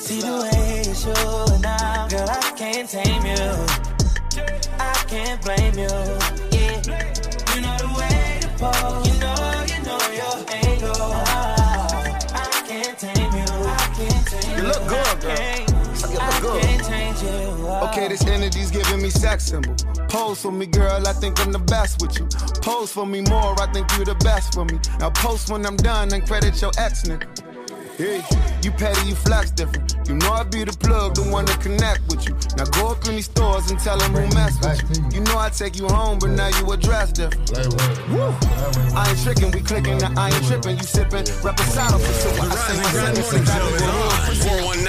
See the way it's you and I, girl, I can't tame you. I can't blame you. Yeah, you know the way to pose. You know, you know your angle. I can't tame you. I can't tame you.
You look good, girl. You look
I
good.
can't change you.
Okay, this energy's giving me sex symbol. Pose for me, girl, I think I'm the best with you. Pose for me more, I think you the best for me. Now post when I'm done and credit your ex nigga. Hey, you petty, you flex different. You know I be the plug, the one to connect with you. Now go up in these stores and tell them who mess with you. You know I take you home, but now you address different. Woo! I ain't tricking, we clicking, now I ain't tripping. You sipping, reposado for so I say my sentence and got it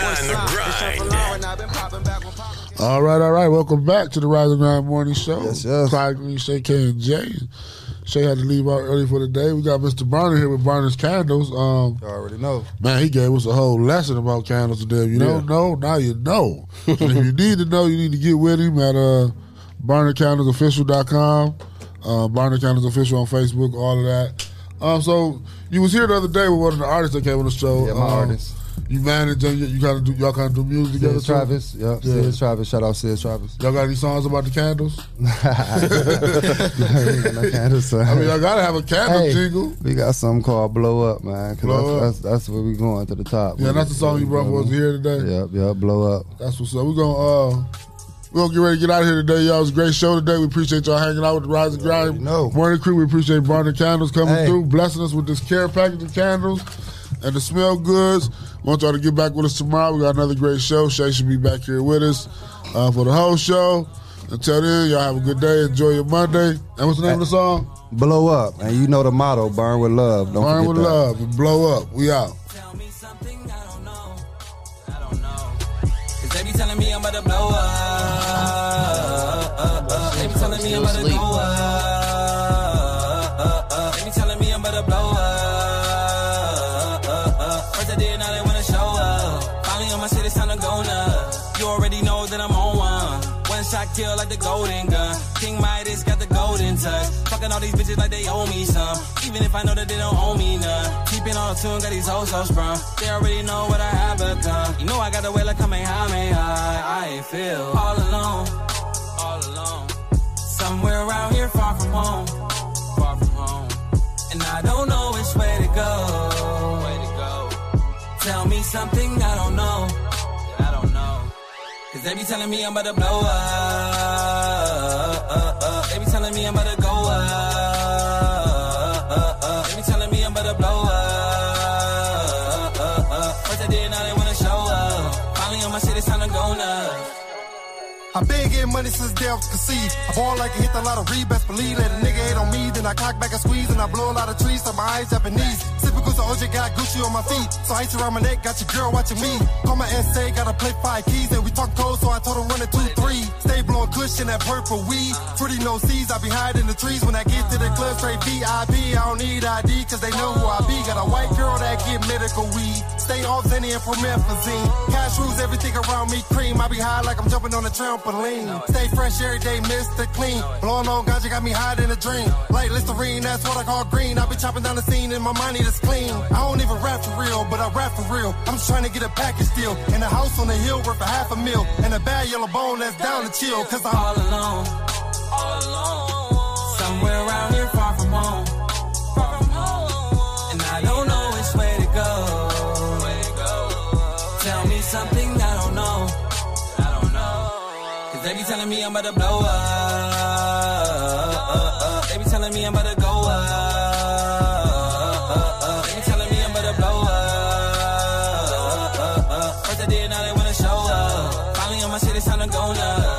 All right, all right. Welcome back to the Rise and Grind Morning Show. Yes, yes. Clyde Green, Shay K, and Jay. Shay had to leave out early for the day. We got Mr. Barney here with Barney's Candles. Um,
I already know.
Man, he gave us a whole lesson about candles today. If you don't know, now you know. and if you need to know, you need to get with him at uh, BarneyCandlesOfficial.com, uh, Barney Candles Official on Facebook, all of that. Um, so you was here the other day with one of the artists that came on the show.
Yeah, my
um,
artist.
You manage and you, you kind of do y'all kind of do music together.
Sid
too?
Travis. Yep. Yeah. Sid Travis. Shout out Sid Travis.
Y'all got any songs about the candles?
no candles, sir.
I mean, y'all gotta have a candle
Hey,
jingle.
We got something called Blow Up, man. 'cause
Blow
that's, That's,
Up.
that's where we going to the top.
Yeah, that's the song you brought for us here today.
Yep, yep. Blow Up.
That's what's up. We're gonna uh we're gonna get ready to get out of here today, y'all. It was a great show today. We appreciate y'all hanging out with the Rise and Grind. No. Morning Creek, we appreciate Barney Candles coming
Hey.
through, blessing us with this care package of candles and the smell goods. Want y'all to get back with us tomorrow. We got another great show. Shay should be back here with us uh, for the whole show. Until then, y'all have a good day. Enjoy your Monday. And what's the name of the song?
Blow Up. And you know the motto burn with love. Don't
Burn
forget
with
that.
love and blow up. We out.
Cause they be telling me I'm about to blow up. They be telling me I'm about to go up. They be telling me I'm about to blow up. First I did, now they wanna show up. Finally on my shit, it's time to go nuts. You already know that I'm on one. One shot kill like the golden gun. King Midas got the golden touch. Fucking all these bitches like they owe me some. Even if I know that they don't owe me none. Keeping on tune, got these hoes so sprung. They already know what I have become. You know I got the way like Kamehameha. I ain't feel all alone. All alone. Somewhere out here far from home. Far from home. And I don't know which way to go. Way to go. Tell me something I don't know. I don't know. Cause they be telling me I'm about to blow up. Uh, uh, they be telling me I'm about to go up. Uh, uh, they be telling me I'm about to blow up. Uh, uh, first I did, now they wanna show up. Finally on my shit, it's time to go nuts.
I been getting money since death conceived. I born like I hit the lottery, best believe that a nigga ain't on me. Then I cock back and squeeze, and I blow a lot of trees, so my eyes Japanese. Typical, so OJ got Gucci on my feet. So ice around my neck, got your girl watching me. Call my SA, gotta play five keys, and we talk code, so I told him run it two, three. Stay blowing cushion that purple weed. Pretty no seeds, I be hiding in the trees when I get to the club, straight VIP. I don't need ID, cause they know who I be. Got a white girl that get medical weed. Stay off Zenny and promethazine. Cash rules everything around me, cream. I be high like I'm jumping on a trampoline. Stay fresh every day, Mr. Clean. Blowing on ganja got me high in a dream. Like Listerine, that's what I call green. I be chopping down the scene and my money that's clean. I don't even rap for real, but I rap for real. I'm just trying to get a package deal. And a house on the hill worth a half a mil. And a bad yellow bone that's down to chill. Cause I'm all
alone. All alone. Somewhere around here, far from home. Far from home. And I don't know which way to go. Way to go. Tell me something I don't know. I don't know. Cause they be telling me I'm about to blow up. They be telling me I'm about to go up. They be telling me I'm about to blow up. First I did, now they wanna show up. Finally on my shit, it's time to go now.